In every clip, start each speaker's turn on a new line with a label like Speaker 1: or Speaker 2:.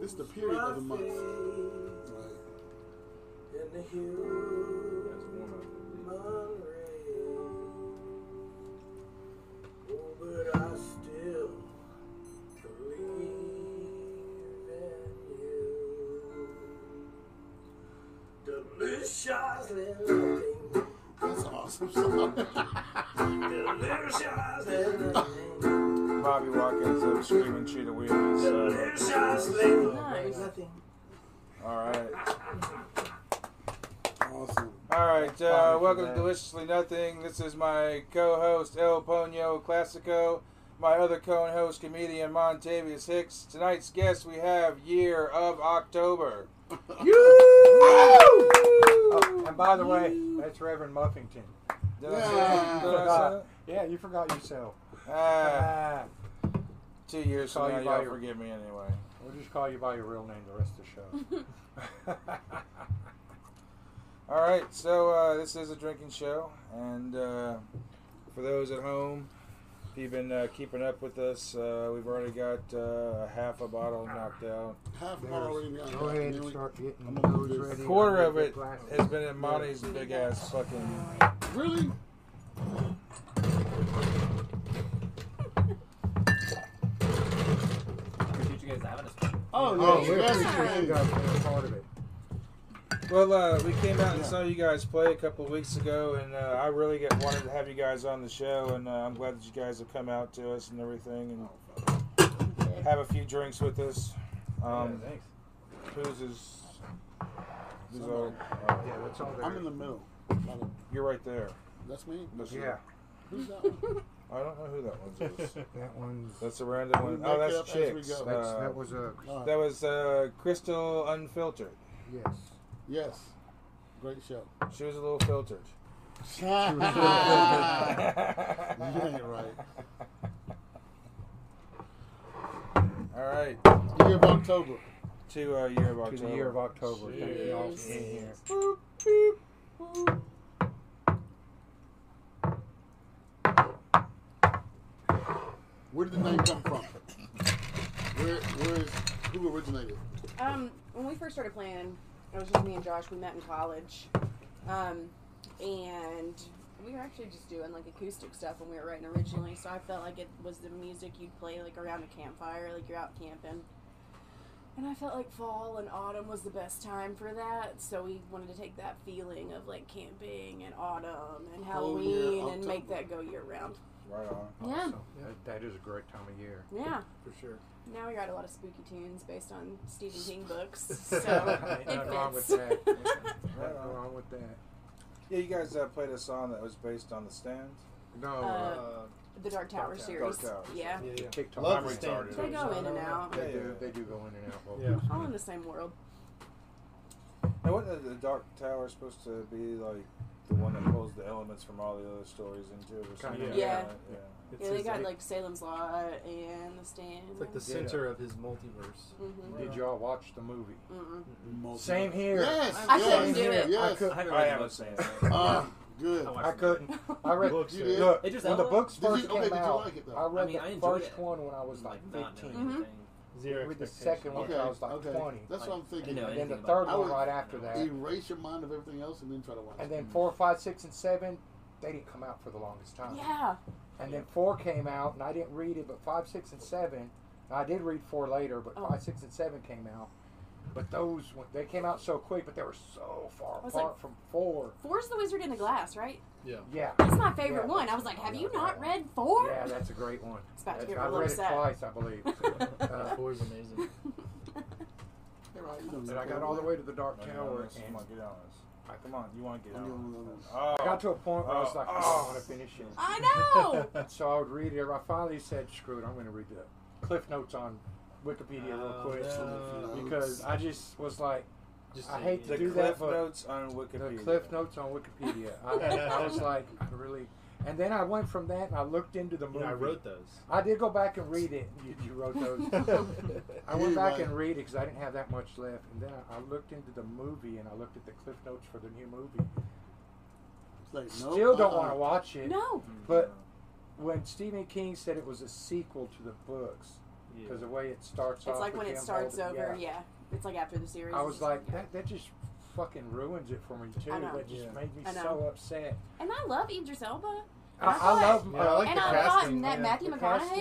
Speaker 1: just the period of the month.
Speaker 2: In the hill,
Speaker 3: That's one of them.
Speaker 2: Oh, but I still believe in you. Delicious little thing,
Speaker 1: That's awesome. song.
Speaker 2: delicious little thing,
Speaker 3: Bobby Watkins of Screaming Tree the Weirdness. Uh,
Speaker 2: delicious little
Speaker 4: Nice.
Speaker 2: thing.
Speaker 3: Alright.
Speaker 1: awesome.
Speaker 3: Alright, uh, welcome to Deliciously Nothing. This is my co host El Ponyo Classico, my other co host comedian Montavious Hicks. Tonight's guest we have Year of October.
Speaker 5: Oh, and by the way, that's Reverend Muffington.
Speaker 3: Did I say that? Did I say that?
Speaker 5: Yeah, you forgot yourself.
Speaker 3: Ah,
Speaker 5: Ah,
Speaker 3: two years from
Speaker 5: Call
Speaker 3: now,
Speaker 5: you by
Speaker 3: y'all
Speaker 5: your-
Speaker 3: forgive me anyway.
Speaker 5: we'll just call you by your real name the rest of the show.
Speaker 3: All right, so uh, this is a drinking show, and uh, for those at home, if you've been uh, keeping up with us, uh, we've already got uh, a half a bottle knocked out.
Speaker 1: Half already got
Speaker 5: Go
Speaker 1: that.
Speaker 5: ahead
Speaker 1: Then
Speaker 5: and
Speaker 1: we-
Speaker 5: start getting
Speaker 1: I'm gonna do
Speaker 5: those
Speaker 1: this.
Speaker 5: ready.
Speaker 3: A quarter
Speaker 5: I'll
Speaker 3: of
Speaker 5: get
Speaker 3: it
Speaker 5: the glasses.
Speaker 3: uh, has been in Monty's big ass fucking.
Speaker 1: Really?
Speaker 6: Appreciate you guys having us.
Speaker 1: Oh,
Speaker 5: Oh,
Speaker 1: yeah.
Speaker 5: we
Speaker 1: yes,
Speaker 5: appreciate you
Speaker 1: man.
Speaker 5: guys being a part of it.
Speaker 3: Well, uh, we came out and saw you guys play a couple of weeks ago, and uh, I really get, wanted to have you guys on the show, and uh, I'm glad that you guys have come out to us and everything, and have a few drinks with us. Um,
Speaker 5: thanks.
Speaker 3: Who's is? uh, Who's
Speaker 1: Somebody.
Speaker 3: all-
Speaker 5: Yeah, that's all there
Speaker 1: I'm in
Speaker 5: is.
Speaker 1: the middle. Got it.
Speaker 3: You're right there.
Speaker 1: That's me?
Speaker 3: That's
Speaker 5: Yeah,
Speaker 1: Who's that one?
Speaker 3: I don't know who that one is.
Speaker 5: that one's. That's,
Speaker 3: That's a random
Speaker 1: We
Speaker 3: one.
Speaker 1: make
Speaker 3: Oh,
Speaker 1: it up
Speaker 3: that's
Speaker 1: as we
Speaker 3: chicks.
Speaker 1: go.
Speaker 3: Uh,
Speaker 5: that was a.
Speaker 1: All right.
Speaker 3: that was uh, Crystal Unfiltered.
Speaker 5: Yes.
Speaker 1: Yes. Great show.
Speaker 3: She was a little filtered.
Speaker 1: you ain't right.
Speaker 3: All right,
Speaker 1: Year of October.
Speaker 3: to uh, year of October.
Speaker 5: To the year of October. Thank you all for
Speaker 4: Cheers.
Speaker 5: being here.
Speaker 1: Where did the name come from? Where, where is, who originated?
Speaker 4: Um, when we first started playing, it was just me and Josh. We met in college, um, and we were actually just doing like acoustic stuff when we were writing originally. So I felt like it was the music you'd play like around a campfire, like you're out camping. And I felt like fall and autumn was the best time for that. So we wanted to take that feeling of like camping and autumn and
Speaker 1: Whole year,
Speaker 4: Halloween and make
Speaker 1: October.
Speaker 4: that go year round.
Speaker 3: Right on.
Speaker 4: Yeah.
Speaker 5: So, that- that is a great time of year.
Speaker 4: Yeah.
Speaker 1: For sure.
Speaker 4: Now we write a lot of spooky tunes based on Stephen King books. So it
Speaker 5: Nothing wrong with
Speaker 4: fits.
Speaker 5: that.
Speaker 3: Right
Speaker 5: Nothing
Speaker 3: on.
Speaker 5: wrong with that.
Speaker 3: Yeah, you guys uh, played a song that was based on the stand.
Speaker 5: No.
Speaker 4: Uh,
Speaker 5: uh,
Speaker 4: The Dark Tower
Speaker 7: Tower.
Speaker 4: series.
Speaker 3: Dark Tower,
Speaker 4: Yeah.
Speaker 7: Yeah, yeah.
Speaker 5: TikTok.
Speaker 7: Love
Speaker 5: I'm
Speaker 7: the stand.
Speaker 5: retarded.
Speaker 4: They go in and out.
Speaker 5: They
Speaker 3: Yeah, yeah.
Speaker 5: do. They do go in and out.
Speaker 7: Yeah.
Speaker 4: All in the same world.
Speaker 3: Now, wasn't the Dark Tower supposed to be like the one that pulls the elements from all the other stories into it or something?
Speaker 7: Kinda,
Speaker 4: yeah.
Speaker 3: like that?
Speaker 7: It's
Speaker 4: Yeah, they
Speaker 7: his-
Speaker 4: got like Salem's Law and The Stand.
Speaker 7: it's like the center of his multiverse.
Speaker 4: Mm-hmm.
Speaker 5: Did y'all watch the movie?
Speaker 4: Mm-mm.
Speaker 5: Same here.
Speaker 1: Yes.
Speaker 4: I
Speaker 1: yes,
Speaker 4: couldn't do it.
Speaker 1: Yes.
Speaker 5: I could.
Speaker 7: haven't
Speaker 3: I
Speaker 7: read the
Speaker 3: haven't
Speaker 7: book
Speaker 3: seen
Speaker 7: yet.
Speaker 3: it.
Speaker 1: Uh, good.
Speaker 7: I watched
Speaker 5: I
Speaker 7: the
Speaker 5: couldn't. I read.
Speaker 7: Books,
Speaker 1: You
Speaker 7: yeah.
Speaker 1: did?
Speaker 5: Look,
Speaker 7: They just
Speaker 5: when the
Speaker 7: outlawed
Speaker 5: books
Speaker 1: Did you-
Speaker 5: first
Speaker 1: okay,
Speaker 5: came
Speaker 1: did you
Speaker 5: out,
Speaker 1: like it, though?
Speaker 5: I read
Speaker 7: I mean, I
Speaker 5: the
Speaker 7: enjoyed
Speaker 5: first
Speaker 7: it.
Speaker 5: one when I was like
Speaker 7: Like, not knowing
Speaker 5: 15.
Speaker 4: Mhm.
Speaker 7: anything.
Speaker 5: Read
Speaker 7: Zero
Speaker 5: the
Speaker 7: expectations.
Speaker 5: second one
Speaker 1: Okay.
Speaker 5: when I was like
Speaker 1: okay.
Speaker 5: 20.
Speaker 1: That's what I'm
Speaker 7: I didn't
Speaker 1: thinking.
Speaker 7: know
Speaker 5: And then the
Speaker 7: anything
Speaker 5: third
Speaker 7: about it.
Speaker 1: one right
Speaker 5: after that.
Speaker 1: Erase your mind of everything else and then try to watch.
Speaker 5: And
Speaker 1: it.
Speaker 5: then four, five, six, and seven, they didn't come out for the longest time.
Speaker 4: Yeah.
Speaker 5: And then four came out, and I didn't read it, but five, six, and seven. I did read four later, but
Speaker 4: Oh.
Speaker 5: five, six, and seven came out. But those went- they came out so quick, but they were so far
Speaker 4: I was
Speaker 5: apart
Speaker 4: like-
Speaker 5: from four.
Speaker 4: Four's the Wizard in the Glass, right?
Speaker 5: Yeah.
Speaker 4: That's my favorite
Speaker 5: Yeah.
Speaker 4: one. I was like, have
Speaker 5: I
Speaker 4: you
Speaker 5: love that
Speaker 4: not read four?
Speaker 5: Yeah, that's a great one.
Speaker 4: It's about to
Speaker 5: That's-
Speaker 4: get
Speaker 5: I
Speaker 4: real
Speaker 5: read it
Speaker 4: upset.
Speaker 5: twice, I believe. Uh,
Speaker 7: Four is amazing.
Speaker 1: Hey, right, you don't
Speaker 5: and
Speaker 1: know
Speaker 5: I got
Speaker 1: what
Speaker 5: all the
Speaker 1: I'm
Speaker 5: way to the Dark
Speaker 3: Come on,
Speaker 5: Tower,
Speaker 3: come
Speaker 5: and
Speaker 3: on, get on this. Come on, you want to get
Speaker 1: I'm
Speaker 3: on
Speaker 1: doing
Speaker 3: this.
Speaker 1: this.
Speaker 3: Oh,
Speaker 5: I got to a point where I was
Speaker 3: Oh.
Speaker 5: like, I
Speaker 3: Oh.
Speaker 5: don't want to finish it.
Speaker 4: I know.
Speaker 5: And so I would read it. I finally said, screw it, I'm going to read the Cliff Notes on Wikipedia real
Speaker 7: Oh,
Speaker 5: quick
Speaker 7: no.
Speaker 5: because I just was like,
Speaker 7: Just
Speaker 5: I
Speaker 7: to-
Speaker 5: hate to
Speaker 3: the
Speaker 5: do that,
Speaker 3: cliff
Speaker 5: but-
Speaker 3: notes on
Speaker 5: the
Speaker 3: Wikipedia.
Speaker 5: Cliff Notes on Wikipedia. I, I was like, I really. And then I went from that and I looked into the
Speaker 7: You
Speaker 5: movie.
Speaker 7: know, I wrote those.
Speaker 5: I did go back and read it. You, you wrote those. I went back
Speaker 1: Anyway.
Speaker 5: and read it because I didn't have that much left, and then I, I looked into the movie and I looked at the cliff notes for the new movie.
Speaker 1: saying. It's like, nope,
Speaker 5: Still don't
Speaker 1: uh-uh.
Speaker 5: want to watch it.
Speaker 4: no.
Speaker 5: But when Stephen King said it was a sequel to the books,
Speaker 7: Yeah.
Speaker 5: because the way it starts off.
Speaker 4: It's like
Speaker 5: with
Speaker 4: when it
Speaker 5: them
Speaker 4: starts
Speaker 5: holding-
Speaker 4: over,
Speaker 5: yeah.
Speaker 4: yeah. It's like after the series.
Speaker 5: I
Speaker 4: it's
Speaker 5: was
Speaker 4: just
Speaker 5: like,
Speaker 4: yeah.
Speaker 5: that that just fucking ruins it for me too.
Speaker 4: I know.
Speaker 5: That just
Speaker 7: Yeah.
Speaker 5: made me
Speaker 4: I know.
Speaker 5: so upset.
Speaker 4: And I love Idris Elba.
Speaker 5: I, I
Speaker 4: thought-
Speaker 5: love.
Speaker 7: Yeah, I like
Speaker 4: and
Speaker 7: the
Speaker 4: I thought
Speaker 7: casting,
Speaker 4: that
Speaker 7: yeah.
Speaker 4: Matthew
Speaker 5: The
Speaker 4: McConaughey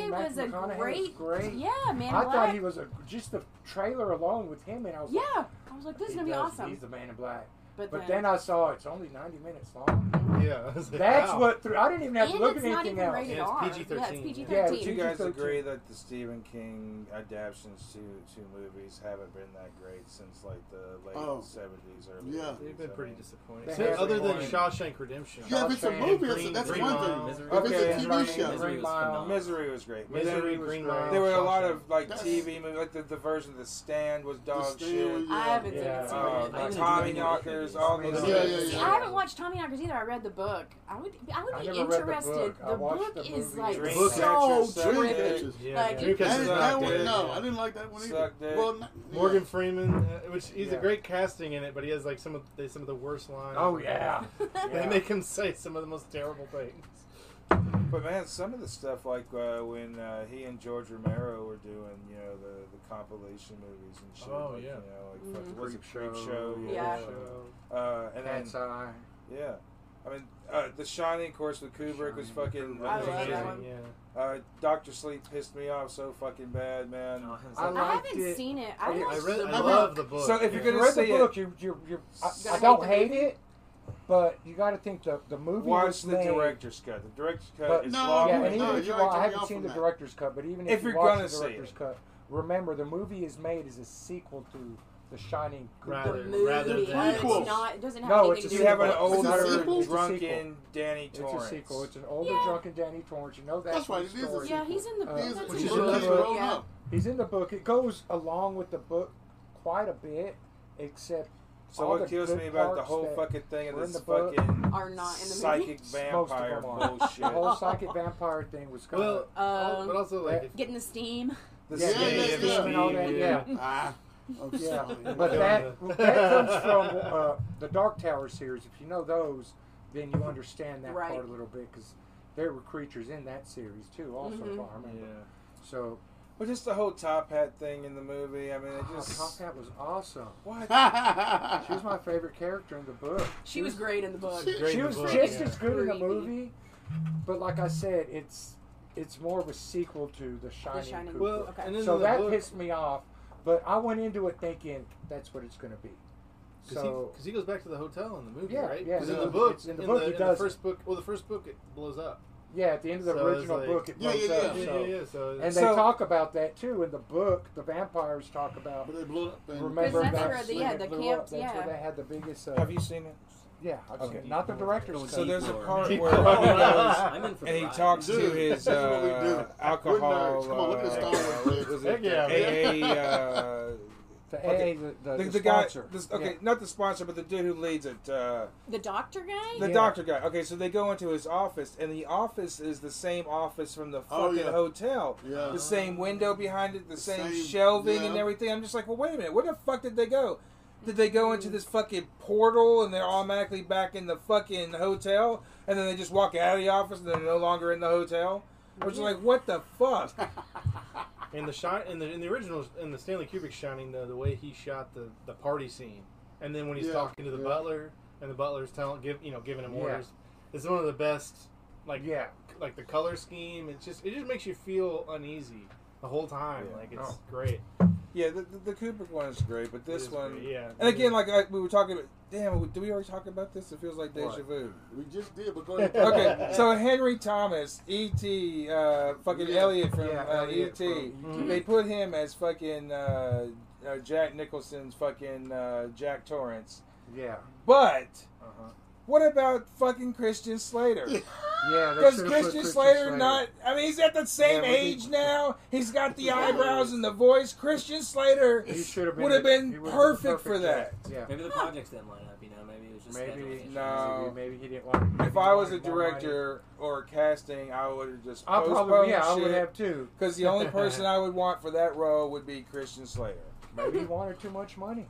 Speaker 5: casting,
Speaker 4: was a
Speaker 5: Matthew McConaughey was
Speaker 4: great,
Speaker 5: great.
Speaker 4: Yeah, man.
Speaker 5: I
Speaker 4: Black.
Speaker 5: thought he was a just the trailer alone with him, and I was
Speaker 4: Yeah,
Speaker 5: like,
Speaker 4: I was like, this is
Speaker 5: he
Speaker 4: gonna be
Speaker 5: does-
Speaker 4: awesome.
Speaker 5: He's the man in black.
Speaker 4: But,
Speaker 5: But then I saw it's only ninety minutes long.
Speaker 7: Yeah. I was like,
Speaker 5: That's
Speaker 7: wow.
Speaker 5: what threw. I didn't even have
Speaker 4: and
Speaker 5: to look
Speaker 4: it's
Speaker 5: at
Speaker 4: not
Speaker 5: anything
Speaker 4: even
Speaker 5: else.
Speaker 4: rated
Speaker 7: Yeah, it's
Speaker 4: R.
Speaker 7: PG-13,
Speaker 4: Yeah, it's
Speaker 7: yeah.
Speaker 4: PG
Speaker 5: Yeah, but
Speaker 3: Would you
Speaker 4: thirteen.
Speaker 3: guys
Speaker 5: PG-13.
Speaker 3: agree that the Stephen King adaptations to to movies haven't been that great since like the
Speaker 1: Oh.
Speaker 3: late seventies, early?
Speaker 1: Yeah.
Speaker 7: They've
Speaker 3: 80s?
Speaker 7: been
Speaker 3: I
Speaker 7: pretty
Speaker 3: mean,
Speaker 7: disappointing.
Speaker 5: They
Speaker 7: So
Speaker 5: have
Speaker 7: other
Speaker 5: been
Speaker 7: than
Speaker 5: one.
Speaker 7: Shawshank Redemption.
Speaker 1: Yeah, if it's a
Speaker 5: Shawshank,
Speaker 1: movie, that's,
Speaker 7: Green-
Speaker 1: that's
Speaker 7: Green
Speaker 1: one
Speaker 7: Mile.
Speaker 1: thing.
Speaker 6: Misery.
Speaker 1: If it's a
Speaker 3: Okay,
Speaker 1: TV
Speaker 5: right,
Speaker 1: show,
Speaker 6: Misery
Speaker 5: Green
Speaker 6: was
Speaker 5: Mile.
Speaker 6: phenomenal.
Speaker 3: uh, Misery was great. But
Speaker 7: Misery,
Speaker 3: then
Speaker 7: Green
Speaker 5: great.
Speaker 7: Mile.
Speaker 3: there were a lot
Speaker 7: Shawshank.
Speaker 3: of like
Speaker 1: That's-
Speaker 3: TV movies, like the, the version of The Stand was
Speaker 1: The
Speaker 3: dog
Speaker 1: Stand
Speaker 3: shit.
Speaker 1: was-
Speaker 4: I haven't
Speaker 5: Yeah.
Speaker 4: seen it.
Speaker 3: Uh,
Speaker 6: I even enjoyed
Speaker 3: Tommy
Speaker 6: it.
Speaker 3: Knockers, all those.
Speaker 5: Yeah,
Speaker 1: yeah, yeah.
Speaker 4: See, I haven't watched Tommy Knockers either. I read the book. I would, I would
Speaker 5: I
Speaker 4: be
Speaker 5: never read the
Speaker 4: interested.
Speaker 5: book. I watched the
Speaker 4: is
Speaker 5: movie.
Speaker 4: like
Speaker 5: Dreamcatcher
Speaker 4: so
Speaker 3: sucked
Speaker 1: Dreamcatcher.
Speaker 4: trippy.
Speaker 7: Yeah,
Speaker 4: Like,
Speaker 7: Dreamcatcher
Speaker 1: That, is,
Speaker 7: sucked,
Speaker 1: that one,
Speaker 7: dude.
Speaker 1: no,
Speaker 7: Yeah.
Speaker 1: I didn't like that one either.
Speaker 3: Sucked dick.
Speaker 1: Well, not,
Speaker 7: Morgan Freeman, uh, which he's
Speaker 5: Yeah.
Speaker 7: a great casting in it, but he has like some of the, some of the worst lines.
Speaker 5: Oh yeah.
Speaker 7: They
Speaker 5: Yeah.
Speaker 7: make him say some of the most terrible things.
Speaker 3: But man, some of the stuff like uh, when uh, he and George Romero were doing, you know, the, the compilation movies and shit.
Speaker 7: Oh,
Speaker 3: like,
Speaker 7: yeah.
Speaker 3: You know, like
Speaker 4: Mhm.
Speaker 3: fucking was it
Speaker 5: Creep
Speaker 3: Creep
Speaker 5: Show,
Speaker 3: Show?
Speaker 4: Yeah.
Speaker 3: Uh, and then
Speaker 5: That's I.
Speaker 3: yeah, I mean, uh, The Shining, of course, with Kubrick was fucking
Speaker 4: I love that
Speaker 3: amazing.
Speaker 4: one.
Speaker 7: Yeah.
Speaker 3: Uh, Doctor Sleep pissed me off so fucking bad, man.
Speaker 6: Oh,
Speaker 5: I
Speaker 6: I
Speaker 4: I
Speaker 5: liked
Speaker 4: haven't
Speaker 5: it.
Speaker 4: seen it. I
Speaker 5: I- I
Speaker 4: watched
Speaker 7: read-
Speaker 4: the
Speaker 7: I
Speaker 4: book.
Speaker 7: love the book.
Speaker 3: So if
Speaker 7: yeah.
Speaker 3: you're gonna
Speaker 5: you read
Speaker 3: see
Speaker 5: the
Speaker 3: it-
Speaker 5: book. You you you. I,
Speaker 4: You
Speaker 5: I
Speaker 4: hate
Speaker 5: don't
Speaker 4: the
Speaker 5: hate
Speaker 4: movie?
Speaker 5: it, but you got to think the the movie
Speaker 3: Watch
Speaker 5: was
Speaker 3: the
Speaker 5: made-
Speaker 3: director's cut. The director's cut
Speaker 5: But-
Speaker 3: is
Speaker 1: No,
Speaker 3: long.
Speaker 5: Yeah,
Speaker 1: Oh,
Speaker 5: and even
Speaker 1: no,
Speaker 5: if
Speaker 1: you
Speaker 5: you
Speaker 1: already
Speaker 5: wa-
Speaker 1: took
Speaker 5: I
Speaker 1: me
Speaker 5: haven't
Speaker 1: off
Speaker 5: seen
Speaker 1: on
Speaker 5: the
Speaker 1: that.
Speaker 5: director's cut, but even if,
Speaker 3: If
Speaker 5: you
Speaker 3: you're
Speaker 5: watch
Speaker 3: gonna
Speaker 5: the
Speaker 3: see
Speaker 5: director's
Speaker 3: it.
Speaker 5: cut, remember the movie is made as a sequel to The Shining.
Speaker 4: The
Speaker 7: Rather-
Speaker 4: movie.
Speaker 7: rather
Speaker 4: It's
Speaker 1: than- Prequels.
Speaker 4: not. It doesn't have
Speaker 5: No,
Speaker 4: anything
Speaker 5: it's
Speaker 4: to
Speaker 5: a
Speaker 4: do
Speaker 3: you
Speaker 5: sequel.
Speaker 3: have
Speaker 4: with
Speaker 3: an
Speaker 4: the book.
Speaker 1: It's a sequel?
Speaker 3: older
Speaker 1: It's
Speaker 5: a
Speaker 3: drunken Danny
Speaker 5: It's a
Speaker 3: Torrance.
Speaker 5: sequel. It's an older
Speaker 4: Yeah.
Speaker 5: drunken Danny Torrance. You know that.
Speaker 1: That's right, it is a
Speaker 5: story.
Speaker 4: Yeah, he's in the
Speaker 5: Uh,
Speaker 4: book.
Speaker 1: He's
Speaker 4: That's
Speaker 5: which is
Speaker 4: what
Speaker 5: in
Speaker 4: I'm
Speaker 5: the
Speaker 4: saying.
Speaker 5: book.
Speaker 4: Yeah.
Speaker 5: He's in the book. It goes along with the book quite a bit, except
Speaker 3: So
Speaker 5: all the
Speaker 3: what kills
Speaker 5: good
Speaker 3: me about the
Speaker 5: parts
Speaker 3: whole
Speaker 5: that
Speaker 3: fucking thing of
Speaker 5: were in
Speaker 3: this
Speaker 5: the book
Speaker 3: fucking
Speaker 4: Are not in the movie.
Speaker 3: psychic
Speaker 5: most of
Speaker 3: vampire
Speaker 5: them are.
Speaker 3: bullshit.
Speaker 5: the whole psychic vampire thing was kind
Speaker 7: Well, al-
Speaker 4: Um,
Speaker 7: but also like, if,
Speaker 4: Getting the steam.
Speaker 3: The
Speaker 5: Yeah,
Speaker 1: yeah, yeah,
Speaker 7: if-
Speaker 1: yeah.
Speaker 7: if-
Speaker 1: And
Speaker 5: all that, yeah.
Speaker 1: Ah, I'm
Speaker 5: Yeah,
Speaker 1: sorry.
Speaker 5: but that
Speaker 7: Yeah.
Speaker 5: that comes from uh, the Dark Tower series. If you know those, then you understand that
Speaker 4: Right.
Speaker 5: part a little bit because there were creatures in that series too. Also, if
Speaker 4: Mhm.
Speaker 5: I remember.
Speaker 7: Yeah.
Speaker 5: So
Speaker 3: But just the whole top hat thing in the movie. I mean, it
Speaker 5: oh,
Speaker 3: just
Speaker 5: Top Hat was awesome.
Speaker 3: what?
Speaker 5: She was my favorite character in the book.
Speaker 4: She was great in the book.
Speaker 1: She-
Speaker 7: Great
Speaker 5: She
Speaker 7: in the
Speaker 5: was
Speaker 7: book,
Speaker 5: just
Speaker 7: yeah.
Speaker 5: as good in the
Speaker 4: Creepy.
Speaker 5: movie, but like I said, it's it's more of a sequel to The Shining.
Speaker 4: Shining.
Speaker 5: Cooper.
Speaker 7: well,
Speaker 4: Okay.
Speaker 7: and then
Speaker 5: so
Speaker 7: in the
Speaker 5: that
Speaker 7: book,
Speaker 5: pissed me off. But I went into it thinking that's what it's going to be.
Speaker 7: Because
Speaker 5: So
Speaker 7: he, goes back to the hotel in the movie,
Speaker 5: Yeah,
Speaker 7: right?
Speaker 5: yeah,
Speaker 7: Because in
Speaker 5: no,
Speaker 7: the book,
Speaker 5: it's in the book he
Speaker 7: in
Speaker 5: does
Speaker 7: the first book, well, the first book it blows up.
Speaker 5: yeah, at the end of the
Speaker 7: So it's
Speaker 5: original
Speaker 7: like-
Speaker 5: book, it
Speaker 1: Yeah,
Speaker 5: blows
Speaker 1: yeah,
Speaker 5: up.
Speaker 1: yeah.
Speaker 5: so-
Speaker 7: So
Speaker 5: And they
Speaker 3: So-
Speaker 5: talk about that too in the book. The vampires talk about
Speaker 1: But they blew it up. And
Speaker 5: remember
Speaker 4: that's
Speaker 5: that
Speaker 4: where the-
Speaker 5: when
Speaker 4: yeah,
Speaker 5: it
Speaker 4: the
Speaker 5: blew
Speaker 4: camp-
Speaker 5: up, That's where
Speaker 4: yeah.
Speaker 5: they had the biggest. Uh,
Speaker 3: Have you seen it?
Speaker 5: Yeah, I've
Speaker 3: Okay.
Speaker 5: seen it. not the director's
Speaker 6: Going
Speaker 5: cut.
Speaker 3: So there's a
Speaker 6: Lord.
Speaker 3: part
Speaker 7: Deep
Speaker 3: where
Speaker 7: Lord.
Speaker 3: he goes
Speaker 6: I'm in for the
Speaker 3: and he
Speaker 6: ride.
Speaker 3: talks to
Speaker 1: Dude,
Speaker 3: his
Speaker 1: that's what we do.
Speaker 3: uh,
Speaker 1: We're
Speaker 3: alcohol.
Speaker 1: nerds. Come on, look at Star
Speaker 3: uh,
Speaker 1: Wars,
Speaker 3: was-
Speaker 1: dude.
Speaker 3: was
Speaker 7: Heck
Speaker 3: it
Speaker 7: yeah.
Speaker 3: the AA? Uh,
Speaker 5: the
Speaker 3: okay.
Speaker 5: AA, the, the,
Speaker 3: the,
Speaker 5: the
Speaker 3: the guy,
Speaker 5: sponsor.
Speaker 3: this, okay, not the sponsor, but the dude who leads it. Uh,
Speaker 4: The doctor guy.
Speaker 3: The
Speaker 5: Yeah.
Speaker 3: doctor guy. Okay, so they go into his office, and the office is the same office from the
Speaker 1: Oh,
Speaker 3: fucking
Speaker 1: yeah.
Speaker 3: hotel.
Speaker 1: Yeah.
Speaker 3: The same window behind it, the, same,
Speaker 1: same-
Speaker 3: shelving and
Speaker 1: yeah.
Speaker 3: everything. I'm just like, well, wait a minute. Where the fuck did they go? Did they go into this fucking portal and they're automatically back in the fucking hotel, and then they just walk out of the office and they're no longer in the hotel? I was just like, what the fuck?
Speaker 7: in the shot in the in the original in the Stanley Kubrick Shining, the the way he shot the the party scene, and then when he's
Speaker 1: Yeah,
Speaker 7: talking to the
Speaker 1: yeah.
Speaker 7: butler and the butler's telling give you know giving him
Speaker 5: Yeah.
Speaker 7: orders, it's one of the best. Like
Speaker 5: yeah,
Speaker 7: like the color scheme, it's just it just makes you feel uneasy the whole time.
Speaker 3: Yeah.
Speaker 7: Like it's
Speaker 5: Oh.
Speaker 7: great.
Speaker 3: Yeah, the, the, the Kubrick one is great, but
Speaker 7: It
Speaker 3: this
Speaker 7: is
Speaker 3: one.
Speaker 7: great, yeah.
Speaker 3: And again, like I, we were talking about, damn, do we already talk about this? It feels like deja
Speaker 1: What?
Speaker 3: vu.
Speaker 1: We just did, but go ahead.
Speaker 3: okay, so Henry Thomas, E.T., uh, fucking
Speaker 1: Yeah.
Speaker 3: Elliot from
Speaker 5: Yeah,
Speaker 3: uh,
Speaker 5: Elliot
Speaker 3: E.T.
Speaker 5: from
Speaker 7: Mm-hmm.
Speaker 3: They put him as fucking uh, uh, Jack Nicholson's fucking uh, Jack Torrance.
Speaker 5: yeah,
Speaker 3: But
Speaker 5: uh-huh.
Speaker 3: what about fucking Christian Slater?
Speaker 5: yeah. they
Speaker 3: Does
Speaker 5: should've put
Speaker 3: Christian Slater, not? I mean, he's at the same
Speaker 5: Yeah, but he-
Speaker 3: age now. He's got the eyebrows and the voice. Christian Slater
Speaker 5: He should have been.
Speaker 3: would have been
Speaker 5: he would've
Speaker 3: perfect for that.
Speaker 5: choice. Yeah.
Speaker 6: Maybe the projects didn't line up, you know. Maybe it was just
Speaker 5: Maybe
Speaker 6: scheduling
Speaker 3: no.
Speaker 5: maybe- Maybe he didn't want. maybe
Speaker 3: If
Speaker 5: he
Speaker 3: I was a
Speaker 5: wanted more money.
Speaker 3: director or casting, I would have just
Speaker 5: I
Speaker 3: postponed
Speaker 5: probably yeah, I would
Speaker 3: shit.
Speaker 5: have too.
Speaker 3: Because the only person I would want for that role would be Christian Slater.
Speaker 5: Maybe he wanted too much money.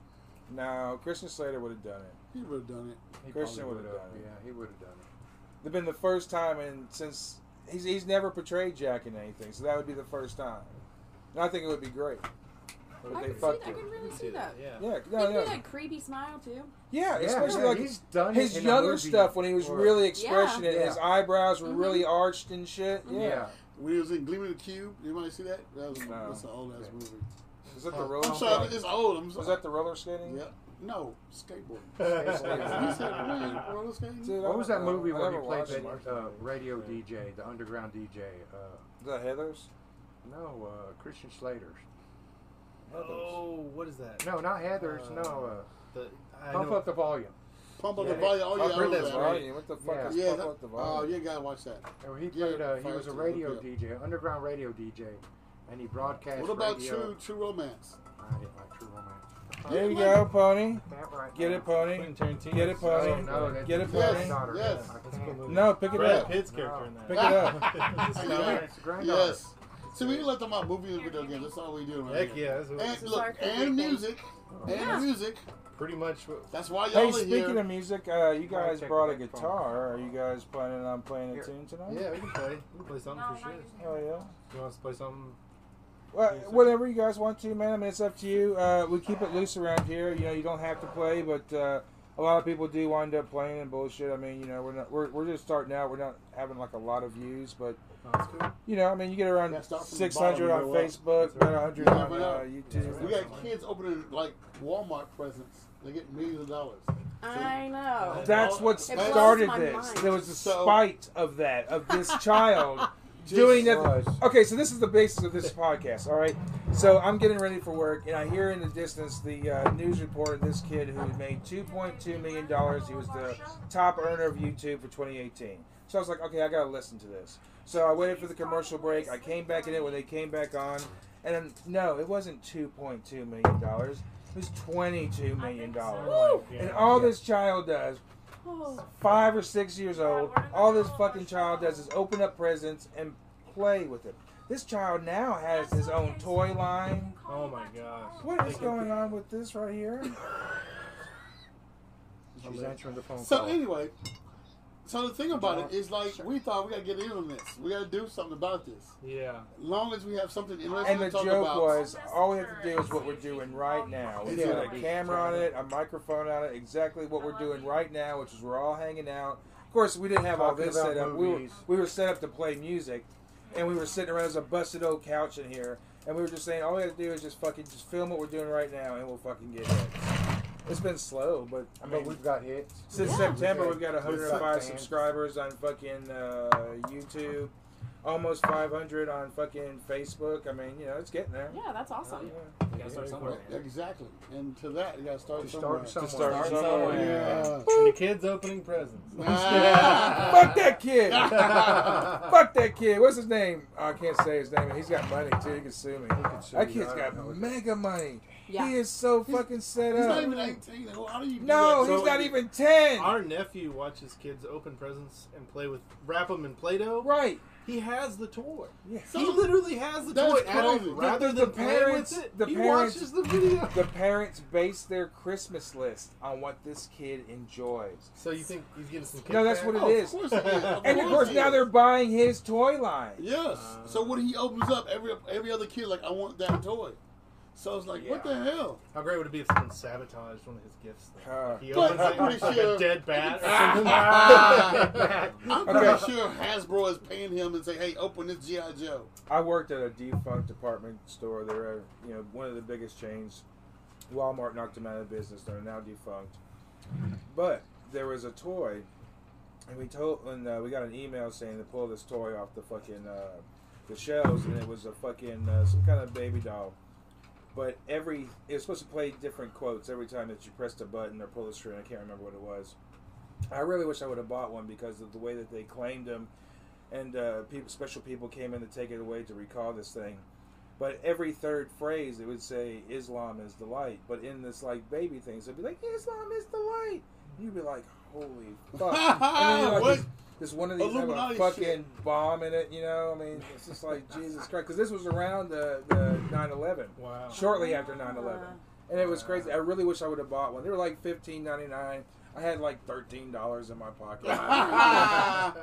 Speaker 3: No, Christian Slater would have done it.
Speaker 1: He would have done it.
Speaker 5: He
Speaker 3: Christian
Speaker 5: probably
Speaker 3: would've
Speaker 5: would've-
Speaker 3: done it.
Speaker 5: Yeah, he would have done it.
Speaker 3: It's been the first time, and since he's he's never portrayed Jack in anything, so that would be the first time. And I think it would be great. But
Speaker 4: I
Speaker 3: they
Speaker 4: could, see, I
Speaker 3: fucked it.
Speaker 4: could really see
Speaker 7: See
Speaker 4: that.
Speaker 7: that, Yeah.
Speaker 3: Yeah,
Speaker 4: Yeah,
Speaker 3: no,
Speaker 4: he
Speaker 3: yeah.
Speaker 4: had a creepy smile too.
Speaker 3: yeah,
Speaker 5: Yeah,
Speaker 3: especially
Speaker 5: yeah,
Speaker 3: like
Speaker 5: he's done it
Speaker 3: his
Speaker 5: in a
Speaker 3: younger
Speaker 5: movie
Speaker 3: stuff when he was
Speaker 5: or-
Speaker 3: really expressing it.
Speaker 5: Yeah. Mm-hmm.
Speaker 3: His eyebrows were
Speaker 4: Mhm.
Speaker 3: really arched and shit. Yeah.
Speaker 5: Yeah.
Speaker 1: When he was in Gleam of the Cube, anybody see that? That was
Speaker 3: No.
Speaker 1: that's an old ass movie.
Speaker 3: Is that the
Speaker 7: Oh,
Speaker 3: roller?
Speaker 1: I'm sorry, it's old. I'm sorry.
Speaker 3: Was that the roller skating?
Speaker 1: Yeah. No, skateboard. You said, man,
Speaker 7: yeah.
Speaker 1: roller skating?
Speaker 3: Dude, I
Speaker 5: What was
Speaker 3: don't
Speaker 5: that
Speaker 3: know.
Speaker 5: movie
Speaker 3: I
Speaker 5: where he
Speaker 3: never
Speaker 5: played
Speaker 3: watched
Speaker 5: that
Speaker 3: it.
Speaker 5: uh, radio DJ, the underground DJ? Uh,
Speaker 3: The Heathers.
Speaker 5: no, uh, Christian Slater's.
Speaker 7: Oh, what is that?
Speaker 5: No, not Heather's.
Speaker 7: Uh,
Speaker 5: no,
Speaker 7: The,
Speaker 5: uh,
Speaker 7: I
Speaker 5: pump
Speaker 7: know-
Speaker 5: up the volume.
Speaker 1: Pump up
Speaker 7: Yeah.
Speaker 1: the volume. Oh, yeah,
Speaker 7: I've
Speaker 1: I
Speaker 7: heard
Speaker 1: remember
Speaker 7: that
Speaker 1: that.
Speaker 7: story.
Speaker 3: Volume. What the fuck
Speaker 5: Yeah.
Speaker 3: is
Speaker 1: Yeah,
Speaker 3: fuck
Speaker 1: that,
Speaker 3: up the
Speaker 1: oh,
Speaker 3: volume?
Speaker 1: you gotta watch that.
Speaker 5: And he
Speaker 1: Yeah,
Speaker 5: played. Uh, he
Speaker 1: fire
Speaker 5: was a
Speaker 1: to the
Speaker 5: radio
Speaker 1: lookout.
Speaker 5: DJ, underground radio DJ, and he broadcast.
Speaker 1: What about
Speaker 5: radio.
Speaker 1: True True Romance?
Speaker 5: I didn't like True Romance.
Speaker 3: There you go, pony.
Speaker 5: That right
Speaker 3: Get
Speaker 5: there.
Speaker 3: it, pony.
Speaker 7: Quentin Tarantino.
Speaker 3: Get it,
Speaker 5: Oh,
Speaker 3: pony.
Speaker 5: no, that's
Speaker 3: Get it,
Speaker 5: his
Speaker 1: Yes,
Speaker 5: granddaughter.
Speaker 1: yes.
Speaker 5: I can't believe
Speaker 3: No, pick it
Speaker 7: Brad
Speaker 3: up.
Speaker 7: Pitt's
Speaker 5: No.
Speaker 7: character in that.
Speaker 3: Pick it up.
Speaker 5: it.
Speaker 1: Yeah.
Speaker 5: No, it's his granddaughter.
Speaker 1: Yes. See, we left them out movies and video games. That's all we do. Right
Speaker 7: Heck
Speaker 1: here.
Speaker 7: yeah, that's what,
Speaker 1: And
Speaker 4: is
Speaker 1: look,
Speaker 4: our favorite
Speaker 1: and
Speaker 4: thing.
Speaker 1: music, and
Speaker 4: Yeah.
Speaker 1: music.
Speaker 7: pretty much what,
Speaker 1: That's why y'all
Speaker 3: Hey,
Speaker 1: are
Speaker 3: speaking
Speaker 1: here.
Speaker 3: of music, uh, you
Speaker 5: Wanna
Speaker 3: guys
Speaker 5: check
Speaker 3: brought
Speaker 5: the
Speaker 3: a
Speaker 5: microphone?
Speaker 3: guitar. Are you guys planning on playing a
Speaker 5: Here.
Speaker 3: tune tonight?
Speaker 7: Yeah, we can play. We can play something for sure.
Speaker 3: Oh yeah.
Speaker 7: You want us to play something?
Speaker 3: Well,
Speaker 7: Music.
Speaker 3: whatever you guys want to, man. I mean, it's up to you. Uh, we keep it loose around here. You know, you don't have to play, but uh, a lot of people do wind up playing and bullshit. I mean, you know, we're not we're, we're just starting out. We're not having like a lot of views, but
Speaker 7: Oh, that's cool.
Speaker 3: you know, I mean, you get around
Speaker 1: Yeah, start from the
Speaker 3: 600 on
Speaker 1: bottom and go up.
Speaker 3: Facebook, about 100
Speaker 1: Yeah,
Speaker 3: on
Speaker 1: but,
Speaker 3: uh,
Speaker 1: uh,
Speaker 3: YouTube.
Speaker 1: We got kids opening like Walmart presents. They get millions of dollars.
Speaker 4: I know.
Speaker 3: That's what
Speaker 4: blows
Speaker 3: started
Speaker 4: my
Speaker 3: this.
Speaker 4: mind.
Speaker 3: There was the
Speaker 1: So-
Speaker 3: spite of that of this child doing
Speaker 1: Jesus
Speaker 3: that.
Speaker 5: Christ.
Speaker 3: Okay, so this is the basis of this podcast. All right, so I'm getting ready for work, and I hear in the distance the uh, news report of this kid who made 2.2 million dollars. He was the top earner of YouTube for 2018. So I was like, okay, I gotta listen to this. So I waited for the commercial break. I came back in it when they came back on, and then- no, it wasn't 2.2 million dollars. It was 22 million dollars. And all this child does
Speaker 4: Oh,
Speaker 3: five or six years old, all this fucking child does is open up presents and play with it. This child now has his own toy line.
Speaker 7: Oh my gosh.
Speaker 3: What is going on with this right here?
Speaker 5: She's answering the phone
Speaker 1: So
Speaker 5: call.
Speaker 1: anyway, so the thing about it is like we thought we gotta get in on this. We gotta do something about this.
Speaker 7: Yeah.
Speaker 1: Long as we have something interesting
Speaker 3: And the
Speaker 1: to talk
Speaker 3: joke
Speaker 1: about.
Speaker 3: was, all we have to do is what we're doing right now. We
Speaker 1: Yeah.
Speaker 3: got a camera on it, a microphone on it, exactly what we're doing right now, which is we're all hanging out. Of course, we didn't have all
Speaker 5: Talking
Speaker 3: this
Speaker 5: about
Speaker 3: set up. We were,
Speaker 5: movies.
Speaker 3: we were set up to play music, and we were sitting around. There's a busted old couch in here, and we were just saying, all we have to do is just fucking just film what we're doing right now, and we'll fucking get it. It's been slow, but I mean,
Speaker 5: but we've got hits.
Speaker 3: since
Speaker 4: Yeah.
Speaker 3: September, we've got
Speaker 5: We've got
Speaker 3: 105
Speaker 5: fans.
Speaker 3: subscribers on fucking uh, YouTube, almost 500 on fucking Facebook. I mean, you know, it's getting there.
Speaker 4: yeah, that's awesome.
Speaker 3: Yeah.
Speaker 6: You gotta start somewhere,
Speaker 1: Right,
Speaker 6: man.
Speaker 1: Exactly. And to that, you gotta start
Speaker 5: To
Speaker 1: somewhere.
Speaker 5: start somewhere.
Speaker 3: start
Speaker 6: Start
Speaker 3: somewhere.
Speaker 6: somewhere.
Speaker 1: Yeah.
Speaker 7: And the kids opening presents.
Speaker 1: Ah.
Speaker 3: Fuck that kid! Fuck that kid! What's his name? Oh, I can't say his name. He's got money too. He can sue me. That kid's got mega money. He
Speaker 4: Yeah.
Speaker 3: is so fucking set
Speaker 1: He's not
Speaker 3: up.
Speaker 1: even 18. How do you do
Speaker 3: No,
Speaker 1: that?
Speaker 7: So-
Speaker 3: he's not even ten.
Speaker 7: Our nephew watches kids open presents and play with wrap them in Play-Doh.
Speaker 3: Right?
Speaker 7: He has the toy.
Speaker 3: Yeah.
Speaker 7: he literally has the
Speaker 1: That's
Speaker 7: toy at him
Speaker 1: crazy.
Speaker 3: The- the-
Speaker 7: rather than
Speaker 3: the
Speaker 7: playing
Speaker 3: parents-
Speaker 7: with it.
Speaker 3: the
Speaker 7: he
Speaker 3: parents-
Speaker 7: watches the video.
Speaker 3: The parents base their Christmas list on what this kid enjoys.
Speaker 7: So you think he's getting some kickback?
Speaker 3: No, that's what it
Speaker 1: Oh,
Speaker 3: is.
Speaker 1: Of course it is.
Speaker 3: And of course,
Speaker 1: it
Speaker 3: now
Speaker 1: is.
Speaker 3: they're buying his toy line.
Speaker 1: Yes. so when he opens up, every every other kid like, I want that toy. So it's like, what the hell?
Speaker 7: How great would it be if someone sabotaged one of his gifts? though?
Speaker 3: Uh,
Speaker 7: He
Speaker 1: But
Speaker 7: opens
Speaker 1: I'm
Speaker 7: it and
Speaker 1: pretty
Speaker 7: it's like
Speaker 1: sure-
Speaker 7: a dead bat
Speaker 1: Ah.
Speaker 7: or something.
Speaker 1: I'm
Speaker 3: Okay.
Speaker 1: pretty sure Hasbro is paying him and say, hey, open this GI Joe.
Speaker 3: I worked at a defunct department store. They're uh, you know one of the biggest chains. Walmart knocked them out of business. They're now defunct. But there was a toy, and we told and uh, we got an email saying to pull this toy off the fucking uh, the shelves, and it was a fucking uh, some kind of baby doll. But every it was supposed to play different quotes every time that you pressed a button or pull the string. I can't remember what it was. I really wish I would have bought one because of the way that they claimed them and uh, people, special people came in to take it away to recall this thing. But every third phrase, it would say "Islam is the light," but in this like baby thing, so it'd be like "Islam is the light." And you'd be like, "Holy fuck!" And then, like,
Speaker 1: What?
Speaker 3: this- This one of these have a
Speaker 1: Illuminati
Speaker 3: fucking
Speaker 1: shit.
Speaker 3: bomb in it, you know. I mean, it's just like Jesus Christ, because this was around the the 9/11,
Speaker 7: Wow.
Speaker 3: shortly after 9/11,
Speaker 4: Uh, Ah.
Speaker 3: and it was crazy. I really wish I would have bought one. They were like 15.99. I had like thirteen dollars in my pocket.
Speaker 1: wow.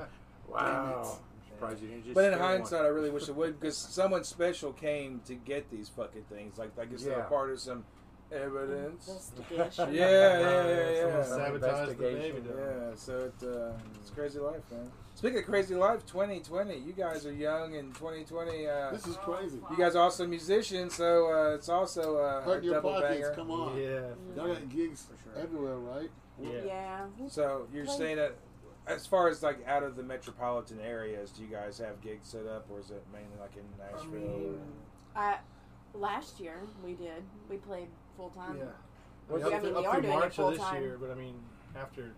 Speaker 5: Wow. surprised you didn't just.
Speaker 3: But in
Speaker 5: steal one.
Speaker 3: hindsight, I really wish it would because someone special came to get these fucking things. Like I guess they're
Speaker 5: Yeah.
Speaker 3: part of some evidence.
Speaker 4: Investigation.
Speaker 3: Yeah, yeah, yeah,
Speaker 5: Some
Speaker 3: yeah.
Speaker 7: Sabotaged the
Speaker 5: investigation.
Speaker 7: baby doll.
Speaker 3: Yeah, so it, uh, it's crazy life, man. Speaking of crazy life, 2020. You guys are young in 2020. Uh,
Speaker 1: This is crazy.
Speaker 3: you guys are also musicians, so uh, it's also uh, a
Speaker 1: Hurt your
Speaker 3: double
Speaker 1: pockets.
Speaker 3: banger.
Speaker 1: Come on.
Speaker 7: Yeah.
Speaker 1: Y'all got gigs
Speaker 5: For sure.
Speaker 1: everywhere, right?
Speaker 7: Yeah.
Speaker 4: Yeah.
Speaker 3: So you're
Speaker 4: Play-
Speaker 3: saying that as far as like out of the metropolitan areas, do you guys have gigs set up, or is it mainly like in Nashville?
Speaker 7: Um,
Speaker 4: Uh, last year we did. We played full time.
Speaker 7: Yeah.
Speaker 4: Well,
Speaker 7: up
Speaker 4: yeah, I
Speaker 7: through-
Speaker 4: mean, we are
Speaker 7: up through
Speaker 4: doing it
Speaker 7: March
Speaker 4: full
Speaker 7: of this
Speaker 4: time.
Speaker 7: year, but I mean, after,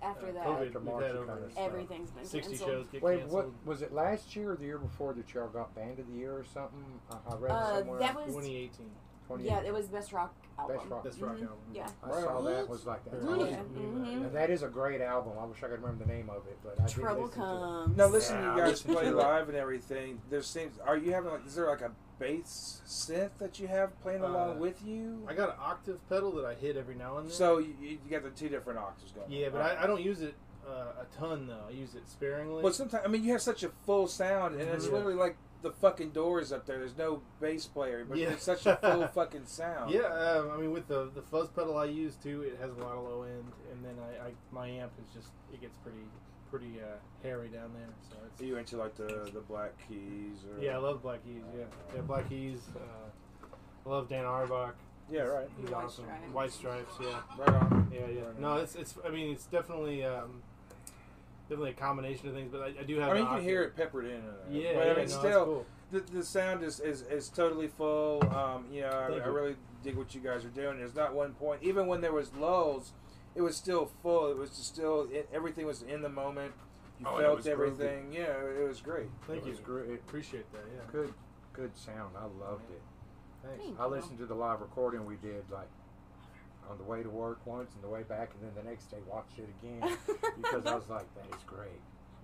Speaker 4: After
Speaker 7: uh,
Speaker 4: that,
Speaker 7: COVID,
Speaker 5: After
Speaker 7: we've
Speaker 5: March,
Speaker 7: had
Speaker 5: it
Speaker 7: over
Speaker 5: kinda stopped.
Speaker 4: everything's been
Speaker 7: 60
Speaker 4: canceled.
Speaker 7: shows get
Speaker 5: Wait,
Speaker 7: canceled.
Speaker 5: what was it last year or the year before that y'all got band of the year or something? I, I read
Speaker 4: Uh,
Speaker 5: somewhere.
Speaker 4: that was
Speaker 7: 2018.
Speaker 5: 20
Speaker 4: yeah. It was best rock album.
Speaker 5: Best Rock.
Speaker 7: That's rock
Speaker 4: Mhm.
Speaker 7: album.
Speaker 4: Yeah.
Speaker 5: I saw that was like that.
Speaker 1: Really?
Speaker 4: Yeah. Mhm.
Speaker 5: And that is a great album. I wish I could remember the name of it, but I did
Speaker 4: Trouble
Speaker 5: listen to it.
Speaker 4: comes.
Speaker 3: No, listen,
Speaker 5: Yeah,
Speaker 3: you
Speaker 5: I'll
Speaker 3: guys
Speaker 5: listen to
Speaker 3: play
Speaker 5: it.
Speaker 3: live and everything. There seems are you having like is there like a bass synth that you have playing along
Speaker 7: Uh,
Speaker 3: with you?
Speaker 7: I got an octave pedal that I hit every now and then.
Speaker 3: So you, you got the two different octaves going.
Speaker 7: yeah,
Speaker 3: on.
Speaker 7: but I, I don't use it uh, a ton though. I use it sparingly.
Speaker 3: Well, sometimes I mean you have such a full sound, and it's
Speaker 7: Mhm.
Speaker 3: literally like the fucking doors up there. There's no bass player, but
Speaker 7: Yeah.
Speaker 3: it's such a full fucking sound.
Speaker 7: yeah, um, I mean with the the fuzz pedal I use too, it has a lot of low end, and then I, I my amp is just it gets pretty pretty uh, hairy down there. So
Speaker 3: Are
Speaker 7: it's
Speaker 3: you into like the the black keys? Or...
Speaker 7: yeah, I love Black Keys. Yeah, yeah, Black Keys. Uh, I love Dan Arbach.
Speaker 3: yeah, right,
Speaker 7: He's
Speaker 4: White
Speaker 7: awesome.
Speaker 4: Stripes.
Speaker 7: White Stripes. Yeah.
Speaker 3: right on.
Speaker 7: Yeah, yeah.
Speaker 3: Right
Speaker 7: No,
Speaker 3: on.
Speaker 7: it's it's. I mean, it's definitely um, definitely a combination of things, but I, I do have.
Speaker 3: I mean,
Speaker 7: an
Speaker 3: you can
Speaker 7: octave.
Speaker 3: hear it peppered in. and out.
Speaker 7: Yeah,
Speaker 3: but
Speaker 7: yeah,
Speaker 3: I mean,
Speaker 7: no, it's
Speaker 3: still,
Speaker 7: cool.
Speaker 3: the, the sound is, is, is totally full. Um, you know, I,
Speaker 7: Thank
Speaker 3: I
Speaker 7: you.
Speaker 3: really dig what you guys are doing. There's not one point, even when there was lulls, it was still full. It was just still it, everything was in the moment. You
Speaker 5: Oh, and it
Speaker 3: felt
Speaker 5: was
Speaker 3: everything. Yeah, it was great.
Speaker 7: Thank
Speaker 5: it
Speaker 7: you.
Speaker 5: was great.
Speaker 7: Appreciate that. Yeah.
Speaker 5: Good, good sound. I loved it.
Speaker 7: Thanks.
Speaker 4: Thank
Speaker 5: I
Speaker 4: you.
Speaker 5: listened to the live recording we did like on the way to work once, and the way back, and then the next day watched it again because I was like, that is great.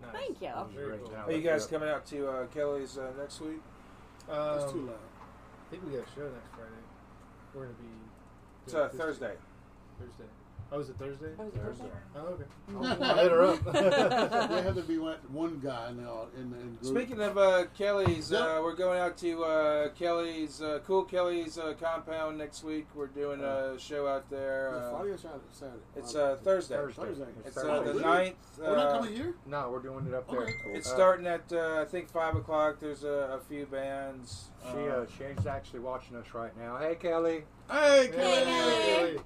Speaker 7: Nice.
Speaker 4: Thank you.
Speaker 6: Oh,
Speaker 5: That was
Speaker 7: Very
Speaker 5: great.
Speaker 7: cool.
Speaker 5: Now
Speaker 3: Are you
Speaker 5: look
Speaker 3: guys
Speaker 5: it up.
Speaker 3: coming out to uh, Kelly's uh, next week?
Speaker 1: That's too
Speaker 7: Um,
Speaker 1: loud.
Speaker 7: I think we got a show next Friday. We're gonna be.
Speaker 3: It's
Speaker 7: doing
Speaker 3: uh,
Speaker 7: Thursday-
Speaker 3: Thursday.
Speaker 7: Thursday. Oh, is it Thursday?
Speaker 4: Oh, is it Thursday?
Speaker 7: Oh, okay.
Speaker 1: Mhm.
Speaker 7: I'll hit her up.
Speaker 1: there had to be one, one guy now in the in group.
Speaker 3: Speaking of uh, Kelly's, uh,
Speaker 1: Yep.
Speaker 3: we're going out to uh, Kelly's, uh, Cool Kelly's uh, compound next week. We're doing a show out there.
Speaker 1: Is it
Speaker 3: Uh,
Speaker 1: Friday or Saturday? Saturday.
Speaker 3: it's uh, Thursday.
Speaker 5: Thursday.
Speaker 1: Thursday.
Speaker 3: It's
Speaker 5: It's
Speaker 3: uh, the
Speaker 1: Really?
Speaker 5: Thursday.
Speaker 3: ninth.
Speaker 1: We're not
Speaker 3: uh,
Speaker 1: coming here.
Speaker 5: No, we're doing it up there.
Speaker 1: Okay,
Speaker 3: It's
Speaker 5: Uh,
Speaker 3: starting at uh, I think five o'clock. There's a, a few bands.
Speaker 5: She uh, she's actually watching us right now. Hey Kelly.
Speaker 3: hey,
Speaker 4: Kelly!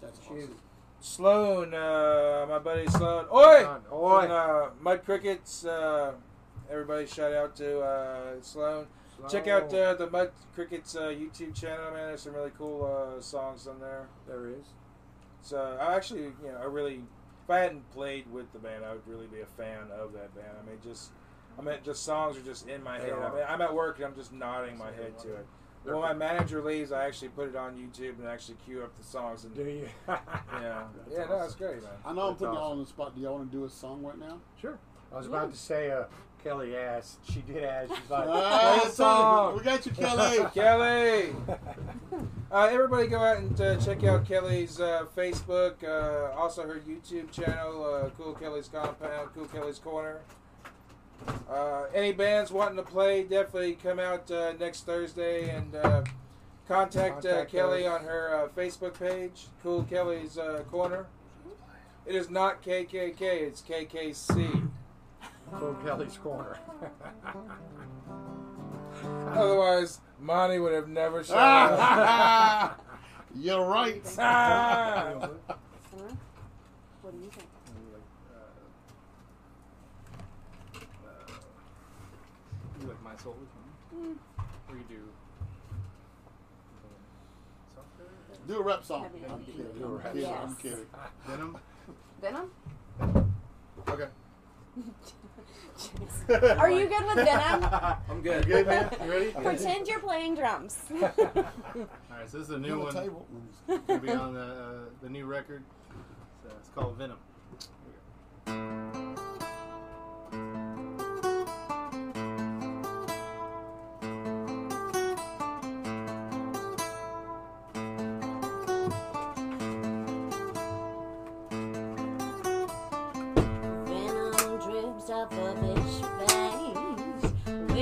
Speaker 1: That's
Speaker 5: She's
Speaker 1: awesome.
Speaker 3: Sloan, uh, my buddy Sloan. Oi,
Speaker 5: on.
Speaker 3: From,
Speaker 5: Oi.
Speaker 3: uh, Mud Crickets. Uh, everybody, shout out to uh, Sloan. Check out uh, the Mud Crickets uh, YouTube channel, man. There's some really cool uh, songs on there.
Speaker 5: there is.
Speaker 3: So I actually, you know, I really, if I hadn't played with the band, I would really be a fan of that band. I mean, just, I mean, just songs are just in my
Speaker 5: They
Speaker 3: head. I
Speaker 5: are.
Speaker 3: mean, I'm at work and I'm just nodding my head to it. When my manager leaves, I actually put it on YouTube and actually queue up the songs. And
Speaker 5: Do you?
Speaker 3: yeah,
Speaker 5: That's
Speaker 3: yeah, no, that's
Speaker 5: awesome.
Speaker 3: great, man.
Speaker 1: I know I'm
Speaker 5: That's
Speaker 1: putting y'all
Speaker 5: awesome.
Speaker 1: on the spot. Do y'all want to do a song right now?
Speaker 5: Sure. I was about to say, uh, Kelly asked. She did ask. She's like,
Speaker 1: Ah,
Speaker 5: play a
Speaker 1: that's all.
Speaker 5: song.
Speaker 1: We got you, Kelly.
Speaker 3: Kelly. Uh, everybody go out and uh, check out Kelly's uh, Facebook, uh, also her YouTube channel, uh, Cool Kelly's Compound, Cool Kelly's Corner. Uh, any bands wanting to play, definitely come out uh, next Thursday and uh, contact, uh,
Speaker 5: Contact
Speaker 3: Kelly
Speaker 5: us.
Speaker 3: on her uh, Facebook page, Cool Kelly's uh, Corner. It is not KKK, it's KKC.
Speaker 5: Cool Kelly's Corner.
Speaker 3: Otherwise, Monty would have never shown up.
Speaker 1: You're right.
Speaker 3: Ah!
Speaker 4: Huh? What do you think?
Speaker 7: You like my soul? We could do.
Speaker 1: Do a rap song.
Speaker 4: Heavy.
Speaker 1: I'm kidding.
Speaker 5: Do a rap
Speaker 1: I'm kidding.
Speaker 4: song.
Speaker 1: I'm kidding.
Speaker 7: Venom.
Speaker 4: Venom?
Speaker 1: Ah.
Speaker 7: Okay.
Speaker 4: Jeez. Are you good with Venom?
Speaker 3: I'm good.
Speaker 7: Good man. You ready?
Speaker 4: Pretend you're playing drums.
Speaker 7: All right. So this is a
Speaker 1: On
Speaker 7: new
Speaker 1: the
Speaker 7: one.
Speaker 1: table.
Speaker 7: Gonna be on the uh, the new record. So it's called Venom.
Speaker 4: Venom drips off of his face.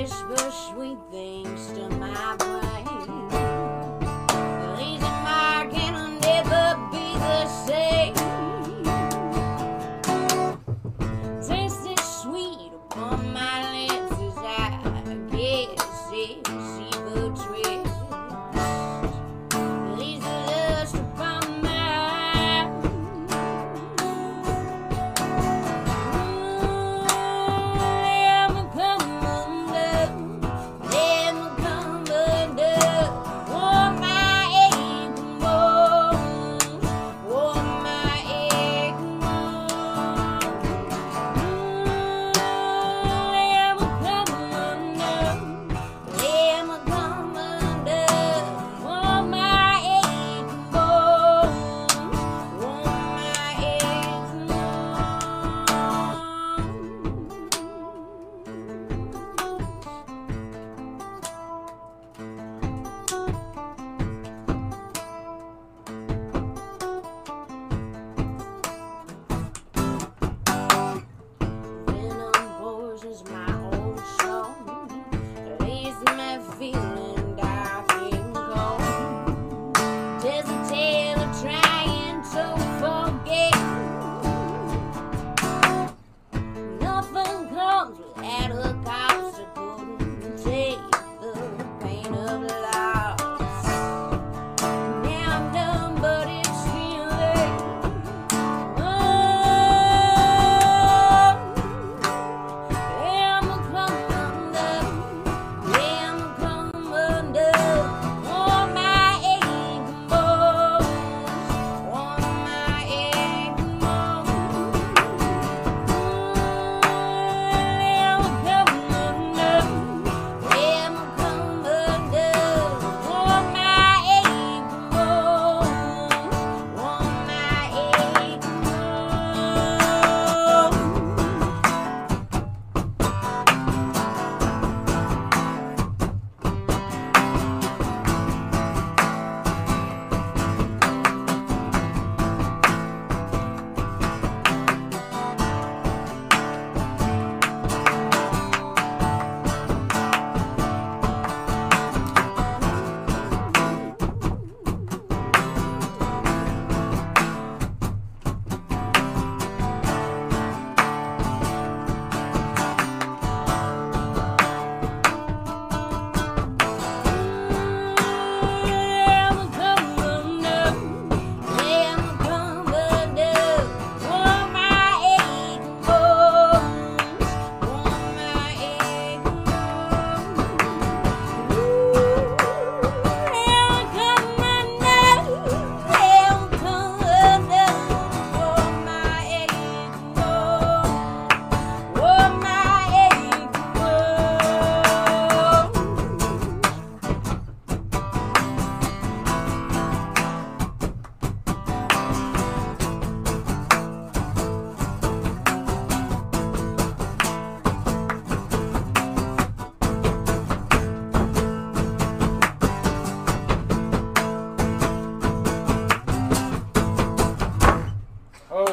Speaker 1: Oh,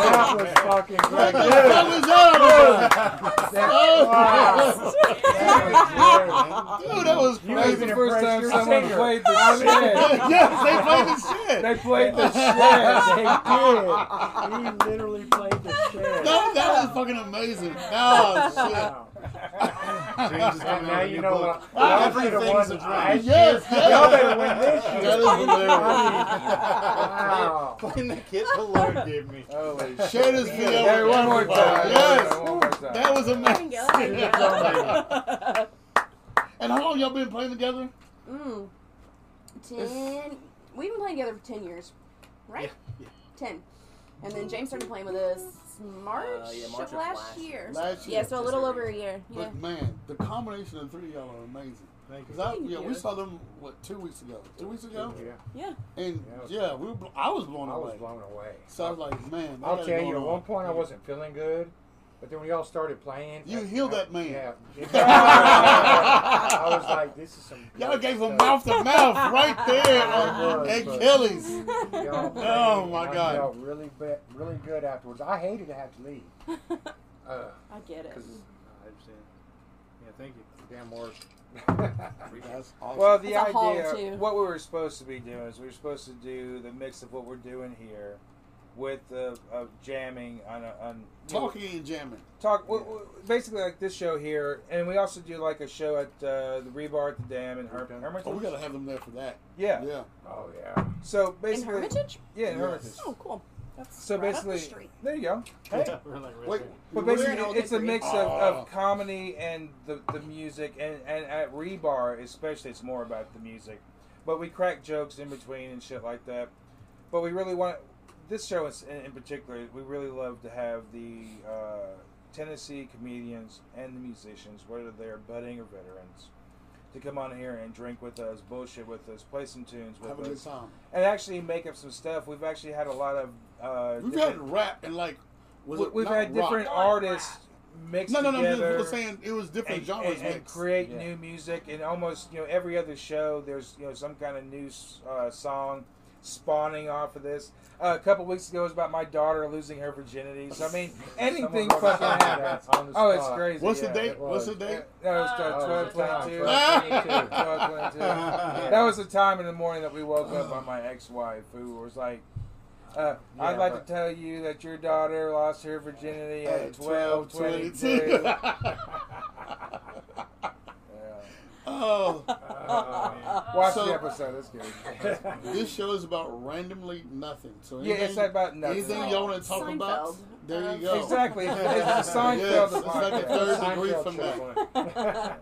Speaker 3: Oh, fucking
Speaker 1: What
Speaker 3: great.
Speaker 1: the hell is that? Oh, Dude, that was
Speaker 3: You
Speaker 1: crazy.
Speaker 3: was the first time
Speaker 5: your
Speaker 3: someone
Speaker 5: singer.
Speaker 3: played the shit.
Speaker 1: yes, they played the shit.
Speaker 3: They played the shit.
Speaker 6: They did. He literally played the shit.
Speaker 1: No, that was fucking amazing. Oh shit.
Speaker 5: Jesus, and now you know what-
Speaker 1: Ah,
Speaker 5: Everything's
Speaker 1: everything's
Speaker 5: a
Speaker 1: a
Speaker 5: drama.
Speaker 1: drama. Yes, yes.
Speaker 5: Y'all better win this
Speaker 1: That
Speaker 5: year.
Speaker 1: is hilarious.
Speaker 5: Wow.
Speaker 1: Playing the kid the Lord gave me.
Speaker 3: Holy
Speaker 1: Share this video
Speaker 3: Hey,
Speaker 1: with
Speaker 3: one more
Speaker 1: everybody.
Speaker 3: time.
Speaker 1: Yes.
Speaker 3: One more time.
Speaker 1: That was
Speaker 4: I can
Speaker 1: amazing.
Speaker 4: go. I can go.
Speaker 1: And how long y'all been playing together?
Speaker 4: Mm. Ten. We've been playing together for ten years, right? Ten. And then James started playing with us March,
Speaker 6: Uh, yeah, March
Speaker 4: of
Speaker 6: of
Speaker 4: last,
Speaker 6: last
Speaker 4: year.
Speaker 1: Last year.
Speaker 4: Yeah, so a little over a year. Yeah.
Speaker 1: But man, the combination of the three of y'all are amazing.
Speaker 7: Thank you.
Speaker 1: Cause I,
Speaker 4: Thank
Speaker 1: yeah,
Speaker 4: you.
Speaker 1: we saw them what two weeks ago, two weeks ago,
Speaker 5: Yeah,
Speaker 4: Yeah.
Speaker 1: and
Speaker 5: Yeah.
Speaker 1: yeah, we were, bl- I was
Speaker 5: I
Speaker 1: blown
Speaker 5: was
Speaker 1: away.
Speaker 5: blown away.
Speaker 1: So I was like, man,
Speaker 5: I'll
Speaker 1: that
Speaker 5: tell
Speaker 1: is
Speaker 5: you, at
Speaker 1: going
Speaker 5: one
Speaker 1: on.
Speaker 5: point I wasn't feeling good, but then when y'all started playing,
Speaker 1: You
Speaker 5: I-
Speaker 1: healed
Speaker 5: I-
Speaker 1: that man.
Speaker 5: Yeah, I was like, this is some.
Speaker 1: Y'all
Speaker 5: good
Speaker 1: gave him mouth
Speaker 5: stuff.
Speaker 1: to mouth right there
Speaker 5: It
Speaker 1: on
Speaker 5: was, but-
Speaker 1: Achilles.
Speaker 5: Y'all played,
Speaker 1: Oh, my
Speaker 5: and I
Speaker 1: God.
Speaker 5: felt really, be- really good afterwards. I hated to have to leave
Speaker 1: Uh,
Speaker 5: because
Speaker 4: I get it.
Speaker 7: I understand. Yeah, thank you.
Speaker 5: damn work.
Speaker 1: That's awesome.
Speaker 3: Well, the
Speaker 4: That's a haul,
Speaker 3: idea,
Speaker 4: too.
Speaker 3: what we were supposed to be doing is we were supposed to do the mix of what we're doing here with the of jamming on, a, on
Speaker 1: talking and jamming.
Speaker 3: talk w- w- basically like this show here, and we also do like a show at uh, the Rebar at the Dam in Her-
Speaker 5: Hermitage.
Speaker 3: Hermitage.
Speaker 1: Oh, we gotta have them there for that.
Speaker 3: yeah.
Speaker 1: Yeah.
Speaker 5: oh yeah.
Speaker 3: So
Speaker 4: In
Speaker 3: basically,
Speaker 4: Hermitage?
Speaker 3: yeah, in
Speaker 1: Yes.
Speaker 3: Hermitage.
Speaker 4: Oh, cool. That's
Speaker 3: So
Speaker 4: right up the
Speaker 3: basically,
Speaker 4: street.
Speaker 3: there you go. Hey.
Speaker 7: We're like right
Speaker 1: Wait,
Speaker 7: there.
Speaker 3: But
Speaker 1: we're
Speaker 3: basically,
Speaker 1: in all-
Speaker 3: it's a
Speaker 4: Old
Speaker 3: mix of,
Speaker 1: Ah.
Speaker 3: of comedy and the, the music, and, and at Rebar, especially, it's more about the music. But we crack jokes in between and shit like that. But we really want this show is, in, in particular, we really love to have the uh, Tennessee comedians and the musicians, whether they're budding or veterans, to come on here and drink with us, bullshit with us, play some tunes with
Speaker 1: have a
Speaker 3: us,
Speaker 1: good time.
Speaker 3: and actually make up some stuff. We've actually had a lot of. Uh,
Speaker 1: We've
Speaker 3: different-
Speaker 1: had rap and like, was
Speaker 3: we-
Speaker 1: it
Speaker 3: we've
Speaker 1: not
Speaker 3: had
Speaker 1: rock?
Speaker 3: different artists mixed
Speaker 1: No, no, no.
Speaker 3: together
Speaker 1: We're saying it was different
Speaker 3: and,
Speaker 1: genres.
Speaker 3: and- and
Speaker 1: mixed.
Speaker 3: create
Speaker 5: Yeah.
Speaker 3: new music and almost you know every other show there's you know some kind of new uh, song spawning off of this uh, a couple weeks ago it was about my daughter losing her virginity so i mean anything
Speaker 5: Someone
Speaker 3: fucking
Speaker 5: wrote that
Speaker 3: happens
Speaker 5: on the
Speaker 3: oh it's
Speaker 5: spot.
Speaker 3: crazy
Speaker 1: What's
Speaker 3: yeah.
Speaker 1: the date?
Speaker 5: it
Speaker 1: What's the
Speaker 5: was.
Speaker 1: date?
Speaker 3: that was uh,
Speaker 4: Oh,
Speaker 3: 12
Speaker 5: it
Speaker 3: 22
Speaker 5: was
Speaker 1: 12:22.
Speaker 3: 12 22 that was the time in the morning that we woke up by my ex-wife who was like uh,
Speaker 5: Yeah,
Speaker 3: I'd like
Speaker 5: but-
Speaker 3: to tell you that your daughter lost her virginity at
Speaker 1: At
Speaker 3: 12,
Speaker 1: 22.
Speaker 3: 22. yeah.
Speaker 1: oh,
Speaker 3: Watch
Speaker 1: So-
Speaker 3: the episode. That's good.
Speaker 1: this show is about randomly nothing. So
Speaker 3: yeah,
Speaker 1: anything,
Speaker 3: it's about nothing.
Speaker 1: anything y'all want to talk about,
Speaker 4: Seinfeld.
Speaker 1: there
Speaker 4: Um,
Speaker 1: you go.
Speaker 3: Exactly. It's the Seinfeld
Speaker 1: Yes,
Speaker 3: of
Speaker 1: it's like a
Speaker 3: podcasts.
Speaker 1: third degree
Speaker 5: Seinfeld
Speaker 1: from
Speaker 5: show.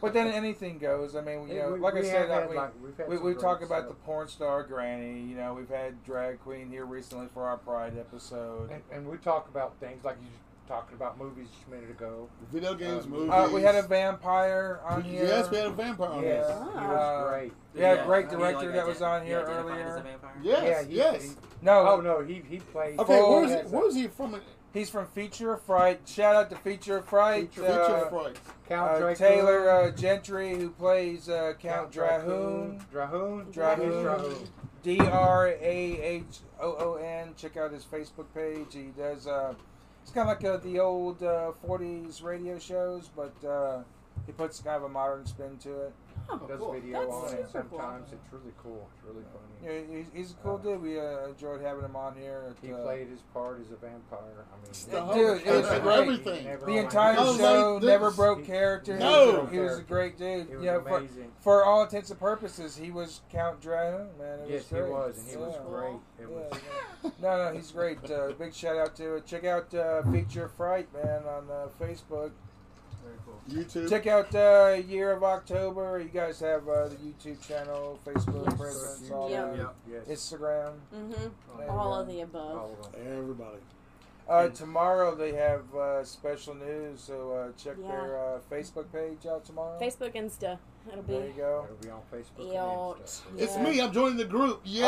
Speaker 3: But then anything goes. I mean, you
Speaker 5: Yeah,
Speaker 3: know,
Speaker 5: we-
Speaker 3: like I
Speaker 5: we
Speaker 3: said,
Speaker 5: have had,
Speaker 3: uh, we,
Speaker 5: like, we've had
Speaker 3: we,
Speaker 5: some
Speaker 3: we
Speaker 5: great
Speaker 3: talk about the
Speaker 5: stuff.
Speaker 3: porn star granny. You know, we've had drag queen here recently for our pride episode.
Speaker 5: And, and we talk about things like you were talking about movies just a minute ago.
Speaker 1: Video games,
Speaker 5: Uh,
Speaker 1: movies.
Speaker 3: Uh, we had a vampire on here.
Speaker 1: Yes, we had a vampire on
Speaker 5: Yes,
Speaker 1: this.
Speaker 5: he
Speaker 3: Ah.
Speaker 5: was great.
Speaker 3: Yeah,
Speaker 6: Yeah,
Speaker 3: great
Speaker 6: he,
Speaker 3: director
Speaker 6: like,
Speaker 3: that was
Speaker 6: ident-
Speaker 3: on here
Speaker 6: he identified
Speaker 3: earlier.
Speaker 6: as a vampire.
Speaker 1: Yes,
Speaker 5: yeah, he,
Speaker 1: yes.
Speaker 5: He,
Speaker 3: No,
Speaker 5: oh no, he he plays.
Speaker 1: okay,
Speaker 3: Oh,
Speaker 1: where's
Speaker 5: that's
Speaker 1: he,
Speaker 5: a-
Speaker 1: where's he from?
Speaker 3: he's from Feature of Fright. Shout out to Feature of Fright.
Speaker 5: Feature-
Speaker 1: Feature
Speaker 3: uh,
Speaker 1: Fright.
Speaker 5: Count
Speaker 3: uh,
Speaker 5: Dracula,
Speaker 3: Taylor uh, Gentry, who plays uh, Count Drahoon.
Speaker 5: Drahoon,
Speaker 3: Drahoon.
Speaker 5: Drahoon.
Speaker 3: D R A H O O N. Check out his Facebook page. He does. Uh, it's kind of like uh, the old uh, '40s radio shows, but uh, he puts kind of a modern spin to it.
Speaker 4: Oh,
Speaker 5: Does
Speaker 1: cool.
Speaker 5: video
Speaker 4: That's
Speaker 5: on it
Speaker 4: super cool.
Speaker 5: sometimes. It's really cool. It's really funny.
Speaker 3: Yeah, he's, he's a cool dude. We uh, enjoyed having him on here. At,
Speaker 5: He
Speaker 3: uh,
Speaker 5: played his part as a vampire. I mean,
Speaker 1: The whole
Speaker 3: Dude, it was
Speaker 1: cast,
Speaker 3: great.
Speaker 1: everything.
Speaker 5: Never
Speaker 3: the
Speaker 5: mind.
Speaker 3: entire
Speaker 1: Oh,
Speaker 3: show.
Speaker 1: like this.
Speaker 3: never broke character.
Speaker 1: No.
Speaker 3: he was a great dude.
Speaker 5: It was
Speaker 3: Yeah, for,
Speaker 5: amazing.
Speaker 3: for all intents and purposes, he was Count Drahoon. Man, it
Speaker 5: Yes,
Speaker 3: was
Speaker 5: he
Speaker 3: great.
Speaker 5: was, and he was
Speaker 3: Yeah.
Speaker 5: great. It was.
Speaker 3: Yeah. No, no, he's great. Uh, big shout out to check out uh, Feature Fright Man on uh, Facebook.
Speaker 7: Very cool.
Speaker 1: YouTube.
Speaker 3: Check out uh, Year of October. You guys have uh, the YouTube channel, Facebook
Speaker 4: Yes.
Speaker 3: presence, all
Speaker 4: Yeah.
Speaker 3: that.
Speaker 5: Yes.
Speaker 3: Instagram.
Speaker 4: Mm-hmm.
Speaker 3: There you
Speaker 4: All of
Speaker 3: go.
Speaker 4: the above.
Speaker 5: all of them.
Speaker 1: Everybody.
Speaker 3: Uh, tomorrow they have uh, special news, so uh, check
Speaker 4: Yeah.
Speaker 3: their uh, Facebook page out tomorrow.
Speaker 4: Facebook, Insta. It'll
Speaker 3: There you
Speaker 4: be.
Speaker 3: go.
Speaker 5: It'll be on Facebook.
Speaker 4: Yo,
Speaker 5: and Insta.
Speaker 1: It's
Speaker 4: yeah.
Speaker 1: me. I'm joining the group. Yeah.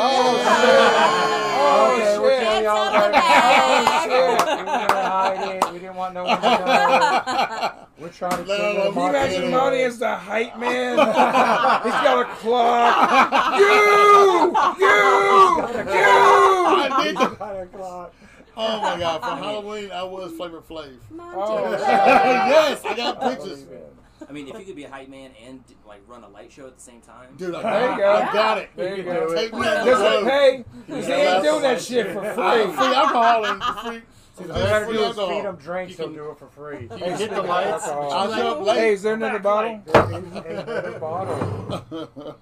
Speaker 3: Oh,
Speaker 5: okay, we're
Speaker 3: shit.
Speaker 5: telling y'all
Speaker 4: It's on
Speaker 5: that.
Speaker 4: the back.
Speaker 5: we were gonna hide it. We didn't want no one to know.
Speaker 3: Oh,
Speaker 5: We're trying
Speaker 1: No,
Speaker 5: to keep
Speaker 1: no,
Speaker 5: it
Speaker 1: no,
Speaker 3: You guys
Speaker 5: marketed.
Speaker 3: are known as the hype man. He's got a clock. You, you, you.
Speaker 1: I did.
Speaker 5: Nine o'clock.
Speaker 1: Oh my god! For Halloween, I was Flavor Flav.
Speaker 4: Mom
Speaker 3: Oh,
Speaker 4: did.
Speaker 1: yes, I got
Speaker 3: Oh,
Speaker 1: pictures,
Speaker 3: man.
Speaker 8: I mean, if you could be a hype man and like run a light show at the same time,
Speaker 1: dude. I
Speaker 3: There
Speaker 1: got,
Speaker 3: you go.
Speaker 1: I got it.
Speaker 3: There you
Speaker 1: Take
Speaker 3: go.
Speaker 1: me on the
Speaker 3: Just like,
Speaker 1: road.
Speaker 3: hey,
Speaker 1: Yeah,
Speaker 3: you see, ain't doing that
Speaker 1: that's-
Speaker 3: shit for
Speaker 1: I'm
Speaker 3: free.
Speaker 1: free alcohol and free.
Speaker 5: See,
Speaker 1: Uh,
Speaker 5: all you gotta
Speaker 1: free
Speaker 5: do is
Speaker 1: alcohol.
Speaker 5: feed them drinks,
Speaker 1: You
Speaker 5: they'll
Speaker 1: can-
Speaker 5: do it for free.
Speaker 1: You can hit the
Speaker 3: Speaking of
Speaker 1: lights.
Speaker 3: alcohol.
Speaker 1: I'll show up
Speaker 3: Hey,
Speaker 1: late.
Speaker 3: is there another bottle?
Speaker 5: Another bottle.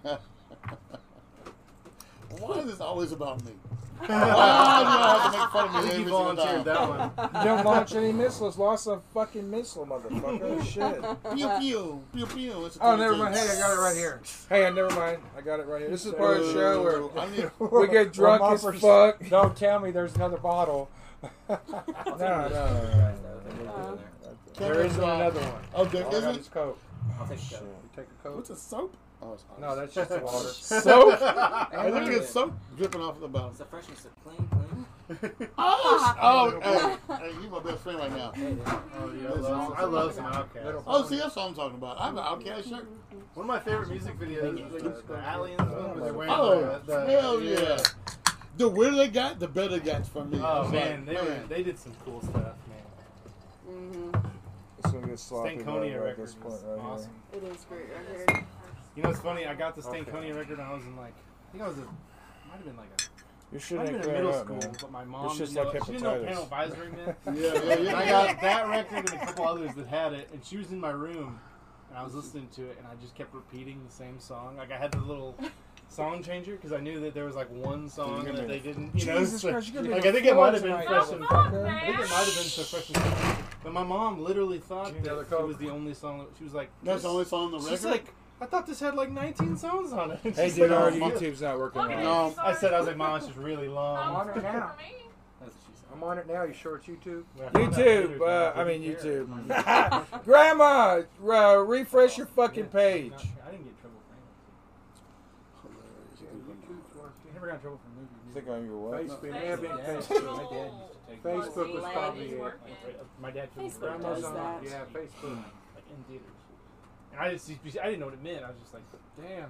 Speaker 1: Why is this always about me? Why do y'all have to make fun of me
Speaker 7: I
Speaker 1: every
Speaker 7: think you
Speaker 1: single time?
Speaker 7: volunteered that one.
Speaker 3: You don't launch any missiles. Lost a fucking missile, motherfucker. Shit.
Speaker 1: Pew pew pew pew. It's a
Speaker 3: Oh, never
Speaker 1: 22.
Speaker 3: mind. Hey, I got it right here. Hey, never mind. I got it right here. This is part of the show where
Speaker 1: I need-
Speaker 3: we get drunk
Speaker 5: Well,
Speaker 3: as
Speaker 5: Mumford's-
Speaker 3: fuck.
Speaker 5: Don't tell me there's another bottle.
Speaker 3: No, no, no,
Speaker 4: oh.
Speaker 3: no.
Speaker 5: there isn't another one.
Speaker 1: Oh, there
Speaker 5: All I got
Speaker 1: isn't.
Speaker 5: is Coke.
Speaker 8: I'll take
Speaker 3: Shit.
Speaker 8: that.
Speaker 5: You take a Coke?
Speaker 1: What's a soap? Oh, it's
Speaker 5: No, that's just water.
Speaker 1: soap.
Speaker 7: Oh,
Speaker 1: I
Speaker 5: And
Speaker 1: look
Speaker 5: then-
Speaker 1: at soap dripping off the bottom.
Speaker 8: It's the freshness of clean, clean.
Speaker 1: Oh, oh, hey, hey, you my best friend right now.
Speaker 7: Oh, yeah, I love, I love some Outkast.
Speaker 1: Oh, see, that's what I'm talking about. I'm an outcast shirt.
Speaker 7: One of my favorite music videos is the, the Aliens one where they're wearing
Speaker 1: Oh,
Speaker 7: the, the,
Speaker 1: hell yeah. The weirder they got, the better it got for me.
Speaker 7: Oh
Speaker 1: It's
Speaker 7: man, they
Speaker 1: like,
Speaker 7: were, they did some cool stuff, man.
Speaker 4: Mhm.
Speaker 3: It's gonna get sloppy
Speaker 7: Stankonia
Speaker 3: at
Speaker 7: record
Speaker 3: this
Speaker 7: is
Speaker 3: point right here.
Speaker 7: awesome.
Speaker 4: It is great right here.
Speaker 7: You know, it's funny. I got the
Speaker 3: Okay.
Speaker 7: Stankonia record when I was in like, I think I was, a, might have been like a,
Speaker 3: You
Speaker 7: might
Speaker 3: shouldn't
Speaker 7: have
Speaker 3: have
Speaker 7: been in middle
Speaker 3: up,
Speaker 7: school,
Speaker 3: man.
Speaker 7: but my mom
Speaker 3: shit's
Speaker 7: didn't know,
Speaker 3: like
Speaker 7: she didn't know
Speaker 3: hepatitis.
Speaker 7: panel visor meant.
Speaker 1: Yeah, yeah,
Speaker 7: And
Speaker 1: yeah.
Speaker 7: I got that record and a couple others that had it, and she was in my room, and I was listening to it, and I just kept repeating the same song. Like I had the little song changer because I knew that there was like one song
Speaker 3: You're
Speaker 7: that
Speaker 3: gonna-
Speaker 7: they didn't. You know,
Speaker 3: Jesus
Speaker 7: so-
Speaker 3: Christ, you're gonna
Speaker 7: like
Speaker 3: be
Speaker 7: I
Speaker 3: on
Speaker 7: think
Speaker 3: the
Speaker 7: it
Speaker 3: floor
Speaker 7: might have been
Speaker 3: tonight,
Speaker 7: fresh and.
Speaker 3: motherfucker.
Speaker 7: I think it might have been so fresh and. But my mom literally thought that
Speaker 5: Another
Speaker 7: it
Speaker 5: Coke?
Speaker 7: was the only song. That, she was like,
Speaker 1: That's the
Speaker 7: this-
Speaker 1: only song on the record?
Speaker 7: She's like, I thought this had like 19 songs on it.
Speaker 3: Hey,
Speaker 7: She's
Speaker 3: dude,
Speaker 7: like,
Speaker 3: our
Speaker 1: oh, fuck.
Speaker 3: YouTube's not working.
Speaker 9: Look at
Speaker 3: right.
Speaker 1: No.
Speaker 9: this.
Speaker 7: I said, I was like, Mom, it's just really
Speaker 5: I'm
Speaker 7: long.
Speaker 5: on it now.
Speaker 9: For me?
Speaker 8: That's what she said.
Speaker 5: I'm on it now. You sure it's YouTube?
Speaker 3: YouTube, uh, I mean YouTube. Grandma, uh, refresh your fucking page.
Speaker 7: I didn't get in trouble for anything. I never got in trouble for movies.
Speaker 3: Think I'm your wife.
Speaker 5: Facebook, it may have been
Speaker 7: My
Speaker 5: Facebook.
Speaker 7: dad used to take
Speaker 5: Facebook was
Speaker 4: Like,
Speaker 5: probably
Speaker 4: it's
Speaker 5: it.
Speaker 9: working.
Speaker 7: Like, uh, my dad took me to
Speaker 4: Facebook
Speaker 7: grandma's
Speaker 4: does
Speaker 7: on,
Speaker 4: that.
Speaker 5: Yeah, Facebook.
Speaker 7: like in theaters. And I just, I didn't know what it meant. I was just like, damn.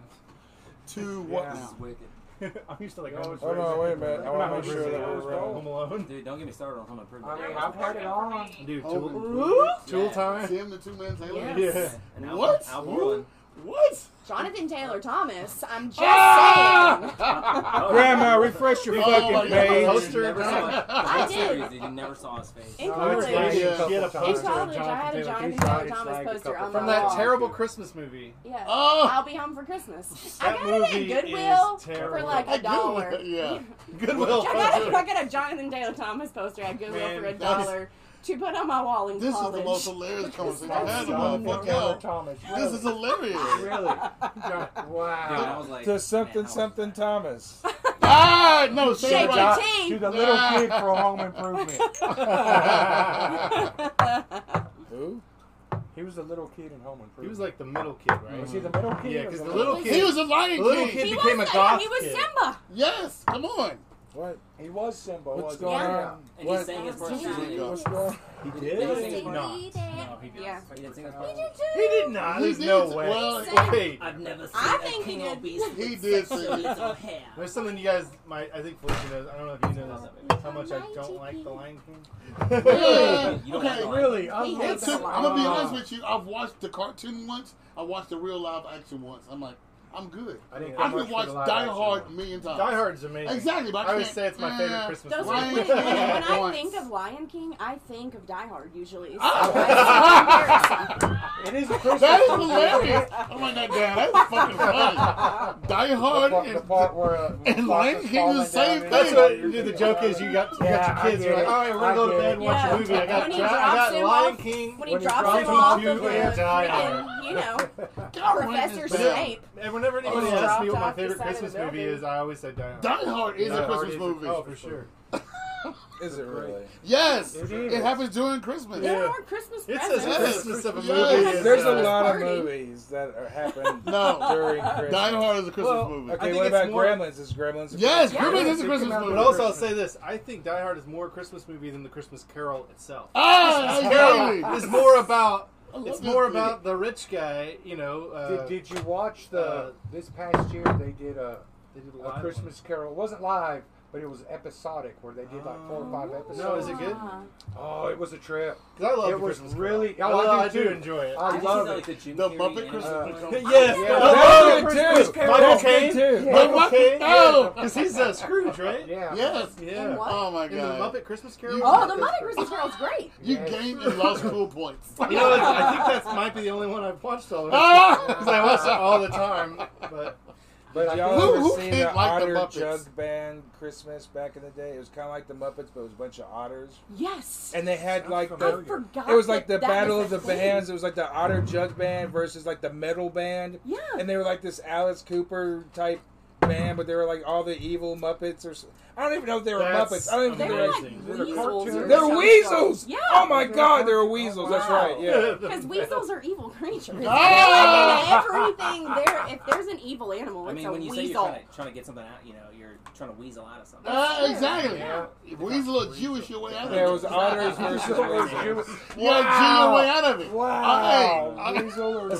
Speaker 1: Two what
Speaker 3: Yeah.
Speaker 8: This is
Speaker 1: now?
Speaker 8: wicked.
Speaker 7: I'm used to like.
Speaker 5: Yeah,
Speaker 7: Home
Speaker 5: oh,
Speaker 3: Hold on, wait a minute. I
Speaker 7: Oh,
Speaker 3: want to make sure that we're
Speaker 7: Home
Speaker 3: rolling.
Speaker 7: Alone.
Speaker 8: Dude, don't get me started on Home Improvement.
Speaker 5: I mean,
Speaker 9: That
Speaker 5: I've
Speaker 9: was
Speaker 5: had it
Speaker 9: working for
Speaker 5: on.
Speaker 9: me.
Speaker 7: Dude,
Speaker 1: Oh,
Speaker 7: Tool-
Speaker 1: Ooh.
Speaker 7: Tool time.
Speaker 1: Sam the Two Man Taylor?
Speaker 4: Yeah.
Speaker 7: Yeah.
Speaker 8: And Al-
Speaker 1: What?
Speaker 8: Al Borland.
Speaker 1: What?
Speaker 4: Jonathan Taylor Thomas. I'm just
Speaker 5: Oh!
Speaker 4: saying.
Speaker 3: Grandma, refresh your
Speaker 1: Oh, my
Speaker 3: fucking
Speaker 1: God.
Speaker 3: page.
Speaker 1: Poster.
Speaker 8: Never saw it. The
Speaker 4: I
Speaker 8: whole
Speaker 4: did.
Speaker 8: series, dude, you never saw his face.
Speaker 4: In
Speaker 5: No, it's lagged
Speaker 4: college,
Speaker 5: a
Speaker 1: Yeah.
Speaker 5: couple
Speaker 7: She had a
Speaker 5: times.
Speaker 7: poster of
Speaker 4: college, I had a
Speaker 5: Taylor.
Speaker 4: Jonathan
Speaker 5: He's right,
Speaker 4: Taylor
Speaker 5: it's
Speaker 4: Thomas
Speaker 5: lagged a
Speaker 4: poster
Speaker 5: couple
Speaker 4: on
Speaker 7: From
Speaker 5: times.
Speaker 7: that
Speaker 4: Oh.
Speaker 7: terrible Christmas movie.
Speaker 4: yeah.
Speaker 1: Oh!
Speaker 4: I'll be home for Christmas.
Speaker 7: That
Speaker 4: I got it
Speaker 7: movie
Speaker 4: at Goodwill
Speaker 7: is terrible.
Speaker 4: for like
Speaker 1: I
Speaker 4: a
Speaker 1: do,
Speaker 4: dollar.
Speaker 1: yeah.
Speaker 4: I
Speaker 1: Oh,
Speaker 7: Goodwill.
Speaker 4: got, a, I got a Jonathan Taylor Thomas poster at Goodwill
Speaker 7: Man,
Speaker 4: for a
Speaker 1: that's-
Speaker 4: dollar to put on my wall in
Speaker 1: This is
Speaker 4: college.
Speaker 1: the most hilarious conversation I've had
Speaker 5: That's
Speaker 1: in a
Speaker 5: John
Speaker 1: motherfucking
Speaker 5: Taylor
Speaker 1: hell.
Speaker 5: Thomas.
Speaker 1: This is hilarious.
Speaker 5: really. John-
Speaker 8: Dude, I
Speaker 5: Wow.
Speaker 8: was like,
Speaker 3: To
Speaker 8: man,
Speaker 3: something
Speaker 8: I was-
Speaker 3: something Thomas.
Speaker 1: ah, no, Sam
Speaker 4: Shake
Speaker 1: right.
Speaker 5: To
Speaker 4: your teeth.
Speaker 5: the little kid for home improvement.
Speaker 3: Who?
Speaker 5: he was the little kid in home improvement.
Speaker 7: He was like the middle kid, right?
Speaker 5: was he the middle kid?
Speaker 7: Yeah,
Speaker 5: or
Speaker 7: 'cause
Speaker 5: the
Speaker 7: the little
Speaker 1: He was a
Speaker 7: The
Speaker 1: Lion
Speaker 7: little
Speaker 1: King.
Speaker 7: kid
Speaker 4: He
Speaker 7: became
Speaker 4: was,
Speaker 7: a goth
Speaker 4: he was
Speaker 7: kid.
Speaker 4: Simba.
Speaker 1: Yes, come on.
Speaker 3: What?
Speaker 5: He was Simba.
Speaker 3: What's
Speaker 5: wasn't
Speaker 3: going
Speaker 5: he?
Speaker 4: Yeah.
Speaker 3: on?
Speaker 8: And he
Speaker 3: What?
Speaker 8: sang his part.
Speaker 1: Here we go.
Speaker 3: What's going?
Speaker 7: He
Speaker 8: Did he
Speaker 7: No.
Speaker 8: sing it?
Speaker 7: No,
Speaker 9: He did.
Speaker 7: he didn't.
Speaker 4: Yeah.
Speaker 8: Oh, He didn't sing his part.
Speaker 4: He did too.
Speaker 7: He did not.
Speaker 1: He
Speaker 7: There's
Speaker 1: did.
Speaker 7: no way.
Speaker 1: Well,
Speaker 7: Wait.
Speaker 8: I've never seen
Speaker 4: I
Speaker 8: a
Speaker 4: think he
Speaker 8: king
Speaker 4: did.
Speaker 8: of beasts with
Speaker 1: He did
Speaker 8: such
Speaker 1: sing
Speaker 8: a
Speaker 1: it.
Speaker 8: little hair.
Speaker 7: There's something you guys might. I think Felicia knows. I don't know if you know this. How much I don't like the Lion King.
Speaker 1: Yeah.
Speaker 8: You don't
Speaker 1: Okay,
Speaker 8: have to like
Speaker 5: Really?
Speaker 4: He
Speaker 5: Unbelievable.
Speaker 4: hates
Speaker 1: It took, I'm gonna be honest with you. I've watched the cartoon once. I watched the real live action once. I'm like, I'm good.
Speaker 5: I didn't
Speaker 1: I
Speaker 5: care much
Speaker 1: can
Speaker 5: for
Speaker 1: watch
Speaker 5: the live
Speaker 1: Die
Speaker 5: action
Speaker 1: Hard a
Speaker 5: one.
Speaker 1: million times.
Speaker 7: Die Hard's amazing.
Speaker 1: Exactly, but I,
Speaker 7: I would
Speaker 1: can't-
Speaker 7: say it's my favorite
Speaker 1: eh.
Speaker 7: Christmas
Speaker 4: Uh, Those
Speaker 7: movie.
Speaker 4: are
Speaker 1: Lion
Speaker 4: when, when,
Speaker 1: King
Speaker 4: I
Speaker 1: once.
Speaker 4: think of Lion King, I think of Die Hard usually. So
Speaker 1: Ah.
Speaker 4: that's embarrassing.
Speaker 5: It is a Christmas
Speaker 1: That is
Speaker 5: movie.
Speaker 1: hilarious. I went that down. That was fucking funny. Die
Speaker 5: The
Speaker 1: Hard
Speaker 5: part-
Speaker 1: is
Speaker 5: the part where uh,
Speaker 1: and Lion King is the same
Speaker 7: That's
Speaker 1: thing.
Speaker 7: what dude, the joke is. You got you
Speaker 5: Yeah,
Speaker 7: got your kids.
Speaker 5: I
Speaker 7: You're
Speaker 5: get
Speaker 7: like,
Speaker 5: it.
Speaker 7: all right, we're
Speaker 5: I
Speaker 7: gonna go to
Speaker 5: get it.
Speaker 7: bed, and watch
Speaker 4: Yeah.
Speaker 7: a movie. I got
Speaker 4: When he
Speaker 7: Dra- I
Speaker 4: drops
Speaker 7: got
Speaker 4: him
Speaker 7: Lion
Speaker 4: off-
Speaker 7: King.
Speaker 4: when he
Speaker 5: When he
Speaker 4: drops
Speaker 5: drops
Speaker 4: him
Speaker 5: him
Speaker 4: off
Speaker 7: to
Speaker 4: of the,
Speaker 7: Claire's
Speaker 4: freaking, you know, Professor
Speaker 1: But-
Speaker 4: Snape.
Speaker 7: And whenever anybody
Speaker 4: dropped
Speaker 7: asks me what my
Speaker 4: off the
Speaker 7: favorite
Speaker 4: side of the
Speaker 7: Christmas movie
Speaker 4: building.
Speaker 7: is, I always say Die Hard.
Speaker 1: Die Hard is
Speaker 7: Die
Speaker 1: a
Speaker 7: Hard
Speaker 1: Christmas
Speaker 7: is a-
Speaker 1: movie.
Speaker 7: Oh, for sure.
Speaker 3: Is it really?
Speaker 1: Yes,
Speaker 5: It
Speaker 1: it,
Speaker 5: is.
Speaker 1: happens during Christmas.
Speaker 4: There
Speaker 7: Yeah.
Speaker 4: are Christmas
Speaker 7: It
Speaker 4: presents.
Speaker 7: says
Speaker 1: Yes.
Speaker 7: Christmas of a
Speaker 1: Yes.
Speaker 7: movie. is,
Speaker 3: There's a
Speaker 7: uh,
Speaker 3: lot of
Speaker 4: Party.
Speaker 3: movies that are happening
Speaker 1: No.
Speaker 3: during Christmas.
Speaker 1: Die Hard is a Christmas
Speaker 7: Well,
Speaker 1: movie.
Speaker 7: I
Speaker 3: Okay,
Speaker 7: think
Speaker 3: what
Speaker 7: it's
Speaker 3: about
Speaker 7: more-
Speaker 3: Gremlins? Is Gremlins? a
Speaker 1: Yes,
Speaker 3: Christmas
Speaker 1: Gremlins
Speaker 3: movie?
Speaker 1: is a Christmas movie.
Speaker 7: But also, I'll say this: I think Die Hard is more a Christmas movie than the Christmas Carol itself.
Speaker 4: Uh,
Speaker 1: Ah,
Speaker 7: Christmas
Speaker 1: I
Speaker 7: Carol
Speaker 1: agree.
Speaker 7: is more about
Speaker 1: I love
Speaker 7: it's
Speaker 1: this
Speaker 7: more
Speaker 1: movie.
Speaker 7: about the rich guy, you know. Uh,
Speaker 5: Did, did you watch the
Speaker 7: uh,
Speaker 5: this past year? They did a,
Speaker 7: they did
Speaker 5: a
Speaker 7: live
Speaker 5: Christmas Carol. It wasn't live, but it was episodic where they did like four or
Speaker 4: Oh.
Speaker 5: five episodes.
Speaker 7: No, is it good?
Speaker 4: Ah.
Speaker 5: Oh, it was a trip.
Speaker 7: Because I love
Speaker 5: It
Speaker 7: the
Speaker 5: was
Speaker 7: Christmas
Speaker 5: really-
Speaker 7: Carol.
Speaker 5: Oh, I
Speaker 7: I,
Speaker 5: do
Speaker 7: do
Speaker 5: too.
Speaker 7: enjoy it.
Speaker 5: I
Speaker 8: I've
Speaker 5: love
Speaker 8: seen,
Speaker 5: it.
Speaker 8: like, The, Jim
Speaker 1: The
Speaker 8: Carrey
Speaker 1: Muppet
Speaker 8: animated
Speaker 1: Christmas
Speaker 8: one.
Speaker 1: Carol.
Speaker 7: Yes,
Speaker 5: Yeah.
Speaker 7: I
Speaker 5: That's
Speaker 7: love
Speaker 3: good,
Speaker 7: the
Speaker 3: too.
Speaker 7: Christmas Carol.
Speaker 3: Michael
Speaker 7: Okay.
Speaker 3: Caine, too.
Speaker 1: The Muppet
Speaker 7: Yeah,
Speaker 1: No.
Speaker 7: because he's uh, Scrooge, right?
Speaker 5: Yeah.
Speaker 1: Yes.
Speaker 7: Yeah.
Speaker 4: what?
Speaker 1: Oh my
Speaker 7: In the
Speaker 1: god.
Speaker 7: Muppet Christmas Carol.
Speaker 1: You-
Speaker 4: Oh, the Muppet Christmas Carol's great.
Speaker 1: You
Speaker 5: Yes.
Speaker 1: gained and lost cool points.
Speaker 7: You know, that's, I think that might be the only one I've watched all the
Speaker 1: Ah!
Speaker 7: Because I watch it all the time. But
Speaker 3: But y'all
Speaker 5: Did
Speaker 1: y'all-
Speaker 3: ever
Speaker 1: Who- who
Speaker 3: seen
Speaker 1: didn't
Speaker 3: the
Speaker 1: like the
Speaker 3: Otter
Speaker 1: Muppets?
Speaker 3: Jug Band Christmas back in the day? It was kind of like the Muppets, but it was a bunch of otters,
Speaker 4: Yes.
Speaker 3: and they had
Speaker 5: Sounds
Speaker 3: like
Speaker 4: I
Speaker 5: familiar.
Speaker 3: the.
Speaker 4: forgot.
Speaker 3: It was like the
Speaker 4: that that
Speaker 3: battle
Speaker 4: was
Speaker 3: of
Speaker 4: a
Speaker 3: the
Speaker 4: thing.
Speaker 3: bands. It was like the Otter Jug Band versus like the metal band,
Speaker 4: Yeah.
Speaker 3: and they were like this Alice Cooper type band, but they were like all the evil Muppets or. s- I don't even know if they were
Speaker 7: That's
Speaker 3: Muppets. I don't even
Speaker 4: They
Speaker 3: think
Speaker 4: were
Speaker 3: they were.
Speaker 4: like
Speaker 7: Amazing.
Speaker 5: They're
Speaker 4: weasels.
Speaker 5: cartoons.
Speaker 4: or
Speaker 3: They're
Speaker 4: something.
Speaker 3: weasels!
Speaker 4: Yeah.
Speaker 3: Oh my
Speaker 5: They're
Speaker 3: God, they're
Speaker 5: cartoons.
Speaker 3: weasels.
Speaker 5: Wow.
Speaker 3: That's right. Yeah.
Speaker 4: Because weasels are evil creatures.
Speaker 1: Ah!
Speaker 4: Everything there, if there's an evil animal, it's
Speaker 8: I mean,
Speaker 4: a
Speaker 8: when you
Speaker 4: weasel.
Speaker 8: say you're trying to, trying to get something out, you know, you're trying to weasel out of something.
Speaker 1: Uh, exactly.
Speaker 5: Yeah.
Speaker 1: If Weasel or Jewish your way out of it.
Speaker 3: There was otters versus
Speaker 5: Jew-
Speaker 3: weasels.
Speaker 1: Yeah, Jew your way out of it.
Speaker 3: Wow.
Speaker 1: I- I-
Speaker 3: Let's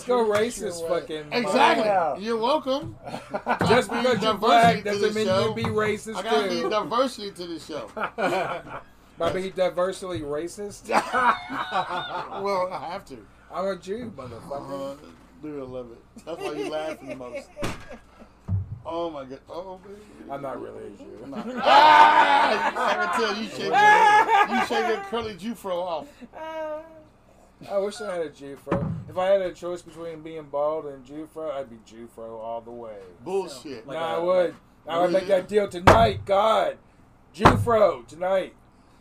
Speaker 3: go racist, fucking.
Speaker 1: exactly.
Speaker 6: Wow.
Speaker 1: You're welcome.
Speaker 3: Just
Speaker 1: I
Speaker 3: because
Speaker 1: bring
Speaker 3: you're
Speaker 1: diversity
Speaker 3: black
Speaker 1: to
Speaker 3: doesn't
Speaker 1: the
Speaker 3: mean
Speaker 1: show.
Speaker 3: you be racist
Speaker 1: I gotta
Speaker 3: too.
Speaker 1: be diversity to the show.
Speaker 3: By being diversely racist,
Speaker 1: well, I have to.
Speaker 3: I'm a Jew, motherfucker.
Speaker 1: Uh, dude, I love it. That's why you laugh the most. Oh my god. Oh baby.
Speaker 3: I'm not really a Jew.
Speaker 1: Nah. Ah! I can tell you shake your, you shake your curly Jew fro off.
Speaker 3: I wish I had a Jew fro. If I had a choice between being bald and Jew fro, I'd be Jew fro all the way.
Speaker 1: Bullshit.
Speaker 8: Like
Speaker 3: no, I
Speaker 8: a-
Speaker 3: would. I would make
Speaker 1: Really?
Speaker 3: that deal tonight. God, Jew fro tonight.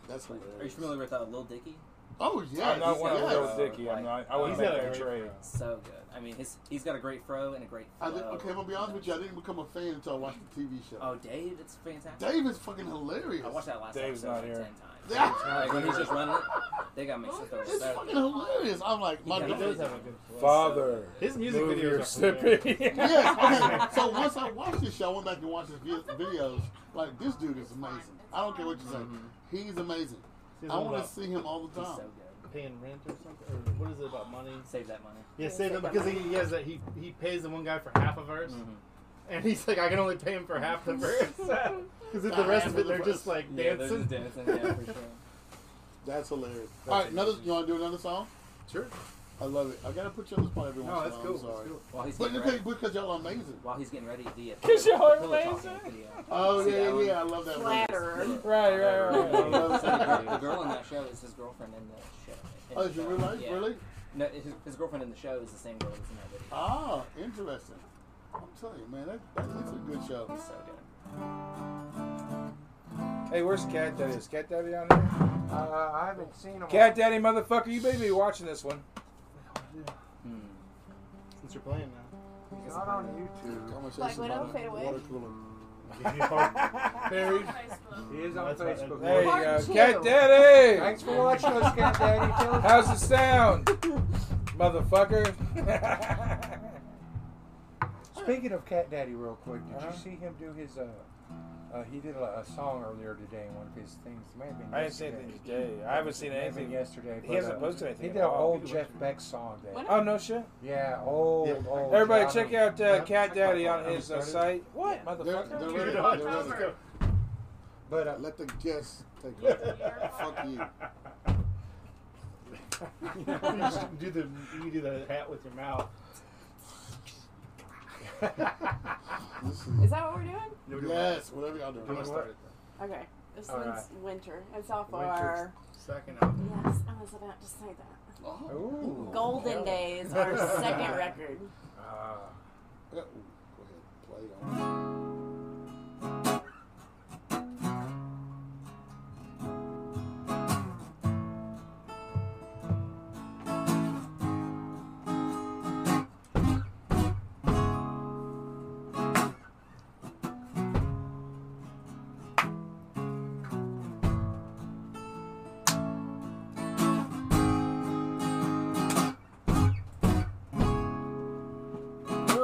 Speaker 1: That's
Speaker 8: Are you
Speaker 1: hilarious.
Speaker 8: familiar with uh, Lil Dicky?
Speaker 1: Oh yeah.
Speaker 3: I'm not
Speaker 8: he's
Speaker 3: one of
Speaker 8: got
Speaker 1: yes.
Speaker 3: those
Speaker 8: a-
Speaker 3: dicky. I'm not. I wouldn't
Speaker 8: He's
Speaker 3: make
Speaker 8: got
Speaker 7: a
Speaker 3: that
Speaker 7: great
Speaker 3: trade.
Speaker 8: So good. I mean, his he's got a great fro and a great.
Speaker 1: I did,
Speaker 8: flow.
Speaker 1: okay, I'm gonna be honest with you. I didn't become a fan until I watched the TV show.
Speaker 8: Oh, Dave, it's fantastic.
Speaker 1: Dave is fucking hilarious.
Speaker 8: I watched that last
Speaker 3: Dave's
Speaker 8: episode
Speaker 3: not
Speaker 8: like
Speaker 3: here.
Speaker 8: ten times. like when he's just running, it, they got me sick over
Speaker 1: It's fucking
Speaker 8: so.
Speaker 1: hilarious. I'm like, my
Speaker 8: Yeah,
Speaker 7: he
Speaker 8: he
Speaker 7: does
Speaker 1: God.
Speaker 7: have a good
Speaker 3: Father,
Speaker 7: His music
Speaker 3: move your
Speaker 7: videos are hilarious.
Speaker 3: sippy.
Speaker 1: Yes. Okay. So once I watched this show, I went back and watched his vi- videos. Like this dude is amazing. I don't care what you say. He's amazing.
Speaker 7: He's
Speaker 1: I
Speaker 7: all
Speaker 1: want
Speaker 7: about
Speaker 1: to see him all the
Speaker 8: He's
Speaker 1: time.
Speaker 8: so good.
Speaker 7: paying rent or something. Or what is it about money?
Speaker 8: Save that money.
Speaker 7: Yeah, save them because he, he has that. He he pays the one guy for half a verse,
Speaker 3: Mm-hmm.
Speaker 8: Mhm.
Speaker 7: and he's like, I can only pay him for half the verse. Because the
Speaker 1: Half
Speaker 7: rest of
Speaker 1: of
Speaker 7: it,
Speaker 1: the
Speaker 7: they're
Speaker 1: verse.
Speaker 7: just like
Speaker 8: Yeah, they're
Speaker 7: dancing.
Speaker 8: just dancing. Yeah, for sure.
Speaker 1: That's hilarious. all right, another. You want to do another song?
Speaker 7: Sure.
Speaker 1: I love it. I gotta put you on the spot every once
Speaker 7: No, that's
Speaker 1: in a
Speaker 7: cool.
Speaker 1: while. I'm
Speaker 7: That's
Speaker 1: sorry.
Speaker 7: cool.
Speaker 8: While he's
Speaker 1: But
Speaker 8: getting
Speaker 1: you
Speaker 8: ready,
Speaker 1: think because y'all are amazing.
Speaker 8: while he's getting ready, the uh,
Speaker 3: 'Cause you're
Speaker 8: pillow- pillow talking
Speaker 3: amazing.
Speaker 8: video.
Speaker 1: Oh
Speaker 8: See, I
Speaker 1: yeah,
Speaker 8: love-
Speaker 1: yeah. I love that. movie.
Speaker 4: Flatterer.
Speaker 3: Right, right,
Speaker 8: So
Speaker 3: right.
Speaker 8: the, the girl in that show is his girlfriend in the show. In
Speaker 1: Oh,
Speaker 8: the
Speaker 1: did you
Speaker 8: show.
Speaker 1: realize?
Speaker 8: Yeah.
Speaker 1: Really?
Speaker 8: No, his, his girlfriend in the show is the same girl that's in that video.
Speaker 1: Ah, interesting. I'm telling you, man, that, that is a good show.
Speaker 8: It's so good.
Speaker 3: Hey, where's Cat Daddy? Is Cat Daddy on here?
Speaker 8: Oh.
Speaker 5: Uh, I haven't seen him.
Speaker 3: Cat Daddy, motherfucker, you better be watching this one. Hmm.
Speaker 7: Since you're playing now,
Speaker 5: He's not on YouTube.
Speaker 1: Conversation
Speaker 4: Like when
Speaker 1: about
Speaker 4: I fade away.
Speaker 1: water cooler.
Speaker 7: Barry.
Speaker 5: He is on
Speaker 7: That's right.
Speaker 5: Facebook.
Speaker 3: There you
Speaker 4: Part
Speaker 3: go.
Speaker 4: two.
Speaker 3: Cat Daddy!
Speaker 5: Thanks for watching us, Cat Daddy. Tell us-
Speaker 3: How's the sound? Motherfucker.
Speaker 5: Speaking of Cat Daddy, real quick, did
Speaker 3: Uh-huh.
Speaker 5: you see him do his? Uh, uh, he did a, a song earlier today in one of his things. It may have been
Speaker 3: I didn't see
Speaker 5: yesterday.
Speaker 3: anything today. I haven't seen
Speaker 5: It may have been
Speaker 3: anything.
Speaker 5: yesterday.
Speaker 3: He
Speaker 5: but,
Speaker 3: hasn't
Speaker 5: uh,
Speaker 3: posted anything
Speaker 5: He
Speaker 3: at
Speaker 5: did an
Speaker 3: all.
Speaker 5: old Jeff Beck song. That
Speaker 4: What?
Speaker 3: Oh, no shit.
Speaker 5: yeah, old,
Speaker 1: Yeah.
Speaker 5: old.
Speaker 3: Everybody,
Speaker 5: Johnny.
Speaker 3: check out uh, Cat Daddy on
Speaker 5: Have we
Speaker 3: his uh,
Speaker 5: started?
Speaker 3: site. What?
Speaker 8: Yeah.
Speaker 1: They're,
Speaker 3: Motherfucker.
Speaker 1: they're
Speaker 7: Dude,
Speaker 1: ready.
Speaker 7: I-
Speaker 1: They're ready.
Speaker 5: But uh,
Speaker 1: Let the guests take it. Fuck you.
Speaker 7: you should do the you do the hat with your mouth.
Speaker 1: This
Speaker 4: Is that what we're doing?
Speaker 1: is, yes, whatever y'all
Speaker 7: I'm gonna
Speaker 1: doing.
Speaker 7: start it.
Speaker 4: Okay. This
Speaker 5: All
Speaker 4: one's
Speaker 5: right.
Speaker 4: winter. It's off
Speaker 7: Winter
Speaker 4: our.
Speaker 7: Second album.
Speaker 4: Yes, I was about to say that.
Speaker 1: Oh.
Speaker 5: ooh,
Speaker 4: Golden
Speaker 5: yeah.
Speaker 4: Days, our second record.
Speaker 5: Uh,
Speaker 3: Ah.
Speaker 1: Go ahead. Play on.
Speaker 3: Ooh,
Speaker 9: vâng,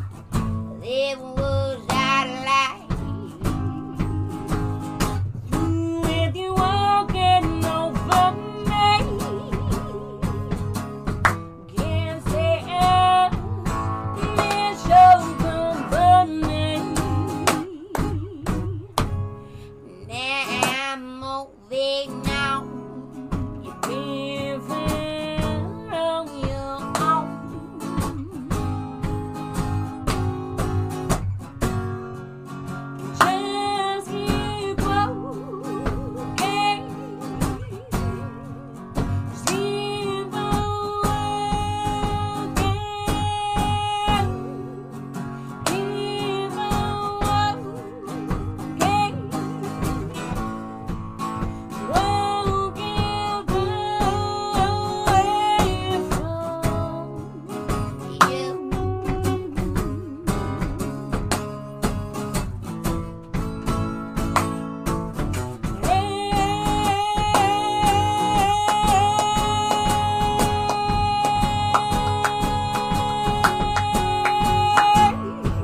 Speaker 9: heaven was I like. Mm, If you walking over me, can't say a initial company. Now I'm moving now. You've been found on your own. Just keep walking. Just keep walking. Keep on walking. Won't give away from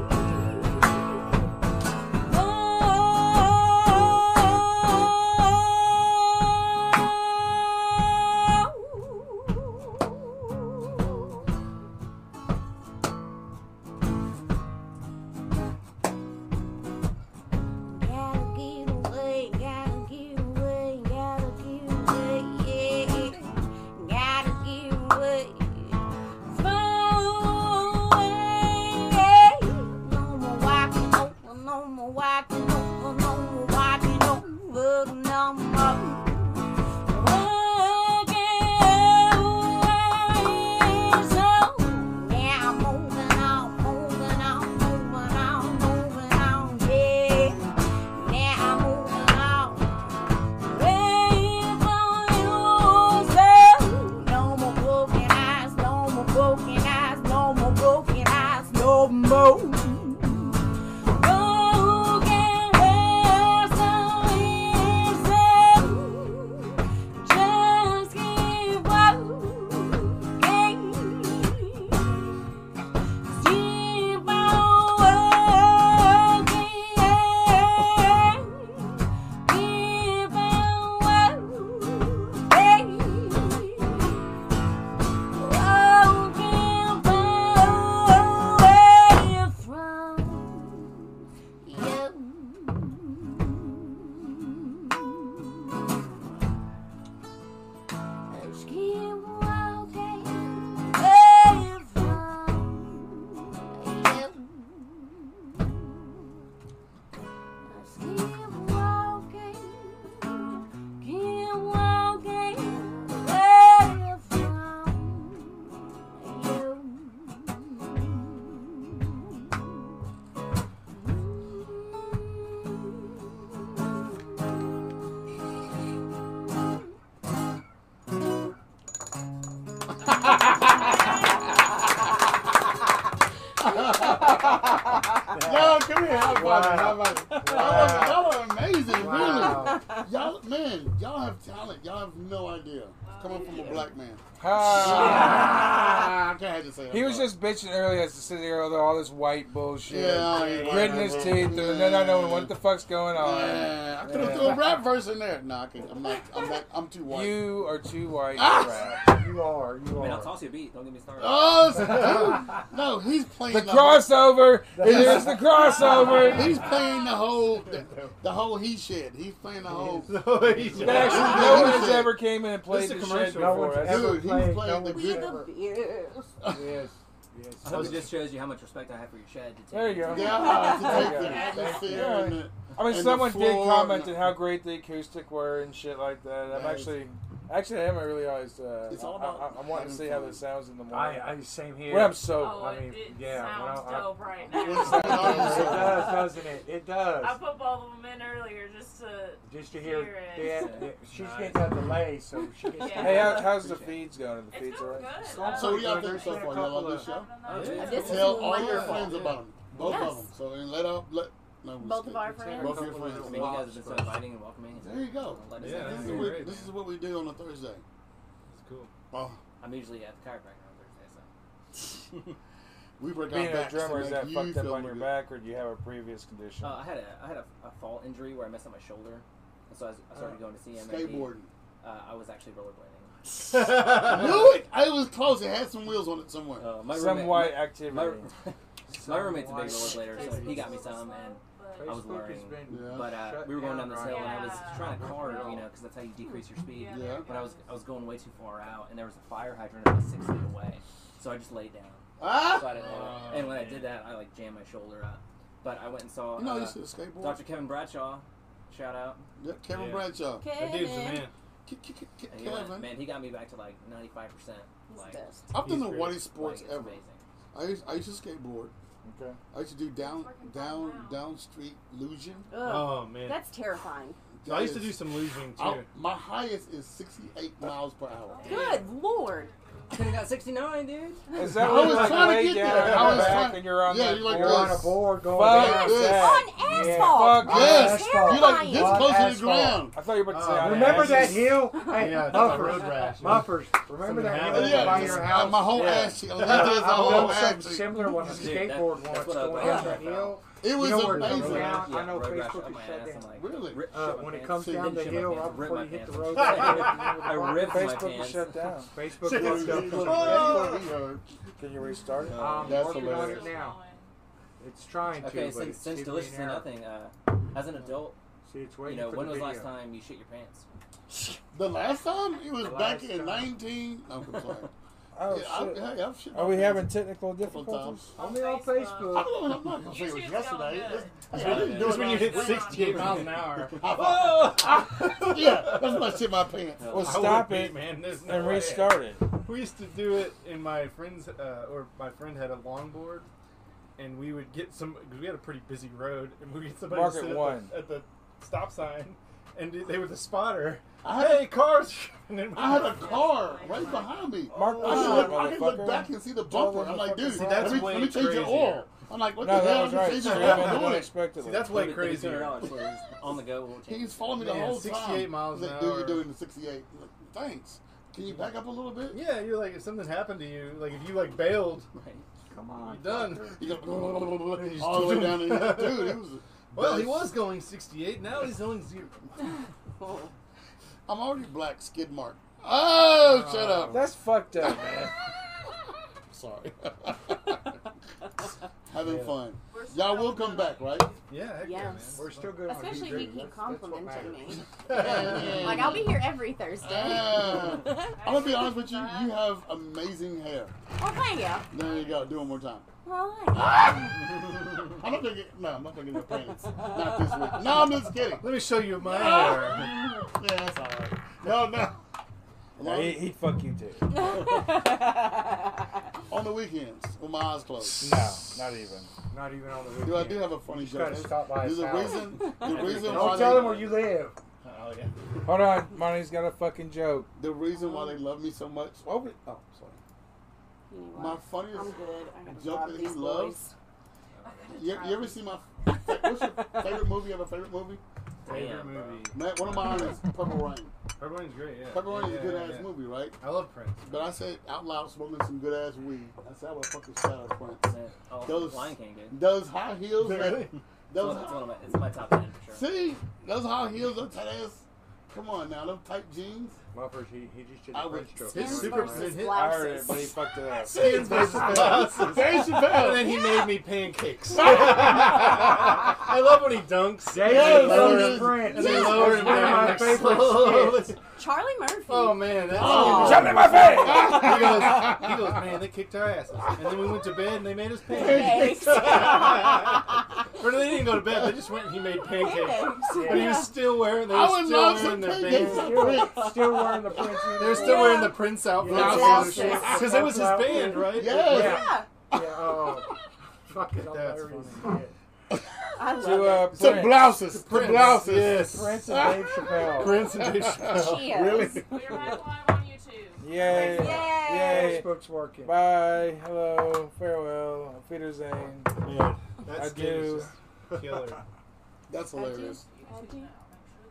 Speaker 9: you. Oh. Gotta get away, gotta get away, gotta get away, yeah. Gotta get away, far away, yeah. No more walking over, no more walking over, no more walking over, no more. Yeah, moving on, moving on, moving on, moving on, yeah. Now moving on. Waiting for you, so no more broken eyes, no more broken eyes, no more broken eyes, no more. Broken hearts so easy. Just keep walking. Keep on walking. Keep on walking. Walking away from you. Just keep walking away from you. Just keep walking, keep walking away from
Speaker 1: Y'all, come here. High five.
Speaker 5: Wow.
Speaker 1: High five. Y'all, are, y'all are amazing,
Speaker 5: Wow.
Speaker 1: really. Y'all, man, y'all have talent. Y'all have no idea. Coming from a black man.
Speaker 3: Ah.
Speaker 1: Ah, I can't have to say that.
Speaker 3: He was just bitching earlier as to sit here with all this white bullshit.
Speaker 1: Yeah, I ain't
Speaker 3: Gritting
Speaker 1: white,
Speaker 3: his
Speaker 1: bro.
Speaker 3: teeth, and then I know what the fuck's going on.
Speaker 1: Yeah, I could have threw a rap verse in there. Nah, I can't. I'm not. I'm not. I'm too white.
Speaker 3: You are too white.
Speaker 1: Ah.
Speaker 3: Brad.
Speaker 5: You are, you
Speaker 8: Man, I'll
Speaker 5: are.
Speaker 8: toss you a beat. Don't get me started.
Speaker 1: Oh, it's- dude, no, he's playing
Speaker 3: The crossover.
Speaker 5: That's-
Speaker 3: Here's the crossover.
Speaker 1: He's playing the whole, the, the whole he shed. He's playing the whole.
Speaker 7: So he just-
Speaker 3: That actually, no one has ever came in and played
Speaker 7: This
Speaker 3: the
Speaker 7: is a
Speaker 3: shit
Speaker 7: commercial. No
Speaker 3: before
Speaker 5: one's
Speaker 3: us.
Speaker 5: ever-
Speaker 1: Dude, he's
Speaker 5: played,
Speaker 1: playing the
Speaker 5: no
Speaker 4: We're
Speaker 1: good.
Speaker 4: the best.
Speaker 5: Yes, yes.
Speaker 8: I hope it just shows you how much respect I have for your shed. To take
Speaker 3: There you go.
Speaker 1: Yeah, to take the
Speaker 3: Yeah.
Speaker 1: atmosphere
Speaker 3: Yeah.
Speaker 1: and the,
Speaker 3: I mean,
Speaker 1: And the
Speaker 3: someone did
Speaker 1: floor
Speaker 3: comment
Speaker 1: and-
Speaker 3: on how great the acoustic were and shit like that. I'm
Speaker 1: Yeah,
Speaker 3: actually, actually, I haven't really realized. Uh,
Speaker 1: It's all
Speaker 3: I-
Speaker 1: about
Speaker 3: I, I, am wanting to see how
Speaker 1: having
Speaker 3: this sounds in the morning.
Speaker 5: I, I, same here.
Speaker 3: when I'm soaked.
Speaker 5: Oh, I mean,
Speaker 10: it,
Speaker 5: yeah, when
Speaker 10: sounds
Speaker 5: I- I-
Speaker 10: dope right
Speaker 1: when it's
Speaker 10: now.
Speaker 1: going on.
Speaker 5: it does, doesn't it? It does.
Speaker 10: I put both of them in earlier just to.
Speaker 5: Just to hear,
Speaker 10: Hear it.
Speaker 5: yeah, yeah, she's getting a delay, so she gets.
Speaker 10: Yeah.
Speaker 3: Hey, how, how's the
Speaker 8: Appreciate it.
Speaker 3: feeds going? The
Speaker 10: It's
Speaker 3: feeds all
Speaker 10: going
Speaker 3: right?
Speaker 10: good.
Speaker 1: So what do y'all
Speaker 5: There's
Speaker 1: think so
Speaker 5: been a
Speaker 1: far? Y'all
Speaker 5: couple
Speaker 1: like this
Speaker 10: I
Speaker 1: show?
Speaker 10: don't know.
Speaker 8: Yeah.
Speaker 10: It's-
Speaker 4: This is
Speaker 1: Tell all your
Speaker 4: wonderful.
Speaker 1: friends about him. Both
Speaker 4: Yes.
Speaker 1: of them. So and let out let no. I'm just
Speaker 4: Both of
Speaker 1: kidding.
Speaker 4: our friends.
Speaker 1: Both of your
Speaker 8: I
Speaker 1: friends.
Speaker 8: mean, you guys have been so inviting and welcoming.
Speaker 1: There you go.
Speaker 8: Let us
Speaker 7: Yeah,
Speaker 8: know.
Speaker 1: This is,
Speaker 7: Yeah.
Speaker 1: what, this is what we do on a Thursday.
Speaker 7: It's cool.
Speaker 1: Oh,
Speaker 8: I'm usually at the chiropractor on Thursday, so.
Speaker 1: We break
Speaker 3: Being
Speaker 1: our
Speaker 3: a
Speaker 1: backs to
Speaker 3: drummer, is
Speaker 1: make
Speaker 3: that
Speaker 1: you
Speaker 3: fucked up
Speaker 1: feel
Speaker 3: on your
Speaker 1: good.
Speaker 3: back, or do you have a previous condition?
Speaker 8: Uh, I had a I had a, a fall injury where I messed up my shoulder, and so I, was, I
Speaker 1: Uh,
Speaker 8: started
Speaker 3: Oh.
Speaker 8: going to CMAP.
Speaker 1: Skateboarding.
Speaker 8: Uh, I was actually rollerblading.
Speaker 1: Knew it. I was close. It had some wheels on it somewhere.
Speaker 7: Oh.
Speaker 8: Uh, my
Speaker 3: Some
Speaker 8: roommate,
Speaker 3: white
Speaker 8: My,
Speaker 3: activity.
Speaker 8: my, my roommate's a big rollerblader, so he got me some, and I was
Speaker 5: Facebook has
Speaker 8: learning.
Speaker 5: been
Speaker 1: Yeah.
Speaker 8: But uh,
Speaker 5: shut
Speaker 8: we were going down
Speaker 5: down
Speaker 8: this
Speaker 5: right
Speaker 8: hill, and I was
Speaker 10: Yeah.
Speaker 8: trying to carve, you know, because that's how you decrease your speed.
Speaker 10: Yeah.
Speaker 1: Yeah.
Speaker 8: But I was I was going way too far out, and there was a fire hydrant about six feet away, so I just laid down. So
Speaker 1: Ah.
Speaker 8: I didn't know.
Speaker 7: Oh,
Speaker 8: and when I
Speaker 7: man.
Speaker 8: did that, I like jammed my shoulder up. But I went and saw
Speaker 1: You know,
Speaker 8: uh,
Speaker 1: you should skateboard.
Speaker 8: Dr. Kevin Bradshaw. Shout out.
Speaker 1: Yeah, Kevin
Speaker 7: Yeah.
Speaker 1: Bradshaw.
Speaker 7: That dude's the man.
Speaker 1: K- K- K- K-
Speaker 8: And he went,
Speaker 1: Kevin.
Speaker 8: man, he got me back to like 95 percent.
Speaker 4: He's
Speaker 8: Like,
Speaker 4: the best.
Speaker 1: I've done
Speaker 7: He's
Speaker 1: the
Speaker 7: great.
Speaker 1: whitest sports
Speaker 8: like, it's
Speaker 1: ever.
Speaker 8: Amazing.
Speaker 1: I used, I used to skateboard.
Speaker 3: Okay.
Speaker 1: I used to do down
Speaker 10: Fucking
Speaker 1: down
Speaker 10: wow.
Speaker 1: down street illusion.
Speaker 4: Ugh,
Speaker 7: Oh man,
Speaker 4: that's terrifying.
Speaker 7: So I used to
Speaker 1: That
Speaker 7: do
Speaker 1: is-
Speaker 7: some losing too.
Speaker 1: I- my highest is 68 miles per hour.
Speaker 4: Good lord.
Speaker 8: Could have got 69, dude.
Speaker 3: Is that
Speaker 1: I
Speaker 3: when
Speaker 1: was
Speaker 3: you like
Speaker 1: trying to
Speaker 3: lay
Speaker 1: get there.
Speaker 3: down
Speaker 1: I
Speaker 3: on your
Speaker 1: was
Speaker 3: back
Speaker 1: trying-
Speaker 3: and you're on
Speaker 1: Yeah,
Speaker 3: that
Speaker 1: you're like
Speaker 5: You're
Speaker 3: board?
Speaker 5: on a
Speaker 1: this.
Speaker 5: board going
Speaker 3: Fuck
Speaker 1: Yes.
Speaker 5: down.
Speaker 3: that.
Speaker 9: On
Speaker 3: Yeah,
Speaker 9: asphalt.
Speaker 3: fuck
Speaker 1: Yes.
Speaker 3: that.
Speaker 4: Oh.
Speaker 9: Terrifying.
Speaker 1: You're like this
Speaker 5: Why
Speaker 1: close to
Speaker 5: asphalt?
Speaker 1: the ground.
Speaker 3: I thought you were
Speaker 1: Oh,
Speaker 3: about to say
Speaker 7: Uh,
Speaker 3: on
Speaker 5: Remember
Speaker 3: ashes.
Speaker 5: that hill? Hey,
Speaker 7: Yeah, that's a road
Speaker 5: Muffers.
Speaker 7: rash.
Speaker 6: Muffers.
Speaker 5: Remember
Speaker 7: Something
Speaker 5: that
Speaker 7: happened.
Speaker 5: hill
Speaker 1: Yeah,
Speaker 5: by
Speaker 1: just-
Speaker 5: your
Speaker 1: uh,
Speaker 5: house?
Speaker 1: my whole
Speaker 3: Yeah.
Speaker 1: ass cheek. I
Speaker 5: I've
Speaker 1: literally did my whole
Speaker 5: done
Speaker 1: ass
Speaker 5: something
Speaker 1: cheek.
Speaker 5: similar one, a
Speaker 8: Dude, that-
Speaker 5: skateboard
Speaker 8: that's
Speaker 5: once
Speaker 8: what I
Speaker 5: going down
Speaker 8: thought.
Speaker 5: that hill.
Speaker 1: It was
Speaker 5: You know where it's
Speaker 1: amazing.
Speaker 5: going
Speaker 1: Yeah.
Speaker 5: down? I know
Speaker 8: road rash
Speaker 5: Facebook
Speaker 8: up
Speaker 5: is
Speaker 8: my
Speaker 5: shut
Speaker 8: ass,
Speaker 5: down.
Speaker 8: I'm like,
Speaker 1: Really?
Speaker 8: rip-
Speaker 5: Uh,
Speaker 8: shut my
Speaker 5: when it
Speaker 8: pants.
Speaker 5: comes
Speaker 1: See,
Speaker 5: down the
Speaker 8: Didn't shut my
Speaker 5: hill,
Speaker 8: pants,
Speaker 5: right
Speaker 8: ripped
Speaker 5: before
Speaker 8: my
Speaker 5: you hit the
Speaker 8: pants.
Speaker 5: road,
Speaker 8: I ripped my
Speaker 3: Facebook was
Speaker 8: pants.
Speaker 3: shut down.
Speaker 5: Facebook was shut down.
Speaker 1: That's what we heard.
Speaker 3: Can you restart it?
Speaker 5: I'm
Speaker 1: That's
Speaker 5: working on
Speaker 1: hilarious.
Speaker 5: it now. It's trying to,
Speaker 8: Okay,
Speaker 5: but
Speaker 8: since,
Speaker 5: it's
Speaker 8: since
Speaker 5: giving me
Speaker 8: Delicious
Speaker 5: an
Speaker 8: and
Speaker 5: error.
Speaker 8: Nothing, uh, as an adult,
Speaker 5: See, it's
Speaker 8: you
Speaker 5: waiting
Speaker 8: know,
Speaker 5: for
Speaker 8: when
Speaker 5: the
Speaker 8: was last
Speaker 5: video.
Speaker 8: time you shit your pants?
Speaker 1: The last time it was
Speaker 5: The
Speaker 1: back
Speaker 5: last
Speaker 1: in
Speaker 5: time.
Speaker 1: 19. No, I'm sorry.
Speaker 3: Oh,
Speaker 1: yeah,
Speaker 3: shit.
Speaker 1: I, hey, I've shit my
Speaker 3: Are we
Speaker 1: pants
Speaker 3: having technical
Speaker 1: a couple times.
Speaker 3: difficulties?
Speaker 5: Only on
Speaker 1: I
Speaker 5: Facebook.
Speaker 1: don't know. I'm not gonna say it was
Speaker 10: YouTube's
Speaker 1: yesterday.
Speaker 10: going good.
Speaker 1: That's, hey, I didn't do
Speaker 7: That's
Speaker 1: it
Speaker 7: when you
Speaker 1: last
Speaker 7: hit
Speaker 1: week.
Speaker 7: 68 miles an hour.
Speaker 1: yeah, that's when I shit my pants.
Speaker 8: No.
Speaker 3: Well,
Speaker 7: I
Speaker 3: stop
Speaker 7: would be,
Speaker 3: it
Speaker 7: man. There's no
Speaker 3: and
Speaker 7: way.
Speaker 3: restart it.
Speaker 7: We used to do it in my friend's, uh, or my friend had a longboard, and we would get some. Cause we had a pretty busy road, and we would get somebody
Speaker 3: Market
Speaker 7: to sit
Speaker 3: one.
Speaker 7: At, the, at the stop sign, and they were the spotter.
Speaker 1: I had-
Speaker 7: hey, cars! And then we-
Speaker 1: I had a car right behind me.
Speaker 3: Mark
Speaker 1: I
Speaker 3: this
Speaker 1: can,
Speaker 3: shit,
Speaker 1: look, I can look
Speaker 3: motherfucker.
Speaker 1: back and see the
Speaker 3: Tell
Speaker 1: bumper.
Speaker 3: them
Speaker 1: I'm like,
Speaker 3: motherfuckers
Speaker 1: dude,
Speaker 3: See,
Speaker 1: let,
Speaker 7: that's
Speaker 1: me,
Speaker 7: way
Speaker 1: let me change your
Speaker 7: crazier.
Speaker 1: oil. I'm like, what
Speaker 3: No,
Speaker 1: the
Speaker 3: that
Speaker 1: hell?
Speaker 3: was
Speaker 1: He
Speaker 3: right.
Speaker 1: changed
Speaker 3: Straight
Speaker 1: your oil.
Speaker 3: up
Speaker 1: I'm
Speaker 3: and
Speaker 1: doing it.
Speaker 3: unexpectedly.
Speaker 7: See, that's way
Speaker 8: Give me- give me
Speaker 7: crazier.
Speaker 8: $200 for it. On the go, we'll change
Speaker 1: He's
Speaker 8: it.
Speaker 1: following me the
Speaker 7: Man,
Speaker 1: whole
Speaker 7: 68
Speaker 1: time.
Speaker 7: miles
Speaker 1: He's
Speaker 7: an
Speaker 1: like, dude,
Speaker 7: hour.
Speaker 1: you're doing the 68. I'm like, Thanks. Can you back up a little bit?
Speaker 7: Yeah, you're like if something happened to you, like if you like bailed,
Speaker 8: Right.
Speaker 5: Come
Speaker 7: you're
Speaker 5: on.
Speaker 7: done.
Speaker 1: You go
Speaker 7: He's
Speaker 1: all the way
Speaker 7: doing-
Speaker 1: down. And, dude, he was.
Speaker 7: Well, he was going 68. Now he's going zero.
Speaker 4: Oh.
Speaker 1: I'm already black. Skid mark. Oh, shut up.
Speaker 3: That's fucked up, Oh, man.
Speaker 1: Sorry. Having
Speaker 7: Yeah.
Speaker 1: fun. Y'all will come back, right?
Speaker 7: Yeah,
Speaker 4: Yes.
Speaker 7: heck yeah,
Speaker 5: We're
Speaker 7: man.
Speaker 5: still good on
Speaker 4: Especially if
Speaker 5: YouTube.
Speaker 4: you
Speaker 5: That's-
Speaker 4: keep
Speaker 5: that's what
Speaker 4: complimenting me.
Speaker 5: matters.
Speaker 4: Like I'll be here every Thursday.
Speaker 1: Ah.
Speaker 4: oh,
Speaker 1: I'm gonna be honest with you. You have amazing hair.
Speaker 4: thank you.
Speaker 1: There you go. Do it one more time.
Speaker 4: Oh, thank you.
Speaker 1: I'm not gonna get. No, I'm not gonna get no pants. Not this week. No, I'm just kidding.
Speaker 7: Let me show you my uh, hair.
Speaker 1: Yeah, that's all right. No, no.
Speaker 3: No, he, he'd fuck you too.
Speaker 1: on the weekends with my eyes closed.
Speaker 3: No, not even.
Speaker 5: Not even on the
Speaker 1: Dude, I
Speaker 5: weekend.
Speaker 1: do have a funny
Speaker 5: You just
Speaker 1: joke.
Speaker 5: gotta stop by
Speaker 1: There's
Speaker 5: his
Speaker 1: a
Speaker 5: house.
Speaker 1: reason. The reason why
Speaker 5: Don't tell
Speaker 1: they-
Speaker 5: him where you live.
Speaker 7: Oh yeah.
Speaker 3: Hold on, Monty's got a fucking joke.
Speaker 1: The reason why they love me so much.
Speaker 3: Open.
Speaker 1: Oh, sorry.
Speaker 4: You know
Speaker 1: My
Speaker 4: what? I'm
Speaker 1: funniest.
Speaker 4: good. I gotta
Speaker 1: Joke
Speaker 4: rob
Speaker 1: that he
Speaker 4: these
Speaker 1: loves?
Speaker 4: boys.
Speaker 1: You, you ever see my? What's your favorite movie? You have a favorite movie?
Speaker 7: Favorite
Speaker 8: Damn, bro.
Speaker 7: movie.
Speaker 1: Man, one of mine is Purple Rain.
Speaker 7: Purple Rain's great. Yeah.
Speaker 1: Purple Rain
Speaker 7: yeah,
Speaker 1: is a good
Speaker 7: yeah,
Speaker 1: ass
Speaker 7: yeah.
Speaker 1: movie, right?
Speaker 7: I love Prince.
Speaker 1: But I said out loud smoking some good ass weed. I said I would fucking shout out Prince.
Speaker 8: Yeah. Oh,
Speaker 1: Those-
Speaker 8: Lion King, dude.
Speaker 1: Those high heels, that,
Speaker 8: It's
Speaker 1: those
Speaker 8: one, it's one of my, it's my top 10 for sure.
Speaker 1: see, those high heels, those tight ass. Come on now, those tight jeans.
Speaker 5: Muffers, he, he just did
Speaker 1: I
Speaker 5: a
Speaker 1: would-
Speaker 5: French joke.
Speaker 1: His
Speaker 5: He
Speaker 7: super-
Speaker 5: was-
Speaker 4: versus
Speaker 7: hit-
Speaker 3: I heard it,
Speaker 4: blouses.
Speaker 3: but he fucked it up.
Speaker 7: Skins versus glasses.
Speaker 1: Dave
Speaker 7: And
Speaker 1: Chappelle.
Speaker 7: then he made me pancakes. I love when he dunks.
Speaker 5: David
Speaker 1: Yes,
Speaker 5: Lowe's
Speaker 1: yes,
Speaker 5: French.
Speaker 7: And they
Speaker 1: yes.
Speaker 7: lower him
Speaker 5: One of
Speaker 7: down.
Speaker 5: my
Speaker 7: like,
Speaker 5: favorite
Speaker 7: slowly.
Speaker 4: Charlie Murphy.
Speaker 7: Oh man, that's
Speaker 1: Oh.
Speaker 3: Jump in my face!
Speaker 7: he goes, he goes, man, they kicked our asses. And then we went to bed and they made us pancakes. or they didn't go to bed, they just went and he made pancakes.
Speaker 4: Pancakes.
Speaker 7: But he was still wearing, they
Speaker 1: I
Speaker 7: were
Speaker 1: would
Speaker 7: still
Speaker 1: love
Speaker 7: wearing
Speaker 1: some
Speaker 7: their
Speaker 1: pancakes.
Speaker 7: bands.
Speaker 5: Still, still wearing the Prince
Speaker 7: They were
Speaker 5: uniform.
Speaker 7: still wearing the Prince outfits.
Speaker 5: Yeah.
Speaker 4: Yes.
Speaker 7: Because it was his band, right?
Speaker 1: Yes.
Speaker 4: yeah.
Speaker 5: Yeah, oh, fucking
Speaker 7: That's
Speaker 5: hilarious.
Speaker 4: I love
Speaker 3: To uh,
Speaker 1: Some
Speaker 3: Prince.
Speaker 1: blouses. Some
Speaker 7: Prince.
Speaker 1: blouses.
Speaker 7: Yes.
Speaker 3: Prince and Dave Chappelle.
Speaker 7: Prince and Dave Chappelle.
Speaker 4: it. Cheers.
Speaker 1: Really?
Speaker 10: We are back live on YouTube.
Speaker 3: Yay!
Speaker 4: Yay.
Speaker 3: Yay!
Speaker 5: Facebook's working.
Speaker 3: Bye. Hello. Farewell. auf Wiedersehen.
Speaker 7: Man,
Speaker 3: I
Speaker 7: that skit
Speaker 3: do.
Speaker 7: was just killer.
Speaker 1: That's hilarious.
Speaker 10: YouTube now. Make sure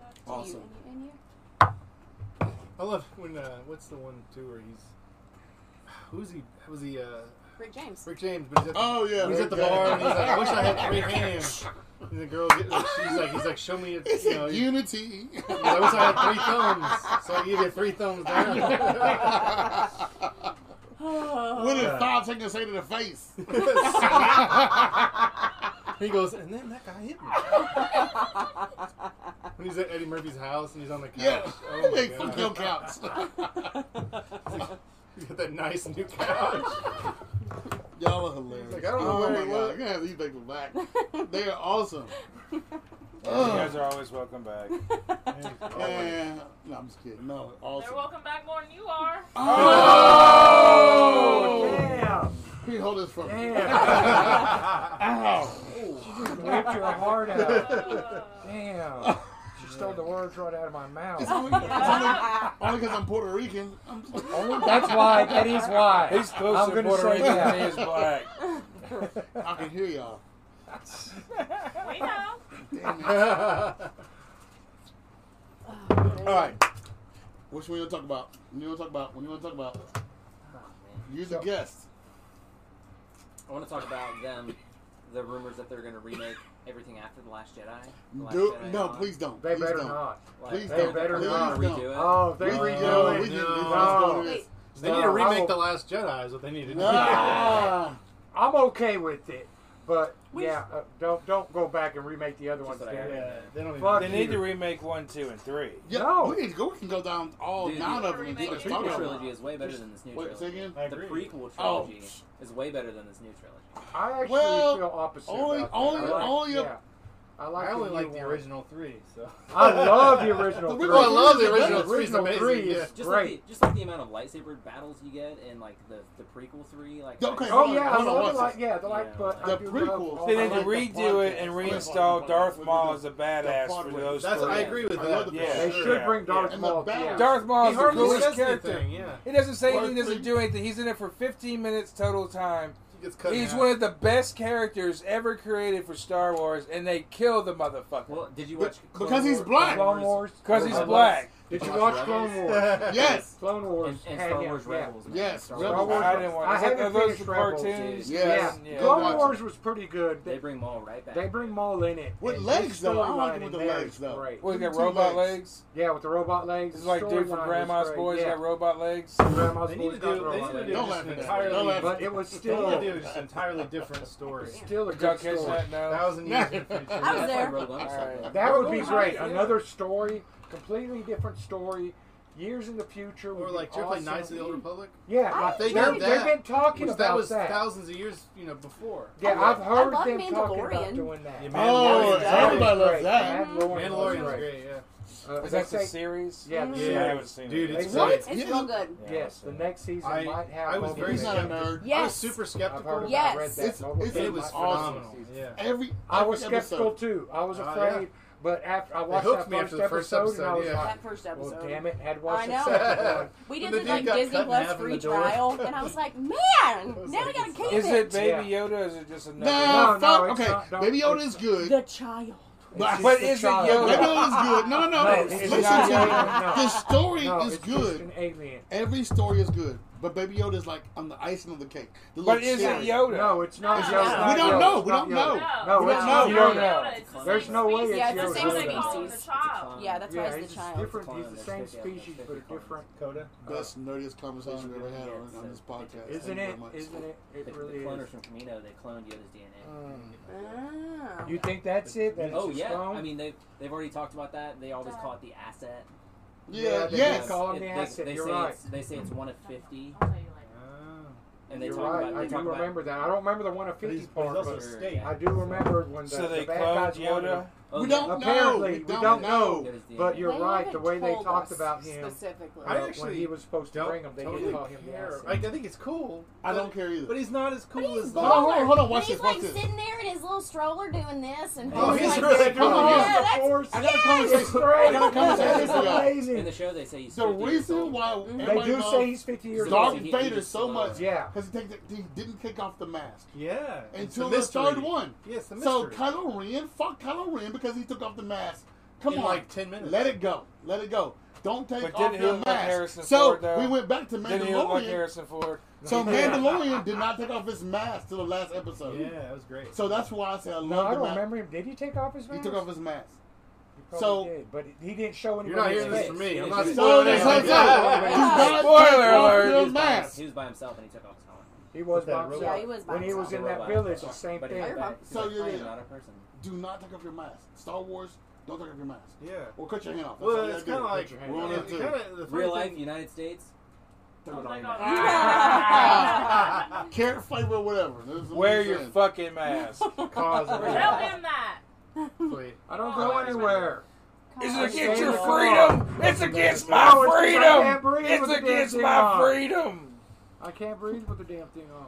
Speaker 10: that's
Speaker 1: Awesome.
Speaker 4: You, and you,
Speaker 7: I love when uh, what's the one too where he's who's he was he uh
Speaker 4: Rick James.
Speaker 7: Rick James, but he's at the,
Speaker 1: Oh, yeah,
Speaker 7: he's
Speaker 1: Rick
Speaker 7: at the
Speaker 1: James.
Speaker 7: bar and he's like, I wish I had three hands. And the girl, gets, like, she's like, he's like, show me your,
Speaker 1: It's
Speaker 7: you know,
Speaker 1: a
Speaker 7: you,
Speaker 1: unity.
Speaker 7: he's like, I wish I had three thumbs, so I give you three thumbs down.
Speaker 4: Oh.
Speaker 1: what did five seconds say to the face?
Speaker 7: he goes, and then that guy hit me. When he's at Eddie Murphy's house and he's on the couch.
Speaker 1: yeah,
Speaker 7: Oh my
Speaker 1: hey, fuck your
Speaker 7: God.
Speaker 1: couch.
Speaker 7: He's got that nice new couch.
Speaker 1: Y'all are hilarious.
Speaker 7: Like, I don't know where
Speaker 1: Oh, my
Speaker 7: they
Speaker 1: God,
Speaker 7: look.
Speaker 1: You're gonna have these people back. They are awesome.
Speaker 3: You
Speaker 1: Ugh.
Speaker 3: guys are always welcome back.
Speaker 7: Oh
Speaker 1: And, no, I'm just kidding. No,
Speaker 10: They're
Speaker 1: awesome.
Speaker 10: welcome back more than you are.
Speaker 1: Oh!
Speaker 6: Damn.
Speaker 1: He hold this from me.
Speaker 6: Ripped your heart out.
Speaker 10: Uh,
Speaker 5: Damn. She stole the words right out of my
Speaker 1: It's
Speaker 5: mouth.
Speaker 1: only because I'm Puerto Rican. I'm
Speaker 6: That's why. That is why.
Speaker 3: He's
Speaker 6: I'm
Speaker 3: closer to
Speaker 6: gonna
Speaker 3: Puerto
Speaker 6: say
Speaker 3: Rican
Speaker 6: that.
Speaker 3: than he is black.
Speaker 1: I can hear y'all.
Speaker 10: we know.
Speaker 1: Damn it.
Speaker 4: All
Speaker 1: All right. Which one you want to talk about? When you want to talk about? When you want to talk about?
Speaker 8: Oh,
Speaker 1: You're the guest.
Speaker 8: I want to talk about them, the rumors that they're going to remake everything after The Last Jedi. The Last
Speaker 1: Do,
Speaker 8: Jedi
Speaker 1: no,
Speaker 8: on.
Speaker 1: please don't.
Speaker 5: They
Speaker 1: please
Speaker 5: better
Speaker 1: don't.
Speaker 5: not.
Speaker 8: Like,
Speaker 1: please
Speaker 8: they
Speaker 5: don't.
Speaker 8: better
Speaker 5: Please
Speaker 8: not
Speaker 1: don't.
Speaker 8: redo it.
Speaker 5: Oh, they
Speaker 1: We
Speaker 5: redo
Speaker 1: can
Speaker 5: it.
Speaker 1: go. We can. Let's go to
Speaker 5: No.
Speaker 1: this.
Speaker 7: They need
Speaker 5: No,
Speaker 7: to remake
Speaker 5: I'll-
Speaker 7: The Last Jedi is what they need to do.
Speaker 1: Ah,
Speaker 5: I'm okay with it, but
Speaker 4: We-
Speaker 5: yeah, uh, don't don't go back and remake the other ones.
Speaker 8: Just like-
Speaker 5: Again.
Speaker 7: Yeah, they don't even.
Speaker 5: Fuck
Speaker 3: They
Speaker 5: you.
Speaker 3: need to remake one, two, and three.
Speaker 1: yeah,
Speaker 5: No.
Speaker 1: we need to go. We can go down all
Speaker 8: Dude,
Speaker 1: nine
Speaker 10: the
Speaker 1: of them. and
Speaker 10: remake
Speaker 1: just
Speaker 8: The
Speaker 10: is
Speaker 1: talk
Speaker 10: Talk
Speaker 5: Oh.
Speaker 10: about
Speaker 8: prequel
Speaker 1: about
Speaker 8: trilogy
Speaker 1: them.
Speaker 8: is way better than this new
Speaker 1: Wait, say
Speaker 8: trilogy.
Speaker 1: again.
Speaker 7: I
Speaker 8: The
Speaker 7: agree.
Speaker 8: prequel
Speaker 1: Oh.
Speaker 8: trilogy is way better than this new trilogy.
Speaker 5: I actually
Speaker 1: Well,
Speaker 5: feel opposite.
Speaker 1: only-
Speaker 5: about that.
Speaker 1: only-
Speaker 5: I like,
Speaker 1: only a-
Speaker 5: yeah. I like
Speaker 7: I only
Speaker 5: the
Speaker 7: like
Speaker 5: new
Speaker 7: the
Speaker 5: one.
Speaker 7: original three, so.
Speaker 5: I love the original.
Speaker 1: The
Speaker 5: three.
Speaker 1: original Oh, I love the
Speaker 7: original three. It's
Speaker 5: original
Speaker 7: amazing,
Speaker 5: three is
Speaker 7: yeah.
Speaker 8: Just
Speaker 5: great.
Speaker 8: like the, just like the amount of lightsaber battles you get in like the, the prequel three, like
Speaker 1: Okay,
Speaker 8: I-
Speaker 5: oh yeah, I
Speaker 1: Hold on,
Speaker 5: love
Speaker 1: what's
Speaker 5: the like
Speaker 1: this?
Speaker 5: yeah, the like,
Speaker 8: Yeah.
Speaker 5: but Oh, I
Speaker 1: The
Speaker 5: do
Speaker 1: prequels.
Speaker 5: Love,
Speaker 3: They
Speaker 1: I
Speaker 3: need to
Speaker 1: like the
Speaker 3: redo it and
Speaker 1: podcast.
Speaker 3: reinstall Darth Maul as a badass for
Speaker 1: podcast.
Speaker 3: those
Speaker 7: That's,
Speaker 3: three.
Speaker 7: I agree with
Speaker 1: I love
Speaker 7: that.
Speaker 1: the
Speaker 3: Yeah.
Speaker 5: they
Speaker 1: prequel.
Speaker 5: should
Speaker 3: Yeah.
Speaker 5: bring Darth
Speaker 1: And the
Speaker 5: Maul.
Speaker 1: battle-
Speaker 5: yeah.
Speaker 3: Darth Maul
Speaker 7: He
Speaker 3: is the
Speaker 7: hardly
Speaker 3: coolest
Speaker 7: says
Speaker 3: character.
Speaker 7: anything, yeah.
Speaker 3: He doesn't say anything,
Speaker 1: Largely-
Speaker 3: doesn't do anything. He's in it for 15 minutes total time.
Speaker 7: He gets cut in
Speaker 3: He's
Speaker 7: half.
Speaker 3: one of the best characters ever created for Star Wars, and they kill the motherfucker
Speaker 8: Well, did you
Speaker 1: Be-
Speaker 8: watch Clone
Speaker 1: because he's
Speaker 8: Wars-
Speaker 1: black.
Speaker 5: Clone Wars.
Speaker 3: because he's
Speaker 5: I love-
Speaker 3: black.
Speaker 5: Did you
Speaker 8: Watch
Speaker 5: watch
Speaker 8: Rebels?
Speaker 5: Clone Wars?
Speaker 1: Yes.
Speaker 5: Clone Wars.
Speaker 8: And, and
Speaker 5: had
Speaker 8: Star
Speaker 5: him,
Speaker 8: Wars
Speaker 5: yeah.
Speaker 8: Rebels. and
Speaker 1: Yes,
Speaker 8: Star
Speaker 1: Rebels.
Speaker 8: Wars.
Speaker 5: Star Wars.
Speaker 3: I didn't
Speaker 5: I
Speaker 3: watch it.
Speaker 5: haven't
Speaker 3: Are those the
Speaker 5: finished Rebels
Speaker 3: cartoons?
Speaker 1: yet. Yes.
Speaker 3: Yeah.
Speaker 1: Go
Speaker 5: Clone
Speaker 1: watch
Speaker 5: Wars was pretty good.
Speaker 8: They
Speaker 5: They,
Speaker 8: bring Maul right back.
Speaker 5: they bring Maul in it.
Speaker 1: With
Speaker 5: and
Speaker 1: legs,
Speaker 5: his
Speaker 1: though. I like
Speaker 5: storyline
Speaker 1: it with
Speaker 5: in
Speaker 1: the
Speaker 5: there
Speaker 1: legs,
Speaker 5: is
Speaker 1: though.
Speaker 5: great.
Speaker 3: What, he got
Speaker 1: Two
Speaker 3: robot
Speaker 1: legs.
Speaker 3: legs?
Speaker 5: Yeah, with the robot legs.
Speaker 3: It's
Speaker 5: the
Speaker 3: like dude
Speaker 5: storyline
Speaker 3: from
Speaker 5: was
Speaker 3: Grandma's
Speaker 5: great,
Speaker 3: Boys
Speaker 5: yeah.
Speaker 3: got robot legs.
Speaker 5: Grandma's Boys
Speaker 7: They need to
Speaker 5: got
Speaker 7: do. They
Speaker 5: robot
Speaker 7: need to
Speaker 5: legs.
Speaker 7: do
Speaker 1: Don't
Speaker 7: just
Speaker 1: laugh
Speaker 7: an
Speaker 1: at that.
Speaker 7: entirely.
Speaker 1: Don't laugh at
Speaker 5: But it was
Speaker 7: They need to
Speaker 5: still
Speaker 7: do just an entirely different story.
Speaker 5: still a
Speaker 3: Y'all
Speaker 5: good
Speaker 3: catch
Speaker 5: story.
Speaker 3: that now?
Speaker 7: Thousand years in the future.
Speaker 4: I was
Speaker 8: That's
Speaker 4: there.
Speaker 8: Like Rogue One or
Speaker 3: All right.
Speaker 8: something.
Speaker 5: That would be
Speaker 7: Nice,
Speaker 5: great.
Speaker 7: yeah.
Speaker 5: Another story, completely different story. Years in the future. would
Speaker 7: Or
Speaker 5: be
Speaker 7: like, do you play
Speaker 5: awesome.
Speaker 7: Knights of the Old Republic?
Speaker 5: Yeah,
Speaker 4: I
Speaker 5: like,
Speaker 4: think
Speaker 5: they're-
Speaker 4: that-
Speaker 5: they've been talking
Speaker 7: Which
Speaker 5: about
Speaker 7: that was
Speaker 5: that.
Speaker 7: thousands of years, you know, before.
Speaker 5: Yeah, I've heard
Speaker 4: love
Speaker 5: them talking about
Speaker 4: Mandalorian.
Speaker 5: doing that.
Speaker 7: Yeah,
Speaker 1: Oh,
Speaker 7: Mandalorian.
Speaker 1: everybody loves
Speaker 5: Great.
Speaker 1: that.
Speaker 5: Mandalorian was
Speaker 7: Mandalorian is
Speaker 5: great.
Speaker 7: great, yeah.
Speaker 5: Uh,
Speaker 3: Is
Speaker 5: they
Speaker 3: that the
Speaker 5: say-
Speaker 3: series?
Speaker 5: Yeah, the
Speaker 7: Yeah.
Speaker 3: I
Speaker 5: series.
Speaker 3: haven't seen
Speaker 7: Dude,
Speaker 3: it.
Speaker 7: it's
Speaker 5: What?
Speaker 7: great.
Speaker 4: It's
Speaker 1: Yeah.
Speaker 4: real good.
Speaker 3: Yeah,
Speaker 5: Yes, the
Speaker 3: so-
Speaker 5: next season
Speaker 7: I,
Speaker 5: might have.
Speaker 7: I was
Speaker 5: both
Speaker 7: very
Speaker 5: of
Speaker 1: He's not a
Speaker 5: them.
Speaker 1: nerd.
Speaker 7: skeptical. I was
Speaker 4: Yes.
Speaker 7: super
Speaker 5: I've heard
Speaker 7: skeptical.
Speaker 5: about
Speaker 4: Yes.
Speaker 5: read that.
Speaker 1: It's-
Speaker 5: Both of
Speaker 1: it's
Speaker 5: them
Speaker 7: It was
Speaker 5: might have.
Speaker 1: awesome.
Speaker 7: phenomenal. Yeah.
Speaker 1: Every
Speaker 5: I
Speaker 1: every
Speaker 5: was skeptical
Speaker 1: episode.
Speaker 5: too. I was
Speaker 7: Oh,
Speaker 5: afraid,
Speaker 7: yeah.
Speaker 5: but after I watched
Speaker 7: hooked
Speaker 5: that
Speaker 7: me
Speaker 5: first,
Speaker 7: after the first
Speaker 5: episode, and I
Speaker 7: episode,
Speaker 5: was
Speaker 7: yeah.
Speaker 5: like,
Speaker 4: That first
Speaker 5: "Well,
Speaker 4: episode.
Speaker 5: damn it, had watched
Speaker 4: I know.
Speaker 5: it."
Speaker 4: We did
Speaker 7: When the
Speaker 4: the,
Speaker 7: dude
Speaker 4: like
Speaker 7: got
Speaker 4: Disney
Speaker 7: cut in
Speaker 4: Plus
Speaker 7: half in the
Speaker 4: free
Speaker 7: door.
Speaker 4: trial, and I was like, man, now we gotta keep
Speaker 3: Is it
Speaker 4: it.
Speaker 3: Baby Yoda or is it just another?
Speaker 1: Nah,
Speaker 5: No, no,
Speaker 1: fuck.
Speaker 5: it's
Speaker 1: okay,
Speaker 5: not- don't-
Speaker 1: Baby Yoda
Speaker 5: it's-
Speaker 1: is good.
Speaker 4: The child.
Speaker 1: But
Speaker 3: But
Speaker 5: It's
Speaker 3: is it
Speaker 5: the child.
Speaker 1: Baby
Speaker 3: Yoda?
Speaker 1: Yoda is good. No, no, no.
Speaker 5: No, it's
Speaker 1: Listen
Speaker 3: not
Speaker 1: to
Speaker 3: Yoda,
Speaker 1: me.
Speaker 5: no.
Speaker 1: The story
Speaker 5: No,
Speaker 1: is
Speaker 5: it's just
Speaker 1: good.
Speaker 5: an alien.
Speaker 1: Every story is good, but Baby Yoda is like on the icing of the cake. The
Speaker 3: But
Speaker 1: little
Speaker 3: is it
Speaker 1: cherry.
Speaker 3: Yoda?
Speaker 5: No, it's not.
Speaker 10: It's
Speaker 5: Yoda.
Speaker 10: not. We
Speaker 5: It's
Speaker 10: don't
Speaker 5: not Yoda.
Speaker 1: know.
Speaker 5: It's
Speaker 1: We
Speaker 5: not
Speaker 1: don't know.
Speaker 5: Yoda.
Speaker 10: No,
Speaker 5: Oh, No,
Speaker 1: We
Speaker 5: it's
Speaker 1: don't
Speaker 5: not
Speaker 1: know.
Speaker 5: Yoda.
Speaker 10: It's the
Speaker 5: There's
Speaker 10: same
Speaker 5: no way
Speaker 10: species.
Speaker 5: it's
Speaker 4: Yeah, it's the
Speaker 5: Yoda.
Speaker 4: same
Speaker 10: They call him the
Speaker 4: species.
Speaker 10: child.
Speaker 4: Yeah, that's why
Speaker 5: Yeah,
Speaker 4: he's
Speaker 5: he's
Speaker 4: the child.
Speaker 5: different. He's the
Speaker 8: There's
Speaker 5: same
Speaker 8: 50 of them.
Speaker 5: species,
Speaker 8: There's
Speaker 5: but a
Speaker 8: 50 of
Speaker 5: different.
Speaker 8: them.
Speaker 7: Coda.
Speaker 1: Best nerdiest conversation we ever had on, on this podcast. Thank
Speaker 5: Isn't it?
Speaker 1: you very much.
Speaker 5: Isn't it?
Speaker 8: The,
Speaker 5: It
Speaker 8: the
Speaker 5: really
Speaker 8: cloners
Speaker 5: is. Uh,
Speaker 8: from Camino, they cloned Yoda's DNA.
Speaker 4: Oh.
Speaker 5: You think that's it? That it's
Speaker 8: oh
Speaker 5: just
Speaker 8: yeah,
Speaker 5: gone?
Speaker 8: I mean they they've already talked about that. They always call it the asset.
Speaker 1: Yeah,
Speaker 5: they
Speaker 1: yes.
Speaker 5: do call him
Speaker 8: It-
Speaker 5: the
Speaker 8: they-
Speaker 5: asset.
Speaker 8: They,
Speaker 5: You're
Speaker 8: say
Speaker 5: right.
Speaker 8: it's- They say it's one of fifty,
Speaker 10: I'll tell you later.
Speaker 8: and they
Speaker 5: You're
Speaker 8: talk
Speaker 5: right.
Speaker 8: about. They
Speaker 5: I do
Speaker 8: talk about-
Speaker 5: remember that. I don't remember the one of
Speaker 7: But
Speaker 5: fifty
Speaker 7: he's, but he's
Speaker 5: part,
Speaker 7: also
Speaker 5: but
Speaker 8: Parker,
Speaker 7: state.
Speaker 8: yeah.
Speaker 5: I do remember when the,
Speaker 3: So they
Speaker 5: the bad
Speaker 3: cloned
Speaker 5: guys wanted
Speaker 3: Yoda.
Speaker 5: him.
Speaker 8: Oh,
Speaker 1: We
Speaker 8: yeah.
Speaker 1: don't
Speaker 5: Apparently,
Speaker 1: know.
Speaker 5: we don't know.
Speaker 8: Yoda's DNA.
Speaker 5: But you're
Speaker 4: They
Speaker 5: right. The
Speaker 4: haven't
Speaker 5: way they
Speaker 4: told
Speaker 5: talked
Speaker 4: us
Speaker 5: about him
Speaker 4: specifically.
Speaker 5: uh,
Speaker 7: I
Speaker 5: when
Speaker 7: actually
Speaker 5: he was supposed to
Speaker 7: don't
Speaker 5: bring him, they
Speaker 7: totally
Speaker 5: didn't call him the
Speaker 7: care.
Speaker 5: asset.
Speaker 7: Like, I think it's cool.
Speaker 1: I
Speaker 7: but-
Speaker 1: don't care either.
Speaker 7: But he's not as
Speaker 4: But
Speaker 7: cool
Speaker 4: he's
Speaker 7: as
Speaker 1: Hold on,
Speaker 7: that.
Speaker 1: hold on, hold on. Watch
Speaker 4: he's
Speaker 1: this. Watch
Speaker 4: like
Speaker 1: this.
Speaker 4: sitting there in his little stroller doing this, and
Speaker 7: Oh, he's
Speaker 4: like,
Speaker 7: really cool.
Speaker 1: Hold on.
Speaker 4: Yeah, that's-
Speaker 5: force.
Speaker 1: I got a
Speaker 5: It's
Speaker 1: conversation.
Speaker 5: great.
Speaker 1: I got a conversation
Speaker 5: It's
Speaker 1: for y'all.
Speaker 8: In the
Speaker 5: amazing.
Speaker 8: show, they say he's
Speaker 1: The
Speaker 8: 50 years
Speaker 1: reason
Speaker 8: old.
Speaker 1: why
Speaker 5: They
Speaker 1: everybody
Speaker 5: do
Speaker 1: loves
Speaker 5: say he's 50 years
Speaker 8: Dark-
Speaker 5: old.
Speaker 1: Darth
Speaker 8: He- he
Speaker 1: Vader
Speaker 8: just
Speaker 1: so
Speaker 8: loves-
Speaker 1: much
Speaker 5: Yeah.
Speaker 1: because he, take- he didn't take off the mask
Speaker 7: Yeah. it's a
Speaker 1: until the third
Speaker 7: mystery.
Speaker 1: one.
Speaker 7: Yeah, it's the
Speaker 1: So
Speaker 7: mystery.
Speaker 1: Kylo Ren, fuck Kylo Ren because he took off the mask. Come
Speaker 7: In
Speaker 1: on,
Speaker 7: like 10 minutes.
Speaker 1: Let it go. Let it go. Don't take
Speaker 3: But
Speaker 1: off
Speaker 3: didn't he
Speaker 1: your
Speaker 3: look
Speaker 1: mask.
Speaker 3: like Harrison
Speaker 1: so
Speaker 3: Ford, though?
Speaker 1: we went back to
Speaker 3: Didn't he look like
Speaker 1: Mandalorian.
Speaker 3: Harrison Ford?
Speaker 1: So Mandalorian did not take off his mask till the last episode.
Speaker 7: Yeah, that was great.
Speaker 1: So that's why I say I love
Speaker 6: No, I
Speaker 1: the
Speaker 6: don't
Speaker 1: mask.
Speaker 6: remember him. Did he take off his
Speaker 1: He
Speaker 6: mask?
Speaker 1: took off his mask.
Speaker 6: He probably
Speaker 1: so-
Speaker 6: did, but he didn't show
Speaker 7: You're
Speaker 6: anybody.
Speaker 7: not hearing
Speaker 6: his
Speaker 7: this
Speaker 6: face.
Speaker 7: from me. I'm
Speaker 8: Yeah,
Speaker 7: not
Speaker 8: it's-
Speaker 1: So
Speaker 7: spoiling
Speaker 1: that's how I
Speaker 7: anything.
Speaker 1: say, do not
Speaker 3: Spoiler
Speaker 1: take off
Speaker 3: alert.
Speaker 8: He
Speaker 1: your
Speaker 8: was, by,
Speaker 1: mask.
Speaker 8: he was by himself and he took off his helmet.
Speaker 6: He was
Speaker 7: With that
Speaker 6: by
Speaker 7: robot.
Speaker 6: himself.
Speaker 4: Yeah, he was by
Speaker 6: When he was
Speaker 4: himself.
Speaker 6: in that
Speaker 8: Robot.
Speaker 6: village, the same
Speaker 8: But
Speaker 6: thing.
Speaker 8: he
Speaker 4: Yeah.
Speaker 8: went back. He's
Speaker 1: So,
Speaker 8: like,
Speaker 1: yeah,
Speaker 8: I am
Speaker 1: yeah.
Speaker 8: not a person.
Speaker 1: Do not take off your mask. Star Wars, don't take off your mask.
Speaker 7: Yeah.
Speaker 1: Well, cut your hand off. That's all
Speaker 7: Well,
Speaker 1: you
Speaker 7: it's kind
Speaker 1: gotta
Speaker 7: of
Speaker 1: do.
Speaker 7: like
Speaker 1: Cut your hand off.
Speaker 7: it's kinda- the funny
Speaker 8: Real life,
Speaker 7: thing-
Speaker 8: United States.
Speaker 1: Take
Speaker 10: Oh
Speaker 1: it
Speaker 10: my
Speaker 1: off.
Speaker 10: God.
Speaker 1: Carrot flavor, whatever. That's what
Speaker 3: Wear
Speaker 1: I'm
Speaker 3: your
Speaker 1: saying.
Speaker 3: fucking mask.
Speaker 7: Cause of
Speaker 10: Tell him that.
Speaker 7: Please.
Speaker 5: I don't go anywhere.
Speaker 3: It's
Speaker 5: I
Speaker 3: against
Speaker 5: stay
Speaker 3: your
Speaker 5: in the car.
Speaker 3: freedom. It's
Speaker 5: I'm
Speaker 3: against
Speaker 5: in the car.
Speaker 3: my
Speaker 5: I can't
Speaker 3: freedom. It's
Speaker 5: breathe with the damn
Speaker 3: against
Speaker 5: thing
Speaker 3: my
Speaker 5: on.
Speaker 3: freedom.
Speaker 5: I can't breathe with the damn thing on.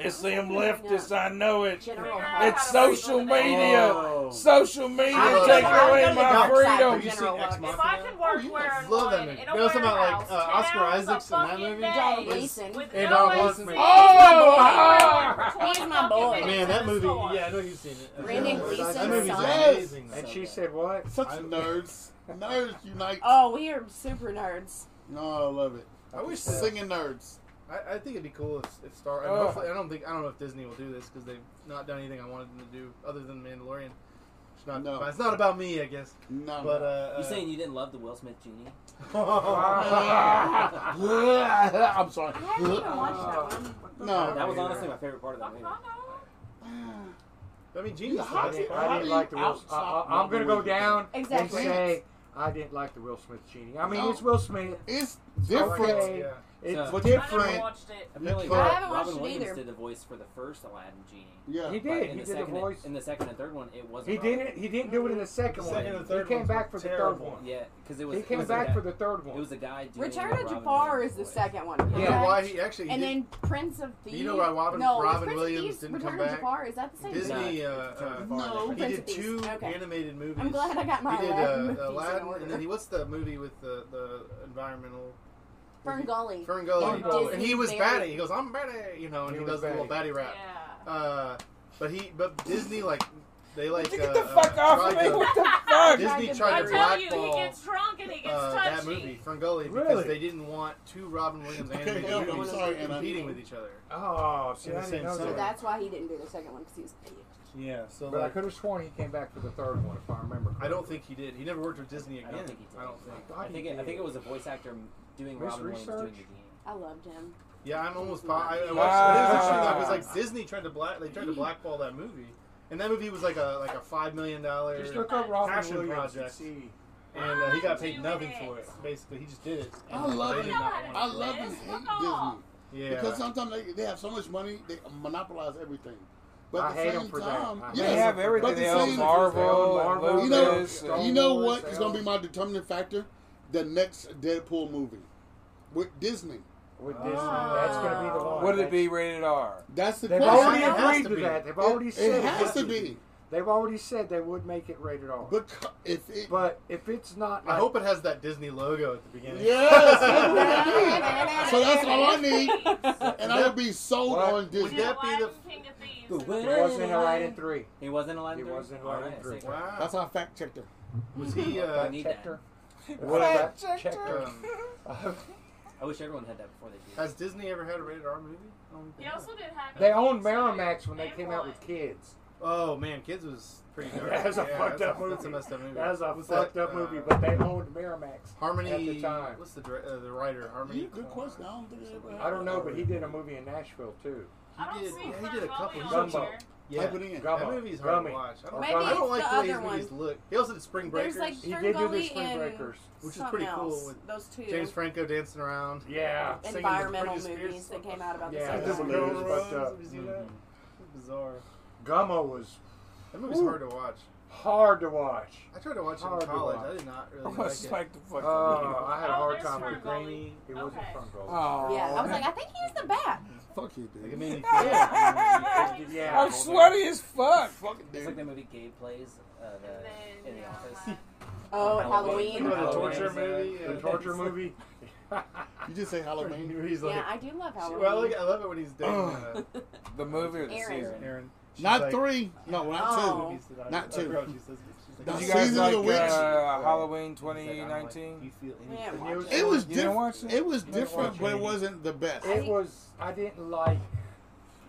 Speaker 3: It's them leftists. I know it.
Speaker 4: General.
Speaker 10: It's
Speaker 4: Hawk.
Speaker 3: It's social media.
Speaker 5: Oh.
Speaker 3: Social media
Speaker 4: I'm
Speaker 3: taking
Speaker 4: gonna
Speaker 3: away
Speaker 4: go to the
Speaker 3: my
Speaker 4: dark side.
Speaker 7: Have
Speaker 3: freedom.
Speaker 7: you
Speaker 4: Just-
Speaker 7: seen
Speaker 4: General
Speaker 7: Ex
Speaker 4: Lux.
Speaker 10: If I
Speaker 7: Mafia?
Speaker 10: could work
Speaker 1: Oh, you
Speaker 10: where
Speaker 7: must
Speaker 10: I
Speaker 7: love
Speaker 10: wanted,
Speaker 7: that
Speaker 10: in
Speaker 7: movie. You
Speaker 10: a
Speaker 7: know something about,
Speaker 10: warehouse,
Speaker 7: like, uh,
Speaker 10: 10
Speaker 7: Oscar
Speaker 10: hours a
Speaker 7: Isaacson in that
Speaker 10: fucking
Speaker 7: movie?
Speaker 10: day
Speaker 4: John
Speaker 10: with-
Speaker 4: Gleason.
Speaker 10: With
Speaker 7: Hey,
Speaker 10: no
Speaker 7: Don
Speaker 10: AC.
Speaker 7: Gleason.
Speaker 10: You
Speaker 3: Oh!
Speaker 10: could work for 20
Speaker 4: He's my
Speaker 10: fucking
Speaker 4: boy.
Speaker 10: minutes
Speaker 7: Man,
Speaker 10: in
Speaker 7: that
Speaker 10: a
Speaker 7: movie.
Speaker 10: store.
Speaker 7: Yeah, I know you've seen it.
Speaker 4: Brandon
Speaker 7: Yeah.
Speaker 4: Gleason's
Speaker 7: That movie's
Speaker 4: son.
Speaker 7: amazing.
Speaker 6: And
Speaker 8: So
Speaker 6: she
Speaker 8: good.
Speaker 6: said, "What?"
Speaker 1: Such nerds. Nerds unite.
Speaker 4: Oh, we are super nerds.
Speaker 1: No, I love it.
Speaker 7: I wish that-
Speaker 1: Singing nerds.
Speaker 7: I, I think it'd be cool if, if Star. And
Speaker 3: Ugh.
Speaker 7: hopefully, I don't think I don't know if Disney will do this because they've not done anything I wanted them to do other than Mandalorian. It's not.
Speaker 1: No. Oh,
Speaker 7: It's not about me, I guess.
Speaker 1: No.
Speaker 7: But uh,
Speaker 8: You
Speaker 7: uh,
Speaker 8: saying you didn't love the Will Smith genie?
Speaker 6: uh,
Speaker 1: I'm sorry.
Speaker 4: I haven't even watched that one.
Speaker 1: No.
Speaker 8: That was
Speaker 6: yeah.
Speaker 8: honestly my favorite part of
Speaker 10: Fuck,
Speaker 8: that movie.
Speaker 10: I know.
Speaker 7: I mean, genius.
Speaker 1: How
Speaker 6: I
Speaker 1: do
Speaker 6: didn't,
Speaker 1: you-
Speaker 6: I
Speaker 1: how
Speaker 6: didn't
Speaker 1: do
Speaker 6: like the
Speaker 1: you
Speaker 6: Will. I,
Speaker 1: outstop
Speaker 6: I, I'm
Speaker 1: one
Speaker 6: gonna go
Speaker 1: with it?
Speaker 6: down and
Speaker 4: Exactly.
Speaker 6: say I didn't like the Will Smith cheating. I mean,
Speaker 1: No.
Speaker 6: it's Will Smith.
Speaker 1: It's different.
Speaker 6: Okay.
Speaker 7: Yeah.
Speaker 6: It's
Speaker 8: So-
Speaker 10: I never
Speaker 1: Frank.
Speaker 6: different.
Speaker 10: watched it.
Speaker 8: I feel like
Speaker 1: I
Speaker 4: haven't watched
Speaker 8: Robin
Speaker 4: it
Speaker 8: Williams
Speaker 4: either.
Speaker 8: did the voice for the first Aladdin genie.
Speaker 1: Yeah.
Speaker 6: He
Speaker 8: But
Speaker 6: did. He
Speaker 8: in the
Speaker 6: did the
Speaker 8: second,
Speaker 6: voice.
Speaker 8: in the second and third one, it wasn't.
Speaker 6: He
Speaker 8: Robin.
Speaker 6: didn't. He didn't do it in the second
Speaker 7: The
Speaker 6: one.
Speaker 7: second and third
Speaker 6: he came
Speaker 7: ones
Speaker 6: back
Speaker 7: were
Speaker 6: for the third
Speaker 7: terrible.
Speaker 6: one.
Speaker 8: Yeah, because it was.
Speaker 6: He
Speaker 8: it
Speaker 6: came
Speaker 8: was a guy-
Speaker 6: back for the third
Speaker 8: It was
Speaker 6: one.
Speaker 8: a guy. doing
Speaker 4: Return of
Speaker 8: Robin
Speaker 4: Jafar
Speaker 8: Williams
Speaker 4: is the
Speaker 8: voice.
Speaker 4: second one.
Speaker 7: You know
Speaker 4: correct?
Speaker 7: why he actually? he
Speaker 4: And
Speaker 7: did-
Speaker 4: then Prince of Thieves.
Speaker 7: You know why Robin-
Speaker 4: no, was
Speaker 7: Robin
Speaker 4: Prince of
Speaker 7: Williams
Speaker 4: Thieves,
Speaker 7: didn't
Speaker 4: Return
Speaker 7: come
Speaker 4: of
Speaker 7: back?
Speaker 4: Jafar. Is that the same
Speaker 8: Disney-
Speaker 4: thing?
Speaker 7: Disney.
Speaker 8: No,
Speaker 7: Uh,
Speaker 8: it's
Speaker 7: uh,
Speaker 8: Return
Speaker 1: Jafar.
Speaker 8: of
Speaker 7: he
Speaker 1: No.
Speaker 7: did
Speaker 4: Prince of
Speaker 7: two
Speaker 4: Thieves. Okay.
Speaker 7: animated movies.
Speaker 4: I'm glad I got my
Speaker 7: He did
Speaker 4: Aladdin movies
Speaker 7: uh,
Speaker 4: in
Speaker 7: Aladdin, and then
Speaker 4: order.
Speaker 7: he what's the movie with the the environmental?
Speaker 4: Fern Gully.
Speaker 7: Fern Gully.
Speaker 4: And Disney
Speaker 7: And he was
Speaker 4: Barry.
Speaker 7: batty. He goes, "I'm batty," you know, and
Speaker 6: He
Speaker 7: he,
Speaker 6: was
Speaker 7: does the little
Speaker 6: batty.
Speaker 7: batty
Speaker 10: Yeah.
Speaker 7: rap. Uh, but he, but Disney like they like
Speaker 3: Get
Speaker 7: uh,
Speaker 3: the fuck
Speaker 7: uh,
Speaker 3: off of
Speaker 7: tried
Speaker 3: me!
Speaker 7: to-
Speaker 3: What the fuck?
Speaker 7: Disney
Speaker 10: I
Speaker 7: tried to
Speaker 10: tell you, he
Speaker 7: blackball
Speaker 10: gets drunk and he gets
Speaker 7: uh,
Speaker 10: touchy.
Speaker 7: that movie Ferngully
Speaker 6: Really?
Speaker 7: because they didn't want two Robin Williams
Speaker 1: Okay,
Speaker 7: animated
Speaker 1: yeah, I'm
Speaker 7: movies
Speaker 1: sorry, Anna.
Speaker 7: competing with each other.
Speaker 6: Oh, see,
Speaker 7: In the
Speaker 6: I didn't
Speaker 7: same
Speaker 6: know
Speaker 7: summer.
Speaker 4: So
Speaker 6: that.
Speaker 4: that's why he didn't do the second one because he was pissed.
Speaker 7: Yeah, so
Speaker 6: But I
Speaker 7: like,
Speaker 6: could have sworn he came back for the third one, if I remember.
Speaker 7: I don't think he did. He never worked with Disney again.
Speaker 8: I don't think he did.
Speaker 7: I don't think.
Speaker 6: God,
Speaker 8: I
Speaker 6: he
Speaker 8: think it, I
Speaker 6: did.
Speaker 8: think it was a voice actor doing
Speaker 6: Miss
Speaker 8: Robin Williams doing
Speaker 6: Research?
Speaker 8: the genie.
Speaker 4: I loved him.
Speaker 7: Yeah, I'm almost. Po- I,
Speaker 1: Ah.
Speaker 7: I
Speaker 3: Wow.
Speaker 7: watched. It was actually like, it was like Disney tried to black. They tried to blackball that movie, and that movie was like a like a five million dollar.
Speaker 6: Just look up Robin
Speaker 7: Passion
Speaker 6: Williams
Speaker 7: Project.
Speaker 6: and see.
Speaker 7: and uh, he got paid
Speaker 10: Doing
Speaker 7: nothing
Speaker 10: it.
Speaker 7: for it. Basically, he just did it.
Speaker 1: I
Speaker 7: And
Speaker 1: love
Speaker 7: they
Speaker 1: it.
Speaker 7: did not want
Speaker 1: I love
Speaker 10: Yes,
Speaker 1: and hate
Speaker 10: fuck off.
Speaker 1: Disney
Speaker 7: Yeah.
Speaker 1: because sometimes they, they have so much money they monopolize everything. But
Speaker 6: I
Speaker 1: at the
Speaker 6: hate
Speaker 1: same
Speaker 6: him for
Speaker 1: time,
Speaker 6: that. I
Speaker 1: yes,
Speaker 3: They have everything.
Speaker 1: but
Speaker 3: They
Speaker 1: the
Speaker 3: own
Speaker 1: same-
Speaker 3: Marvel, and
Speaker 6: Marvel,
Speaker 1: you know,
Speaker 3: Lucas,
Speaker 6: Star
Speaker 1: you know
Speaker 6: Wars,
Speaker 1: what
Speaker 6: they
Speaker 1: is going to
Speaker 6: own-
Speaker 1: be my determining factor? The next Deadpool movie with Disney.
Speaker 6: With
Speaker 7: Oh.
Speaker 6: Disney, that's going to be the
Speaker 3: and-
Speaker 6: one.
Speaker 3: Would it
Speaker 6: That's-
Speaker 3: be rated R?
Speaker 1: That's the
Speaker 6: They've
Speaker 1: question.
Speaker 6: already
Speaker 7: It has
Speaker 6: agreed
Speaker 7: to
Speaker 6: to
Speaker 7: be.
Speaker 6: that. They've
Speaker 1: It,
Speaker 6: already said
Speaker 1: it has to
Speaker 6: would.
Speaker 1: be.
Speaker 6: They've already said they would make it rated R. But,
Speaker 1: Because if it,
Speaker 6: if it's not,
Speaker 7: I
Speaker 6: like-
Speaker 7: hope it has that Disney logo at the beginning.
Speaker 1: Yes, that's what I need. So that's all I need, and I will be sold
Speaker 3: What?
Speaker 1: on
Speaker 10: Would
Speaker 1: Disney.
Speaker 7: that be the-
Speaker 10: King of Thieves.
Speaker 8: The
Speaker 10: and
Speaker 8: winner?
Speaker 6: it wasn't Aladdin three.
Speaker 8: He wasn't allowed.
Speaker 6: He
Speaker 8: to do it?
Speaker 6: wasn't
Speaker 8: All
Speaker 6: allowed
Speaker 8: right,
Speaker 6: to do it.
Speaker 8: sick.
Speaker 7: Wow.
Speaker 1: That's how I fact checked her.
Speaker 7: was he? Uh,
Speaker 8: I need that.
Speaker 6: Checker.
Speaker 3: What about
Speaker 6: Checker.
Speaker 7: um,
Speaker 8: I wish everyone had that before they did.
Speaker 7: has Disney ever had a rated R movie? I don't
Speaker 10: He
Speaker 7: think
Speaker 10: also did Hack
Speaker 6: They
Speaker 10: and
Speaker 6: owned
Speaker 10: Slash
Speaker 6: Merrimax when they
Speaker 10: and
Speaker 6: came out with
Speaker 10: Wine.
Speaker 6: kids.
Speaker 7: Oh man, Kids was pretty dark.
Speaker 6: That was a
Speaker 7: Yeah,
Speaker 6: fucked
Speaker 7: that's
Speaker 6: up movie.
Speaker 7: That's a messed up movie.
Speaker 6: That was a
Speaker 7: What's
Speaker 6: fucked
Speaker 7: that,
Speaker 6: up movie,
Speaker 7: uh,
Speaker 6: but they owned Merrimax.
Speaker 7: Harmony
Speaker 6: at the time.
Speaker 7: What's the dire- uh, the writer? Harmony.
Speaker 1: You good question. I don't think it ever
Speaker 6: I don't know, but he did a movie in Nashville too.
Speaker 10: I don't
Speaker 7: He did-
Speaker 10: see
Speaker 7: yeah, he
Speaker 10: Fern
Speaker 7: did a couple.
Speaker 10: Gully
Speaker 6: He's
Speaker 10: on
Speaker 6: Gumbo.
Speaker 10: here.
Speaker 7: Yeah.
Speaker 1: Type it in.
Speaker 6: Gumbo.
Speaker 7: That movie's hard
Speaker 6: Gummy.
Speaker 7: to watch. I don't,
Speaker 4: Maybe
Speaker 7: I don't
Speaker 4: it's the
Speaker 7: like the way his
Speaker 4: other
Speaker 7: movies
Speaker 4: one.
Speaker 7: look. He also did Spring
Speaker 4: There's
Speaker 7: Breakers,
Speaker 4: like
Speaker 6: He
Speaker 4: Fern
Speaker 6: did do the
Speaker 4: Gully
Speaker 6: Spring
Speaker 4: and
Speaker 6: Breakers.
Speaker 7: which is
Speaker 4: something
Speaker 7: pretty cool
Speaker 4: else.
Speaker 7: with
Speaker 4: Those two
Speaker 7: James Franco dancing around.
Speaker 6: Yeah.
Speaker 7: singing the
Speaker 4: environmental
Speaker 7: Britney Spears
Speaker 4: movies that
Speaker 7: song.
Speaker 4: came out about
Speaker 6: Yeah,
Speaker 4: the
Speaker 6: that
Speaker 4: same
Speaker 6: was
Speaker 4: time.
Speaker 6: movie was fucked up.
Speaker 7: Did you see that? Bizarre.
Speaker 6: Gummo was
Speaker 7: That movie's
Speaker 6: Ooh.
Speaker 7: hard to watch.
Speaker 6: hard to watch.
Speaker 7: I tried to watch it in
Speaker 6: Hard to
Speaker 7: college.
Speaker 6: watch.
Speaker 7: I did not really
Speaker 3: I'm gonna
Speaker 7: like it.
Speaker 3: smack the fuck
Speaker 5: Uh,
Speaker 6: Oh,
Speaker 3: out of
Speaker 6: I had a
Speaker 10: Oh,
Speaker 6: hard
Speaker 10: there's
Speaker 6: time with
Speaker 10: Fern
Speaker 6: it.
Speaker 10: Gully.
Speaker 6: It wasn't
Speaker 10: Okay.
Speaker 6: Fern
Speaker 3: you.
Speaker 6: Gully.
Speaker 3: Oh.
Speaker 4: Yeah, I was like, I think he's the bat.
Speaker 1: Fuck you,
Speaker 7: Like it
Speaker 1: dude.
Speaker 7: made me feel.
Speaker 6: Yeah.
Speaker 3: I'm sweaty as fuck.
Speaker 1: Fuck it,
Speaker 8: It's like
Speaker 1: dude.
Speaker 8: that movie Gay Plays uh,
Speaker 10: And
Speaker 8: the,
Speaker 10: then,
Speaker 8: in the
Speaker 10: yeah,
Speaker 8: office.
Speaker 10: like-
Speaker 4: Oh, at
Speaker 8: Halloween.
Speaker 4: Halloween.
Speaker 7: Remember the torture
Speaker 8: Halloween.
Speaker 7: movie?
Speaker 6: The
Speaker 7: Yeah.
Speaker 6: torture movie.
Speaker 1: You just say Halloween.
Speaker 7: He's like,
Speaker 4: Yeah, I do love Halloween.
Speaker 7: well, I, like, I love it when he's dating
Speaker 3: Ugh.
Speaker 7: uh,
Speaker 3: The movie or the
Speaker 4: Aaron.
Speaker 3: season?
Speaker 7: Aaron. She's
Speaker 1: Not
Speaker 7: like-
Speaker 1: three. No, not
Speaker 4: Oh.
Speaker 1: two.
Speaker 7: She's like-
Speaker 1: Not two.
Speaker 7: Bro, she says- she's
Speaker 1: The
Speaker 3: Did you
Speaker 7: she's
Speaker 3: guys
Speaker 1: season of
Speaker 3: like
Speaker 1: the witch?
Speaker 3: uh, Halloween
Speaker 7: She's like, I'm like,
Speaker 3: 2019?
Speaker 7: you feel
Speaker 4: Yeah,
Speaker 7: anything?
Speaker 4: watch
Speaker 1: It was
Speaker 3: You didn't
Speaker 1: different.
Speaker 3: watch it?
Speaker 1: It was different, but it wasn't the best.
Speaker 11: It was. I didn't like.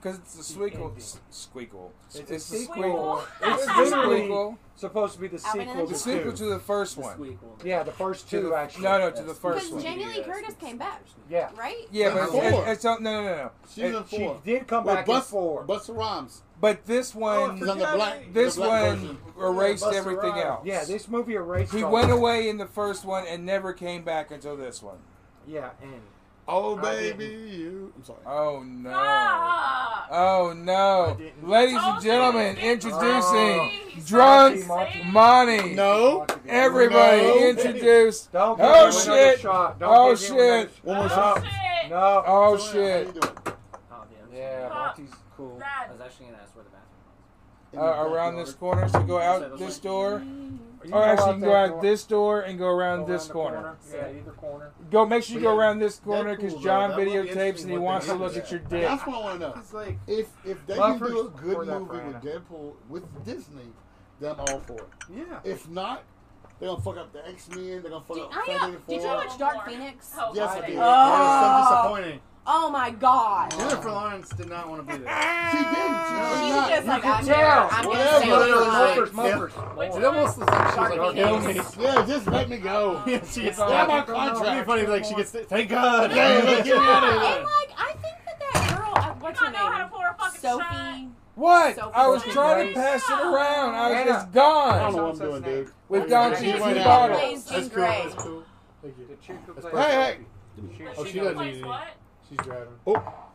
Speaker 3: Because it's a squeakle. s- Squeakle.
Speaker 5: It's a sequel.
Speaker 3: squeakle.
Speaker 5: It's
Speaker 3: It's a
Speaker 5: literally
Speaker 3: squeakle.
Speaker 5: supposed to be the
Speaker 4: Alvin
Speaker 5: sequel
Speaker 4: and
Speaker 3: The
Speaker 5: to
Speaker 4: the
Speaker 3: sequel to
Speaker 5: two.
Speaker 3: the first
Speaker 8: This
Speaker 3: one.
Speaker 8: week will-
Speaker 5: Yeah, the first
Speaker 3: To
Speaker 5: two
Speaker 3: the-
Speaker 5: actually.
Speaker 3: no, no, to the first
Speaker 4: Because
Speaker 3: one.
Speaker 4: Jamie Lee Curtis came back,
Speaker 5: Yeah,
Speaker 4: right?
Speaker 3: Yeah, but it's,
Speaker 1: Four.
Speaker 3: it's, it's on- no, no, no, no.
Speaker 1: Season
Speaker 5: she
Speaker 1: four.
Speaker 5: did come
Speaker 1: With
Speaker 5: back in
Speaker 1: Bus,
Speaker 5: four.
Speaker 1: Busta Rhymes.
Speaker 3: But this one,
Speaker 1: He's on the black.
Speaker 3: this
Speaker 1: the black
Speaker 3: one
Speaker 1: version.
Speaker 3: erased
Speaker 11: Busta
Speaker 3: everything
Speaker 11: Rhymes.
Speaker 3: else.
Speaker 5: yeah, this movie erased.
Speaker 3: He
Speaker 5: all
Speaker 3: went
Speaker 5: that.
Speaker 3: away in the first one and never came back until this one.
Speaker 11: Yeah, and
Speaker 1: Oh
Speaker 11: I
Speaker 1: baby,
Speaker 11: didn't.
Speaker 1: you. I'm sorry.
Speaker 3: Oh
Speaker 4: Ah!
Speaker 3: no.
Speaker 9: Fuck.
Speaker 3: Oh no.
Speaker 5: didn't.
Speaker 3: Ladies
Speaker 9: Told
Speaker 4: Oh,
Speaker 3: and
Speaker 9: you
Speaker 3: gentlemen,
Speaker 9: it's
Speaker 3: introducing
Speaker 9: Monty. He's
Speaker 3: Drunk
Speaker 9: Monty.
Speaker 3: Monty.
Speaker 1: No.
Speaker 3: Everybody
Speaker 1: No.
Speaker 3: introduce.
Speaker 5: Don't give
Speaker 3: Oh,
Speaker 5: him another
Speaker 3: shit.
Speaker 5: shot. Don't
Speaker 3: Oh,
Speaker 5: give him another
Speaker 3: shit.
Speaker 5: sh-
Speaker 1: One more
Speaker 9: Oh,
Speaker 1: shot.
Speaker 9: shit.
Speaker 5: No.
Speaker 3: Oh
Speaker 1: Joanne,
Speaker 3: shit.
Speaker 1: How you doing?
Speaker 8: Oh, damn.
Speaker 5: Yeah,
Speaker 9: Fuck.
Speaker 5: Monty's cool.
Speaker 9: That-
Speaker 8: I was actually gonna ask where the bathroom
Speaker 1: In
Speaker 3: Uh,
Speaker 1: the
Speaker 3: around this
Speaker 1: backyard.
Speaker 3: corner, so go out this door. Or actually, you can go out this door and go around this corner.
Speaker 5: Yeah, either corner.
Speaker 3: Go make sure you go
Speaker 7: Yeah.
Speaker 3: around this corner
Speaker 7: Deadpool,
Speaker 3: because
Speaker 7: though,
Speaker 3: John
Speaker 7: that would be
Speaker 3: videotapes and
Speaker 7: interesting
Speaker 3: he
Speaker 7: what
Speaker 3: wants
Speaker 7: they
Speaker 3: to
Speaker 7: do
Speaker 3: look
Speaker 7: with
Speaker 3: at your dick.
Speaker 1: That's what I want to know.
Speaker 7: It's like
Speaker 1: If if they
Speaker 5: Well,
Speaker 1: can do a
Speaker 5: first, pour
Speaker 1: good
Speaker 5: that
Speaker 1: movie
Speaker 5: for
Speaker 1: with Deadpool with Disney, then I'm all for it.
Speaker 7: yeah.
Speaker 1: If not, they're gonna fuck up the X Men. They're gonna fuck
Speaker 4: Did,
Speaker 1: up.
Speaker 4: I know,
Speaker 1: Fantastic
Speaker 4: did you
Speaker 1: Four.
Speaker 4: watch Dark Phoenix?
Speaker 9: Oh,
Speaker 1: Yes, I
Speaker 9: God.
Speaker 1: did.
Speaker 7: Yeah,
Speaker 4: Oh,
Speaker 7: it was so disappointing.
Speaker 4: oh my god.
Speaker 1: Ah.
Speaker 7: Jennifer Lawrence did not want to be there.
Speaker 1: She didn't. She was
Speaker 4: She's
Speaker 1: not.
Speaker 4: just like, I'm
Speaker 5: tell.
Speaker 4: here. I'm
Speaker 1: Whatever.
Speaker 4: gonna stay
Speaker 7: No, no, no,
Speaker 4: alive.
Speaker 5: Muffers, muffers.
Speaker 9: Wait,
Speaker 7: It almost looks like she was like, "Kill me."
Speaker 1: yeah, just let me go.
Speaker 7: Yeah, she gets
Speaker 1: Yeah,
Speaker 7: stabbed.
Speaker 1: my
Speaker 7: It'd be
Speaker 1: contract.
Speaker 7: funny, like she gets. Thank God.
Speaker 1: Yeah, yeah,
Speaker 7: Get out of here.
Speaker 4: And like, I think that that girl, uh,
Speaker 9: You
Speaker 4: what's her
Speaker 9: don't know how to
Speaker 4: name?
Speaker 9: pour a fucking shot.
Speaker 4: Sophie.
Speaker 3: What?
Speaker 4: So
Speaker 3: I was
Speaker 4: fucking
Speaker 3: trying to
Speaker 4: nice.
Speaker 3: pass it around. I was
Speaker 5: Anna.
Speaker 3: just
Speaker 1: I don't
Speaker 3: gone.
Speaker 1: know what I'm doing, dude.
Speaker 3: We've gone
Speaker 1: She's
Speaker 3: to
Speaker 1: right
Speaker 3: the
Speaker 1: now.
Speaker 3: bottle.
Speaker 4: Plays Jean Grey.
Speaker 7: cool. Thank you.
Speaker 5: The chick who
Speaker 7: That's
Speaker 5: plays
Speaker 7: perfect.
Speaker 1: Hey, hey.
Speaker 7: Oh, she
Speaker 9: She
Speaker 7: doesn't
Speaker 9: plays
Speaker 7: need
Speaker 9: what?
Speaker 7: any. She's driving.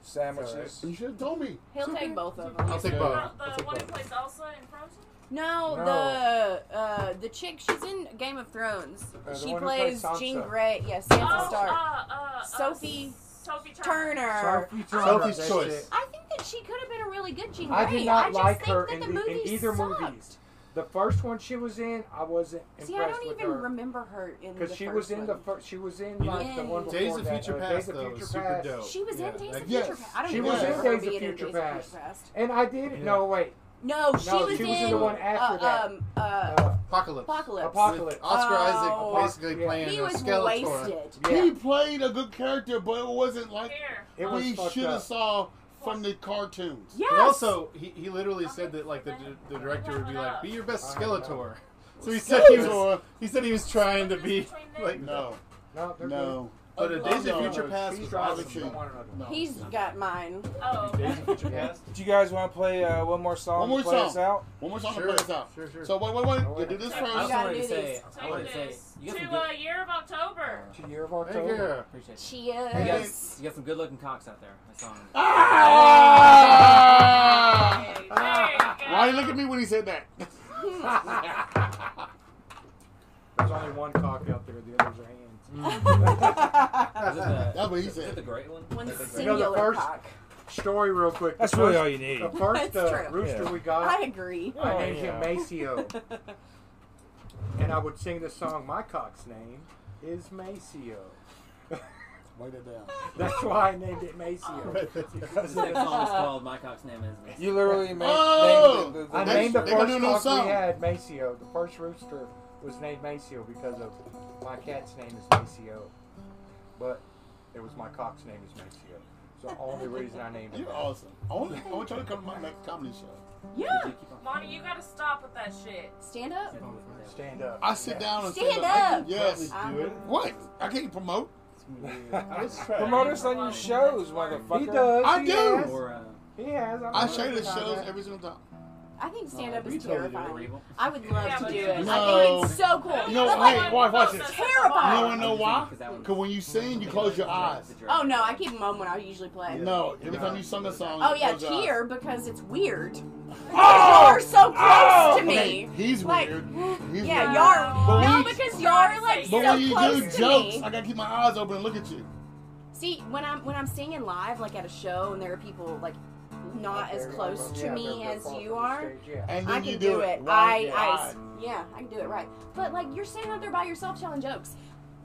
Speaker 3: Sandwiches.
Speaker 1: You should have told me.
Speaker 4: He'll take both of them.
Speaker 7: I'll take both.
Speaker 9: Uh,
Speaker 7: I'll
Speaker 9: The
Speaker 7: take
Speaker 9: one who
Speaker 7: both.
Speaker 9: plays Elsa in Frozen?
Speaker 4: No,
Speaker 5: No.
Speaker 4: the uh, the chick, she's in Game of Thrones.
Speaker 5: Uh, the
Speaker 4: she
Speaker 5: one who
Speaker 4: plays
Speaker 5: plays Sansa.
Speaker 4: Jean Grey. Yes, yeah, Sansa
Speaker 9: Oh,
Speaker 4: Stark.
Speaker 9: uh, uh, uh,
Speaker 4: Sophie
Speaker 9: Sophie Turner.
Speaker 4: Turner.
Speaker 7: Sophie's
Speaker 5: That's
Speaker 7: choice.
Speaker 5: it.
Speaker 4: I think that she could have been a really good Jean Grey.
Speaker 5: I did not
Speaker 4: just
Speaker 5: like
Speaker 4: think
Speaker 5: her
Speaker 4: that
Speaker 5: in,
Speaker 4: the,
Speaker 5: the,
Speaker 4: movie
Speaker 5: in either
Speaker 4: sucked.
Speaker 5: movies. The first one she was in, I wasn't impressed
Speaker 4: See, I don't
Speaker 5: with
Speaker 4: even
Speaker 5: her.
Speaker 4: remember her in the
Speaker 5: Because she
Speaker 4: first
Speaker 5: was in
Speaker 4: one.
Speaker 5: the first, she was in
Speaker 7: You
Speaker 5: like the
Speaker 4: know,
Speaker 5: one before
Speaker 7: Days of
Speaker 5: that,
Speaker 7: Future
Speaker 5: uh,
Speaker 7: Past
Speaker 5: Days of
Speaker 7: though
Speaker 5: Future
Speaker 7: was super
Speaker 5: Past.
Speaker 7: dope.
Speaker 4: She was
Speaker 7: Yeah,
Speaker 4: in Days
Speaker 7: that-
Speaker 4: of
Speaker 1: yes.
Speaker 4: Future Past. I don't
Speaker 5: She
Speaker 4: even
Speaker 5: was in
Speaker 4: remember her
Speaker 5: Days of
Speaker 4: being in
Speaker 5: Future
Speaker 4: Days of
Speaker 5: Past.
Speaker 4: Future Past.
Speaker 5: And I did
Speaker 7: Yeah.
Speaker 5: no wait,
Speaker 4: No, she
Speaker 5: No,
Speaker 4: was
Speaker 5: she
Speaker 4: in,
Speaker 5: was in the one after
Speaker 4: uh,
Speaker 5: that.
Speaker 4: Um, uh,
Speaker 5: uh,
Speaker 7: Apocalypse.
Speaker 4: Apocalypse.
Speaker 5: Apocalypse.
Speaker 7: Oscar
Speaker 4: Oh.
Speaker 7: Isaac basically
Speaker 5: Yeah.
Speaker 7: playing
Speaker 4: He
Speaker 7: a
Speaker 4: was
Speaker 7: Skeletor.
Speaker 4: wasted.
Speaker 1: He
Speaker 5: yeah,
Speaker 1: played a good character, but it wasn't like
Speaker 9: Here.
Speaker 5: It was
Speaker 1: we
Speaker 5: fucked
Speaker 1: should have
Speaker 5: up.
Speaker 1: saw from the cartoons.
Speaker 4: Yes.
Speaker 7: But also, he, he literally said that like the, the director would be like, "Be your best
Speaker 5: I know.
Speaker 7: Skeletor." So he said he was
Speaker 1: Or-
Speaker 7: he said he was trying to be like
Speaker 1: no,
Speaker 5: no, they're
Speaker 1: no.
Speaker 7: But a Days
Speaker 1: No.
Speaker 7: of Future Past
Speaker 5: Good. He's
Speaker 7: was
Speaker 5: driving.
Speaker 7: awesome.
Speaker 1: Obviously.
Speaker 5: Don't want another one.
Speaker 1: No.
Speaker 4: He's got mine.
Speaker 9: Oh.
Speaker 7: Days of Future
Speaker 5: Yeah.
Speaker 7: Past.
Speaker 3: Do you guys want to play uh, one more song?
Speaker 1: One more
Speaker 3: and play
Speaker 1: song.
Speaker 3: us out?
Speaker 1: One more song to
Speaker 7: Sure,
Speaker 1: play us out.
Speaker 7: sure, sure.
Speaker 1: So wait, wait, wait.
Speaker 5: Oh,
Speaker 1: You
Speaker 5: wait.
Speaker 1: do this
Speaker 9: Okay.
Speaker 8: I
Speaker 1: first.
Speaker 8: just
Speaker 4: gotta
Speaker 8: wanted
Speaker 4: do
Speaker 8: to say,
Speaker 4: these.
Speaker 8: I
Speaker 9: Take
Speaker 8: wanted to say,
Speaker 9: this
Speaker 8: you got some
Speaker 9: to
Speaker 8: good,
Speaker 10: uh,
Speaker 9: a year of October.
Speaker 5: To year of
Speaker 7: Thank
Speaker 5: October.
Speaker 7: you.
Speaker 8: appreciate it. You got,
Speaker 4: Cheers.
Speaker 8: you got some good looking cocks out there. I saw 'em.
Speaker 1: Ah!
Speaker 9: Hey, there you go.
Speaker 1: Why you look at me when he said that?
Speaker 5: There's only one cock out there. The others are hands.
Speaker 8: Is it the-
Speaker 1: That's what he
Speaker 8: Is it the
Speaker 1: said.
Speaker 8: great one?
Speaker 4: One
Speaker 8: Is it the great
Speaker 5: single-
Speaker 8: one?
Speaker 4: singular
Speaker 5: first-
Speaker 4: cock.
Speaker 5: Story real quick. The
Speaker 3: That's really
Speaker 5: first-
Speaker 3: all you need.
Speaker 5: The first
Speaker 4: That's
Speaker 5: uh,
Speaker 4: true.
Speaker 5: rooster
Speaker 3: Yeah.
Speaker 5: we got.
Speaker 4: I agree.
Speaker 3: Oh,
Speaker 5: My name's
Speaker 3: yeah.
Speaker 5: Maceo, and I would sing the song. My cock's name is Maceo.
Speaker 1: Write that down.
Speaker 5: That's why I named it Maceo.
Speaker 8: The second song is called My Cock's Name Is.
Speaker 3: You literally made
Speaker 1: Oh!
Speaker 3: named the, the, the
Speaker 5: I
Speaker 1: They-
Speaker 5: named the
Speaker 1: they gonna do
Speaker 5: first
Speaker 1: no
Speaker 5: cock
Speaker 1: song.
Speaker 5: we had Maceo. The first rooster was named Maceo because of my cat's name is Maceo, but it was my cock's name is Maceo. So the only reason I named it.
Speaker 1: You're
Speaker 5: that.
Speaker 1: awesome. I want, I want you to come to my next comedy show.
Speaker 4: Yeah.
Speaker 9: Monty, you gotta stop with that shit.
Speaker 4: Stand up.
Speaker 5: Stand up.
Speaker 1: I sit
Speaker 5: Yeah.
Speaker 1: down and
Speaker 4: Stand
Speaker 1: say, like,
Speaker 4: up.
Speaker 1: Yes.
Speaker 4: I'm-
Speaker 1: What? I can't promote.
Speaker 3: Promote us on your shows, motherfucker.
Speaker 5: He does.
Speaker 1: I
Speaker 5: he
Speaker 1: do.
Speaker 5: Has.
Speaker 8: Or uh,
Speaker 5: He has. I'm
Speaker 1: I
Speaker 5: not
Speaker 1: share the
Speaker 5: denying
Speaker 1: shows
Speaker 5: that.
Speaker 1: every single time.
Speaker 4: I
Speaker 5: Uh,
Speaker 4: think stand up
Speaker 8: we
Speaker 4: is
Speaker 8: told you they were
Speaker 4: terrifying.
Speaker 8: evil.
Speaker 4: I would love
Speaker 9: Yeah,
Speaker 4: to
Speaker 9: but
Speaker 4: do
Speaker 9: you-
Speaker 4: it. I
Speaker 1: No.
Speaker 4: think it's so cool.
Speaker 1: You know,
Speaker 4: That's
Speaker 1: hey,
Speaker 4: like-
Speaker 1: watch- watch this.
Speaker 4: Terrifying.
Speaker 1: You don't know why?
Speaker 8: Because that one-
Speaker 1: Because when you sing, you close your eyes.
Speaker 4: Oh no, I keep them on when I usually play.
Speaker 1: No, anytime you sung a song.
Speaker 4: Oh
Speaker 1: you
Speaker 4: yeah,
Speaker 1: close your eyes.
Speaker 4: cheer because it's weird.
Speaker 1: Oh!
Speaker 4: You're so close
Speaker 1: Oh!
Speaker 4: to
Speaker 1: Okay,
Speaker 4: me.
Speaker 1: he's
Speaker 4: Like,
Speaker 1: weird. He's
Speaker 4: Yeah,
Speaker 1: weird.
Speaker 4: y'all.
Speaker 1: But
Speaker 4: are-
Speaker 1: when
Speaker 4: No,
Speaker 1: you-
Speaker 4: because y'all are like
Speaker 9: But
Speaker 1: But
Speaker 4: so
Speaker 1: when you
Speaker 4: close
Speaker 1: do
Speaker 4: to
Speaker 1: jokes,
Speaker 4: me.
Speaker 1: I gotta keep my eyes open and look at you.
Speaker 4: See, when I'm when I'm singing live, like at a show, and there are people like not as
Speaker 5: Very
Speaker 4: close
Speaker 5: awesome.
Speaker 4: to
Speaker 5: Yeah,
Speaker 4: me
Speaker 5: they're- they're
Speaker 4: as
Speaker 5: far
Speaker 4: you
Speaker 5: from the
Speaker 4: are,
Speaker 5: stage, yeah.
Speaker 1: And then
Speaker 4: I
Speaker 1: you
Speaker 4: can
Speaker 1: do
Speaker 4: it.
Speaker 1: right?
Speaker 4: I,
Speaker 1: Yeah.
Speaker 4: I, yeah, I can do it right. But like you're standing up there by yourself telling jokes.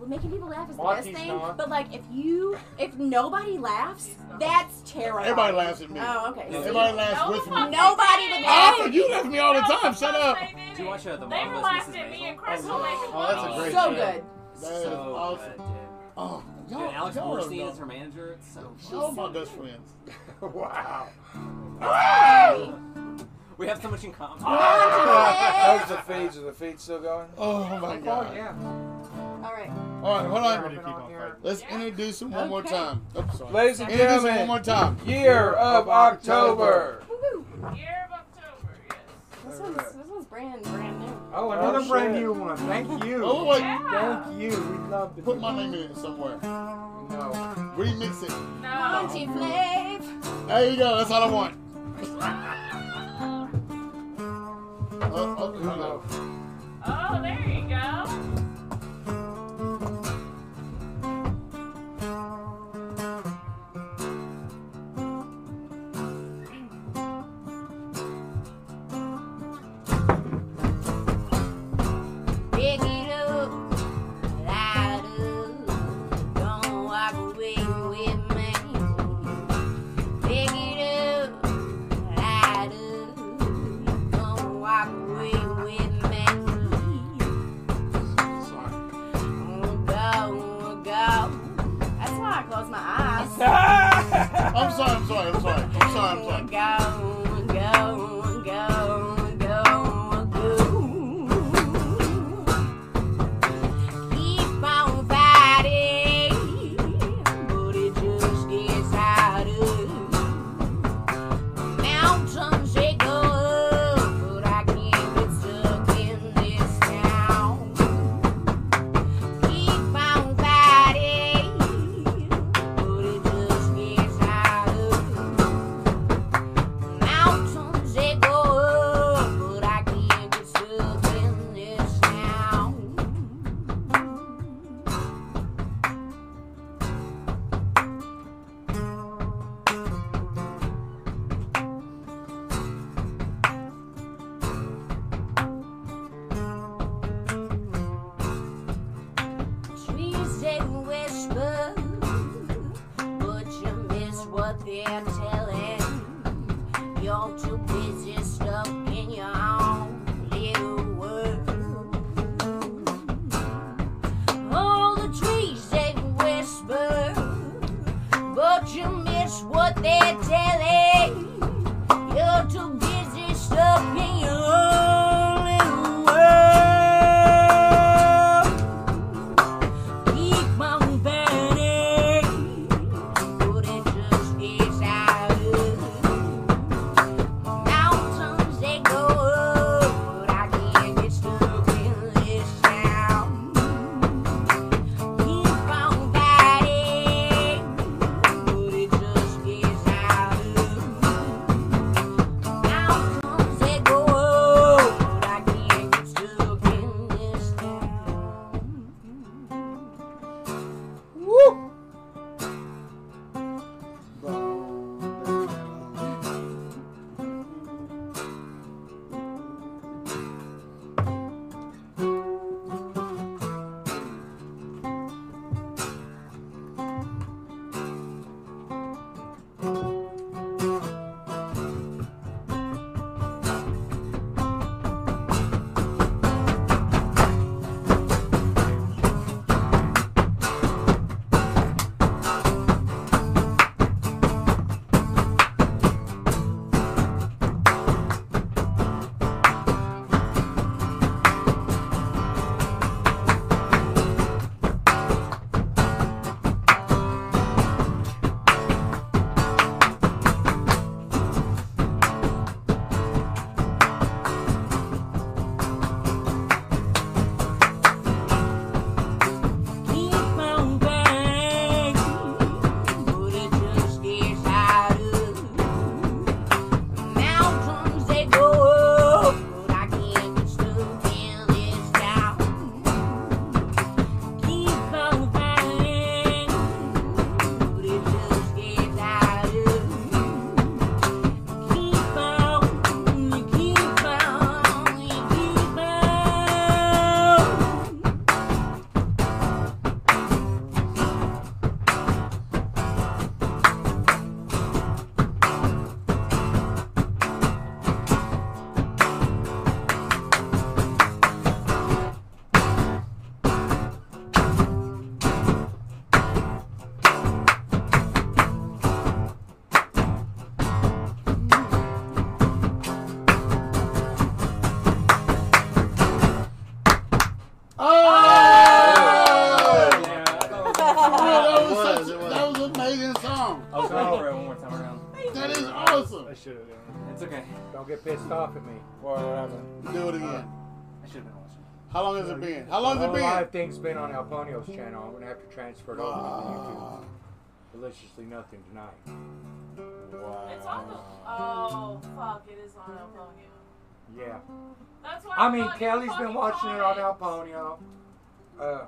Speaker 4: making people laugh is the
Speaker 6: Monty's
Speaker 4: best thing.
Speaker 6: not.
Speaker 4: But like, if you, if nobody laughs, that's terrible.
Speaker 1: Everybody laughs at me.
Speaker 4: Oh, okay.
Speaker 1: Yeah,
Speaker 4: See?
Speaker 1: everybody laughs
Speaker 10: No
Speaker 1: with me.
Speaker 10: one laughed.
Speaker 4: Nobody would laugh.
Speaker 1: Oh, you laugh at me all the time. Shut up.
Speaker 8: Do you watch uh, the
Speaker 10: They
Speaker 8: marvelous
Speaker 10: were laughing
Speaker 8: Mrs.
Speaker 10: at me
Speaker 8: Maisel?
Speaker 10: and Chris were making
Speaker 7: Oh, that's a
Speaker 10: fun of
Speaker 7: great
Speaker 10: me.
Speaker 4: so
Speaker 7: show.
Speaker 4: good.
Speaker 1: That is
Speaker 8: so
Speaker 1: awesome.
Speaker 8: good,
Speaker 1: Oh,
Speaker 8: dude.
Speaker 1: y'all,
Speaker 8: Dude, Alex
Speaker 1: y'all are
Speaker 8: Borstein
Speaker 1: dumb.
Speaker 8: is her manager. It's so
Speaker 1: Y'all are my best friends.
Speaker 5: wow.
Speaker 8: We have so much in common.
Speaker 3: Ah! How's the feeds? Are the feeds still going?
Speaker 1: Oh my
Speaker 6: Oh,
Speaker 1: god.
Speaker 6: yeah.
Speaker 4: All right.
Speaker 1: All right, hold
Speaker 7: I'm
Speaker 1: on.
Speaker 7: gonna keep on fighting.
Speaker 1: Let's introduce him one more
Speaker 4: Okay.
Speaker 1: time. Oops, sorry.
Speaker 3: Ladies and
Speaker 1: Introduce him one more
Speaker 3: gentlemen,
Speaker 1: time.
Speaker 3: year of
Speaker 5: Oh,
Speaker 3: October.
Speaker 4: Woo-hoo.
Speaker 10: Year of October, yes.
Speaker 4: This one's this one's brand brand new.
Speaker 6: Oh, another
Speaker 3: Oh,
Speaker 6: brand
Speaker 3: shit.
Speaker 6: new one. Thank you.
Speaker 1: Oh, wait.
Speaker 10: Yeah.
Speaker 6: Thank you. We love the
Speaker 1: Put my name in it somewhere.
Speaker 6: No.
Speaker 1: Remix it.
Speaker 10: No.
Speaker 4: Monty Flav.
Speaker 1: There you go. That's all I want. Uh, oh, here we go.
Speaker 10: Oh, there you go.
Speaker 9: Pick it up, light up, don't walk away with me. Pick it up, light up, don't walk away with me.
Speaker 8: It's okay.
Speaker 5: Don't get pissed off at me.
Speaker 3: What happened?
Speaker 1: Do it again.
Speaker 8: I should have been watching.
Speaker 1: How long has it been? How long has
Speaker 5: My
Speaker 1: it
Speaker 5: whole
Speaker 1: been?
Speaker 5: live thing's been on Alponio's channel. I'm gonna have to transfer it over to
Speaker 1: Ah.
Speaker 5: YouTube. Deliciously nothing tonight.
Speaker 4: It's on the. Oh, fuck, it is on Alponia.
Speaker 5: Yeah.
Speaker 4: That's why
Speaker 5: I mean,
Speaker 4: thought you
Speaker 5: Kelly's been
Speaker 4: fucking
Speaker 5: watching it on
Speaker 4: comments.
Speaker 5: Alponio. Uh,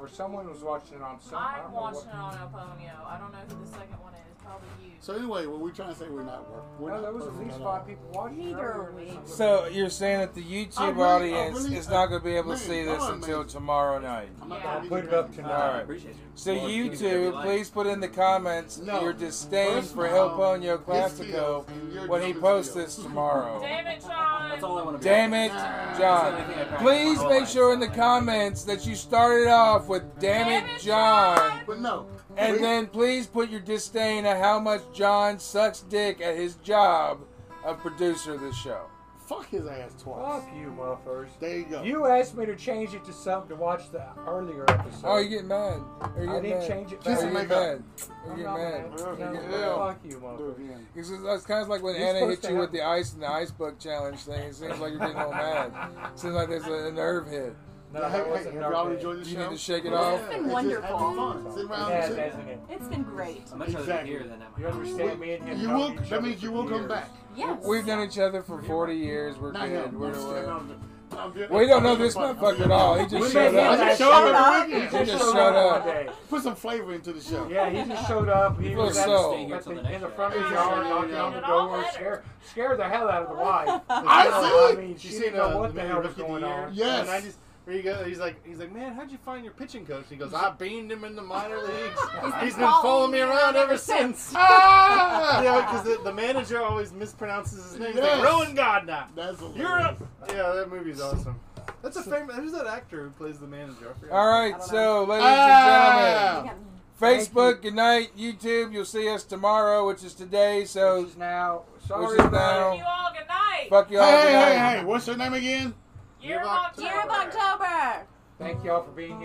Speaker 5: or someone was watching it on some. I
Speaker 4: I'm
Speaker 5: don't know
Speaker 4: watching it
Speaker 5: what.
Speaker 4: on Alponio. I don't know who the second one is. Probably you.
Speaker 1: So anyway, what we're trying to say, we're not working. We're not
Speaker 5: Well, there was at
Speaker 1: perfect
Speaker 5: least
Speaker 1: at all.
Speaker 5: five people watching it.
Speaker 12: Neither
Speaker 5: earlier
Speaker 12: are
Speaker 5: this
Speaker 12: we.
Speaker 5: summer.
Speaker 3: So you're saying that the YouTube
Speaker 1: I really- I
Speaker 3: audience
Speaker 1: really-
Speaker 3: is not going to be able
Speaker 1: man,
Speaker 3: to see
Speaker 1: come
Speaker 3: this
Speaker 1: on,
Speaker 3: until
Speaker 1: man.
Speaker 3: tomorrow night.
Speaker 1: I'm not
Speaker 4: Yeah.
Speaker 1: gonna be
Speaker 5: Put it up
Speaker 1: drinking.
Speaker 5: tonight.
Speaker 3: All right.
Speaker 8: Appreciate you.
Speaker 3: So
Speaker 8: Well,
Speaker 3: you
Speaker 8: can give it
Speaker 3: two,
Speaker 8: a like.
Speaker 3: please put in the comments
Speaker 1: No.
Speaker 3: your disdain
Speaker 1: First
Speaker 3: for
Speaker 1: of
Speaker 3: El
Speaker 1: all,
Speaker 3: Ponio
Speaker 1: his
Speaker 3: Classico
Speaker 1: feels and your
Speaker 3: when he
Speaker 1: dumb
Speaker 3: posts
Speaker 1: feels.
Speaker 3: this tomorrow.
Speaker 4: Damn it, John.
Speaker 8: That's all I want to be.
Speaker 3: Damn it, John. Please make sure in the comments that you started off with "Damn it, John,"
Speaker 1: But no.
Speaker 3: and
Speaker 1: we-
Speaker 3: then please put your disdain at how much John sucks dick at his job of producer of the show.
Speaker 1: fuck his ass twice.
Speaker 5: Fuck you, muffers.
Speaker 1: There you go.
Speaker 5: You asked me to change it to something to watch the earlier episode.
Speaker 3: Oh, you get mad? Are you
Speaker 5: I
Speaker 3: getting
Speaker 5: didn't
Speaker 3: mad?
Speaker 5: change it
Speaker 1: Kiss
Speaker 5: back.
Speaker 3: Are you
Speaker 1: and make
Speaker 3: getting mad? Are you
Speaker 5: I'm
Speaker 3: getting
Speaker 5: not
Speaker 3: mad?
Speaker 5: mad.
Speaker 1: mad.
Speaker 5: No,
Speaker 1: Yeah.
Speaker 5: but Fuck you,
Speaker 1: Do it
Speaker 5: motherfucker.
Speaker 1: again.
Speaker 3: It's, just- it's kind of like when
Speaker 5: You're
Speaker 3: Anna
Speaker 5: supposed
Speaker 3: hit
Speaker 5: to
Speaker 3: you with
Speaker 5: have-
Speaker 3: the ice and the ice bucket challenge thing. It seems like you're getting all mad. seems like there's a, a nerve hit.
Speaker 5: No,
Speaker 1: Now, hey,
Speaker 5: that
Speaker 1: hey, have
Speaker 5: wasn't no
Speaker 1: y'all
Speaker 5: bad.
Speaker 1: enjoyed the
Speaker 3: You
Speaker 1: show?
Speaker 3: need to shake it
Speaker 1: Yeah.
Speaker 12: It's
Speaker 3: off.
Speaker 12: been
Speaker 1: It's just having
Speaker 12: wonderful.
Speaker 1: fun. Sit
Speaker 5: It
Speaker 1: around
Speaker 5: has,
Speaker 1: and shit.
Speaker 5: hasn't it?
Speaker 12: It's been great.
Speaker 8: I'd much rather
Speaker 1: Exactly.
Speaker 8: be here than at my
Speaker 5: You
Speaker 8: house.
Speaker 5: understand me and him?
Speaker 1: You
Speaker 5: known
Speaker 1: will.
Speaker 5: each other
Speaker 1: That means
Speaker 5: for
Speaker 1: you will come
Speaker 5: years.
Speaker 1: back.
Speaker 12: Yes.
Speaker 3: We've known each other for 40 years. We're
Speaker 1: Not
Speaker 3: good.
Speaker 1: him.
Speaker 3: We're,
Speaker 1: I'm
Speaker 3: we're-
Speaker 1: joking. I'm joking.
Speaker 3: we don't know this
Speaker 1: I'm joking.
Speaker 3: motherfucker at all. He
Speaker 1: We
Speaker 3: just
Speaker 1: met
Speaker 3: showed
Speaker 1: him
Speaker 5: Yeah,
Speaker 1: last
Speaker 3: up.
Speaker 5: that
Speaker 1: showed up
Speaker 5: shut
Speaker 1: every
Speaker 5: He
Speaker 1: weekend.
Speaker 5: just
Speaker 3: Just
Speaker 5: showed
Speaker 3: showed
Speaker 5: up one day.
Speaker 1: Put some flavor into the show.
Speaker 5: Yeah, he just showed up. He
Speaker 3: Full
Speaker 5: was at
Speaker 3: soul.
Speaker 5: the, at the, in the front of the yard,
Speaker 4: Yeah.
Speaker 5: knocking on the
Speaker 4: It all
Speaker 5: door,
Speaker 4: mattered.
Speaker 5: scare, scare the hell out of the wife.
Speaker 1: I
Speaker 5: I
Speaker 1: see it.
Speaker 5: mean, she
Speaker 7: You
Speaker 5: didn't
Speaker 7: seen
Speaker 5: know
Speaker 7: uh,
Speaker 5: what the
Speaker 7: movie
Speaker 5: hell was
Speaker 7: Rookie of the
Speaker 5: going
Speaker 7: Year?
Speaker 5: on.
Speaker 1: Yes.
Speaker 7: And I just, where you go, he's like, he's like, man, how'd you find your pitching coach? He goes, I beamed him in the minor leagues. he's been following me around ever since.
Speaker 1: Ah!
Speaker 7: yeah, because the, the manager always mispronounces his name. He's
Speaker 1: Yes.
Speaker 7: like, Rowan Godna.
Speaker 1: That's hilarious.
Speaker 7: You're up. Yeah, that movie's awesome. That's a famous. Who's that actor who plays the manager? I forgot.
Speaker 3: All right, so, ladies
Speaker 1: Ah!
Speaker 3: and gentlemen, Facebook, good night. YouTube, you'll see us tomorrow, which is today. So,
Speaker 5: Which is now,
Speaker 3: Which
Speaker 5: sorry
Speaker 3: is
Speaker 5: about
Speaker 3: now-
Speaker 4: Love you all. Good night.
Speaker 3: fuck y'all.
Speaker 1: Hey,
Speaker 3: good
Speaker 1: hey,
Speaker 3: night.
Speaker 1: hey! What's your name again?
Speaker 4: Year of
Speaker 7: Year of
Speaker 4: October.
Speaker 12: Year of October.
Speaker 5: Thank y'all for being here.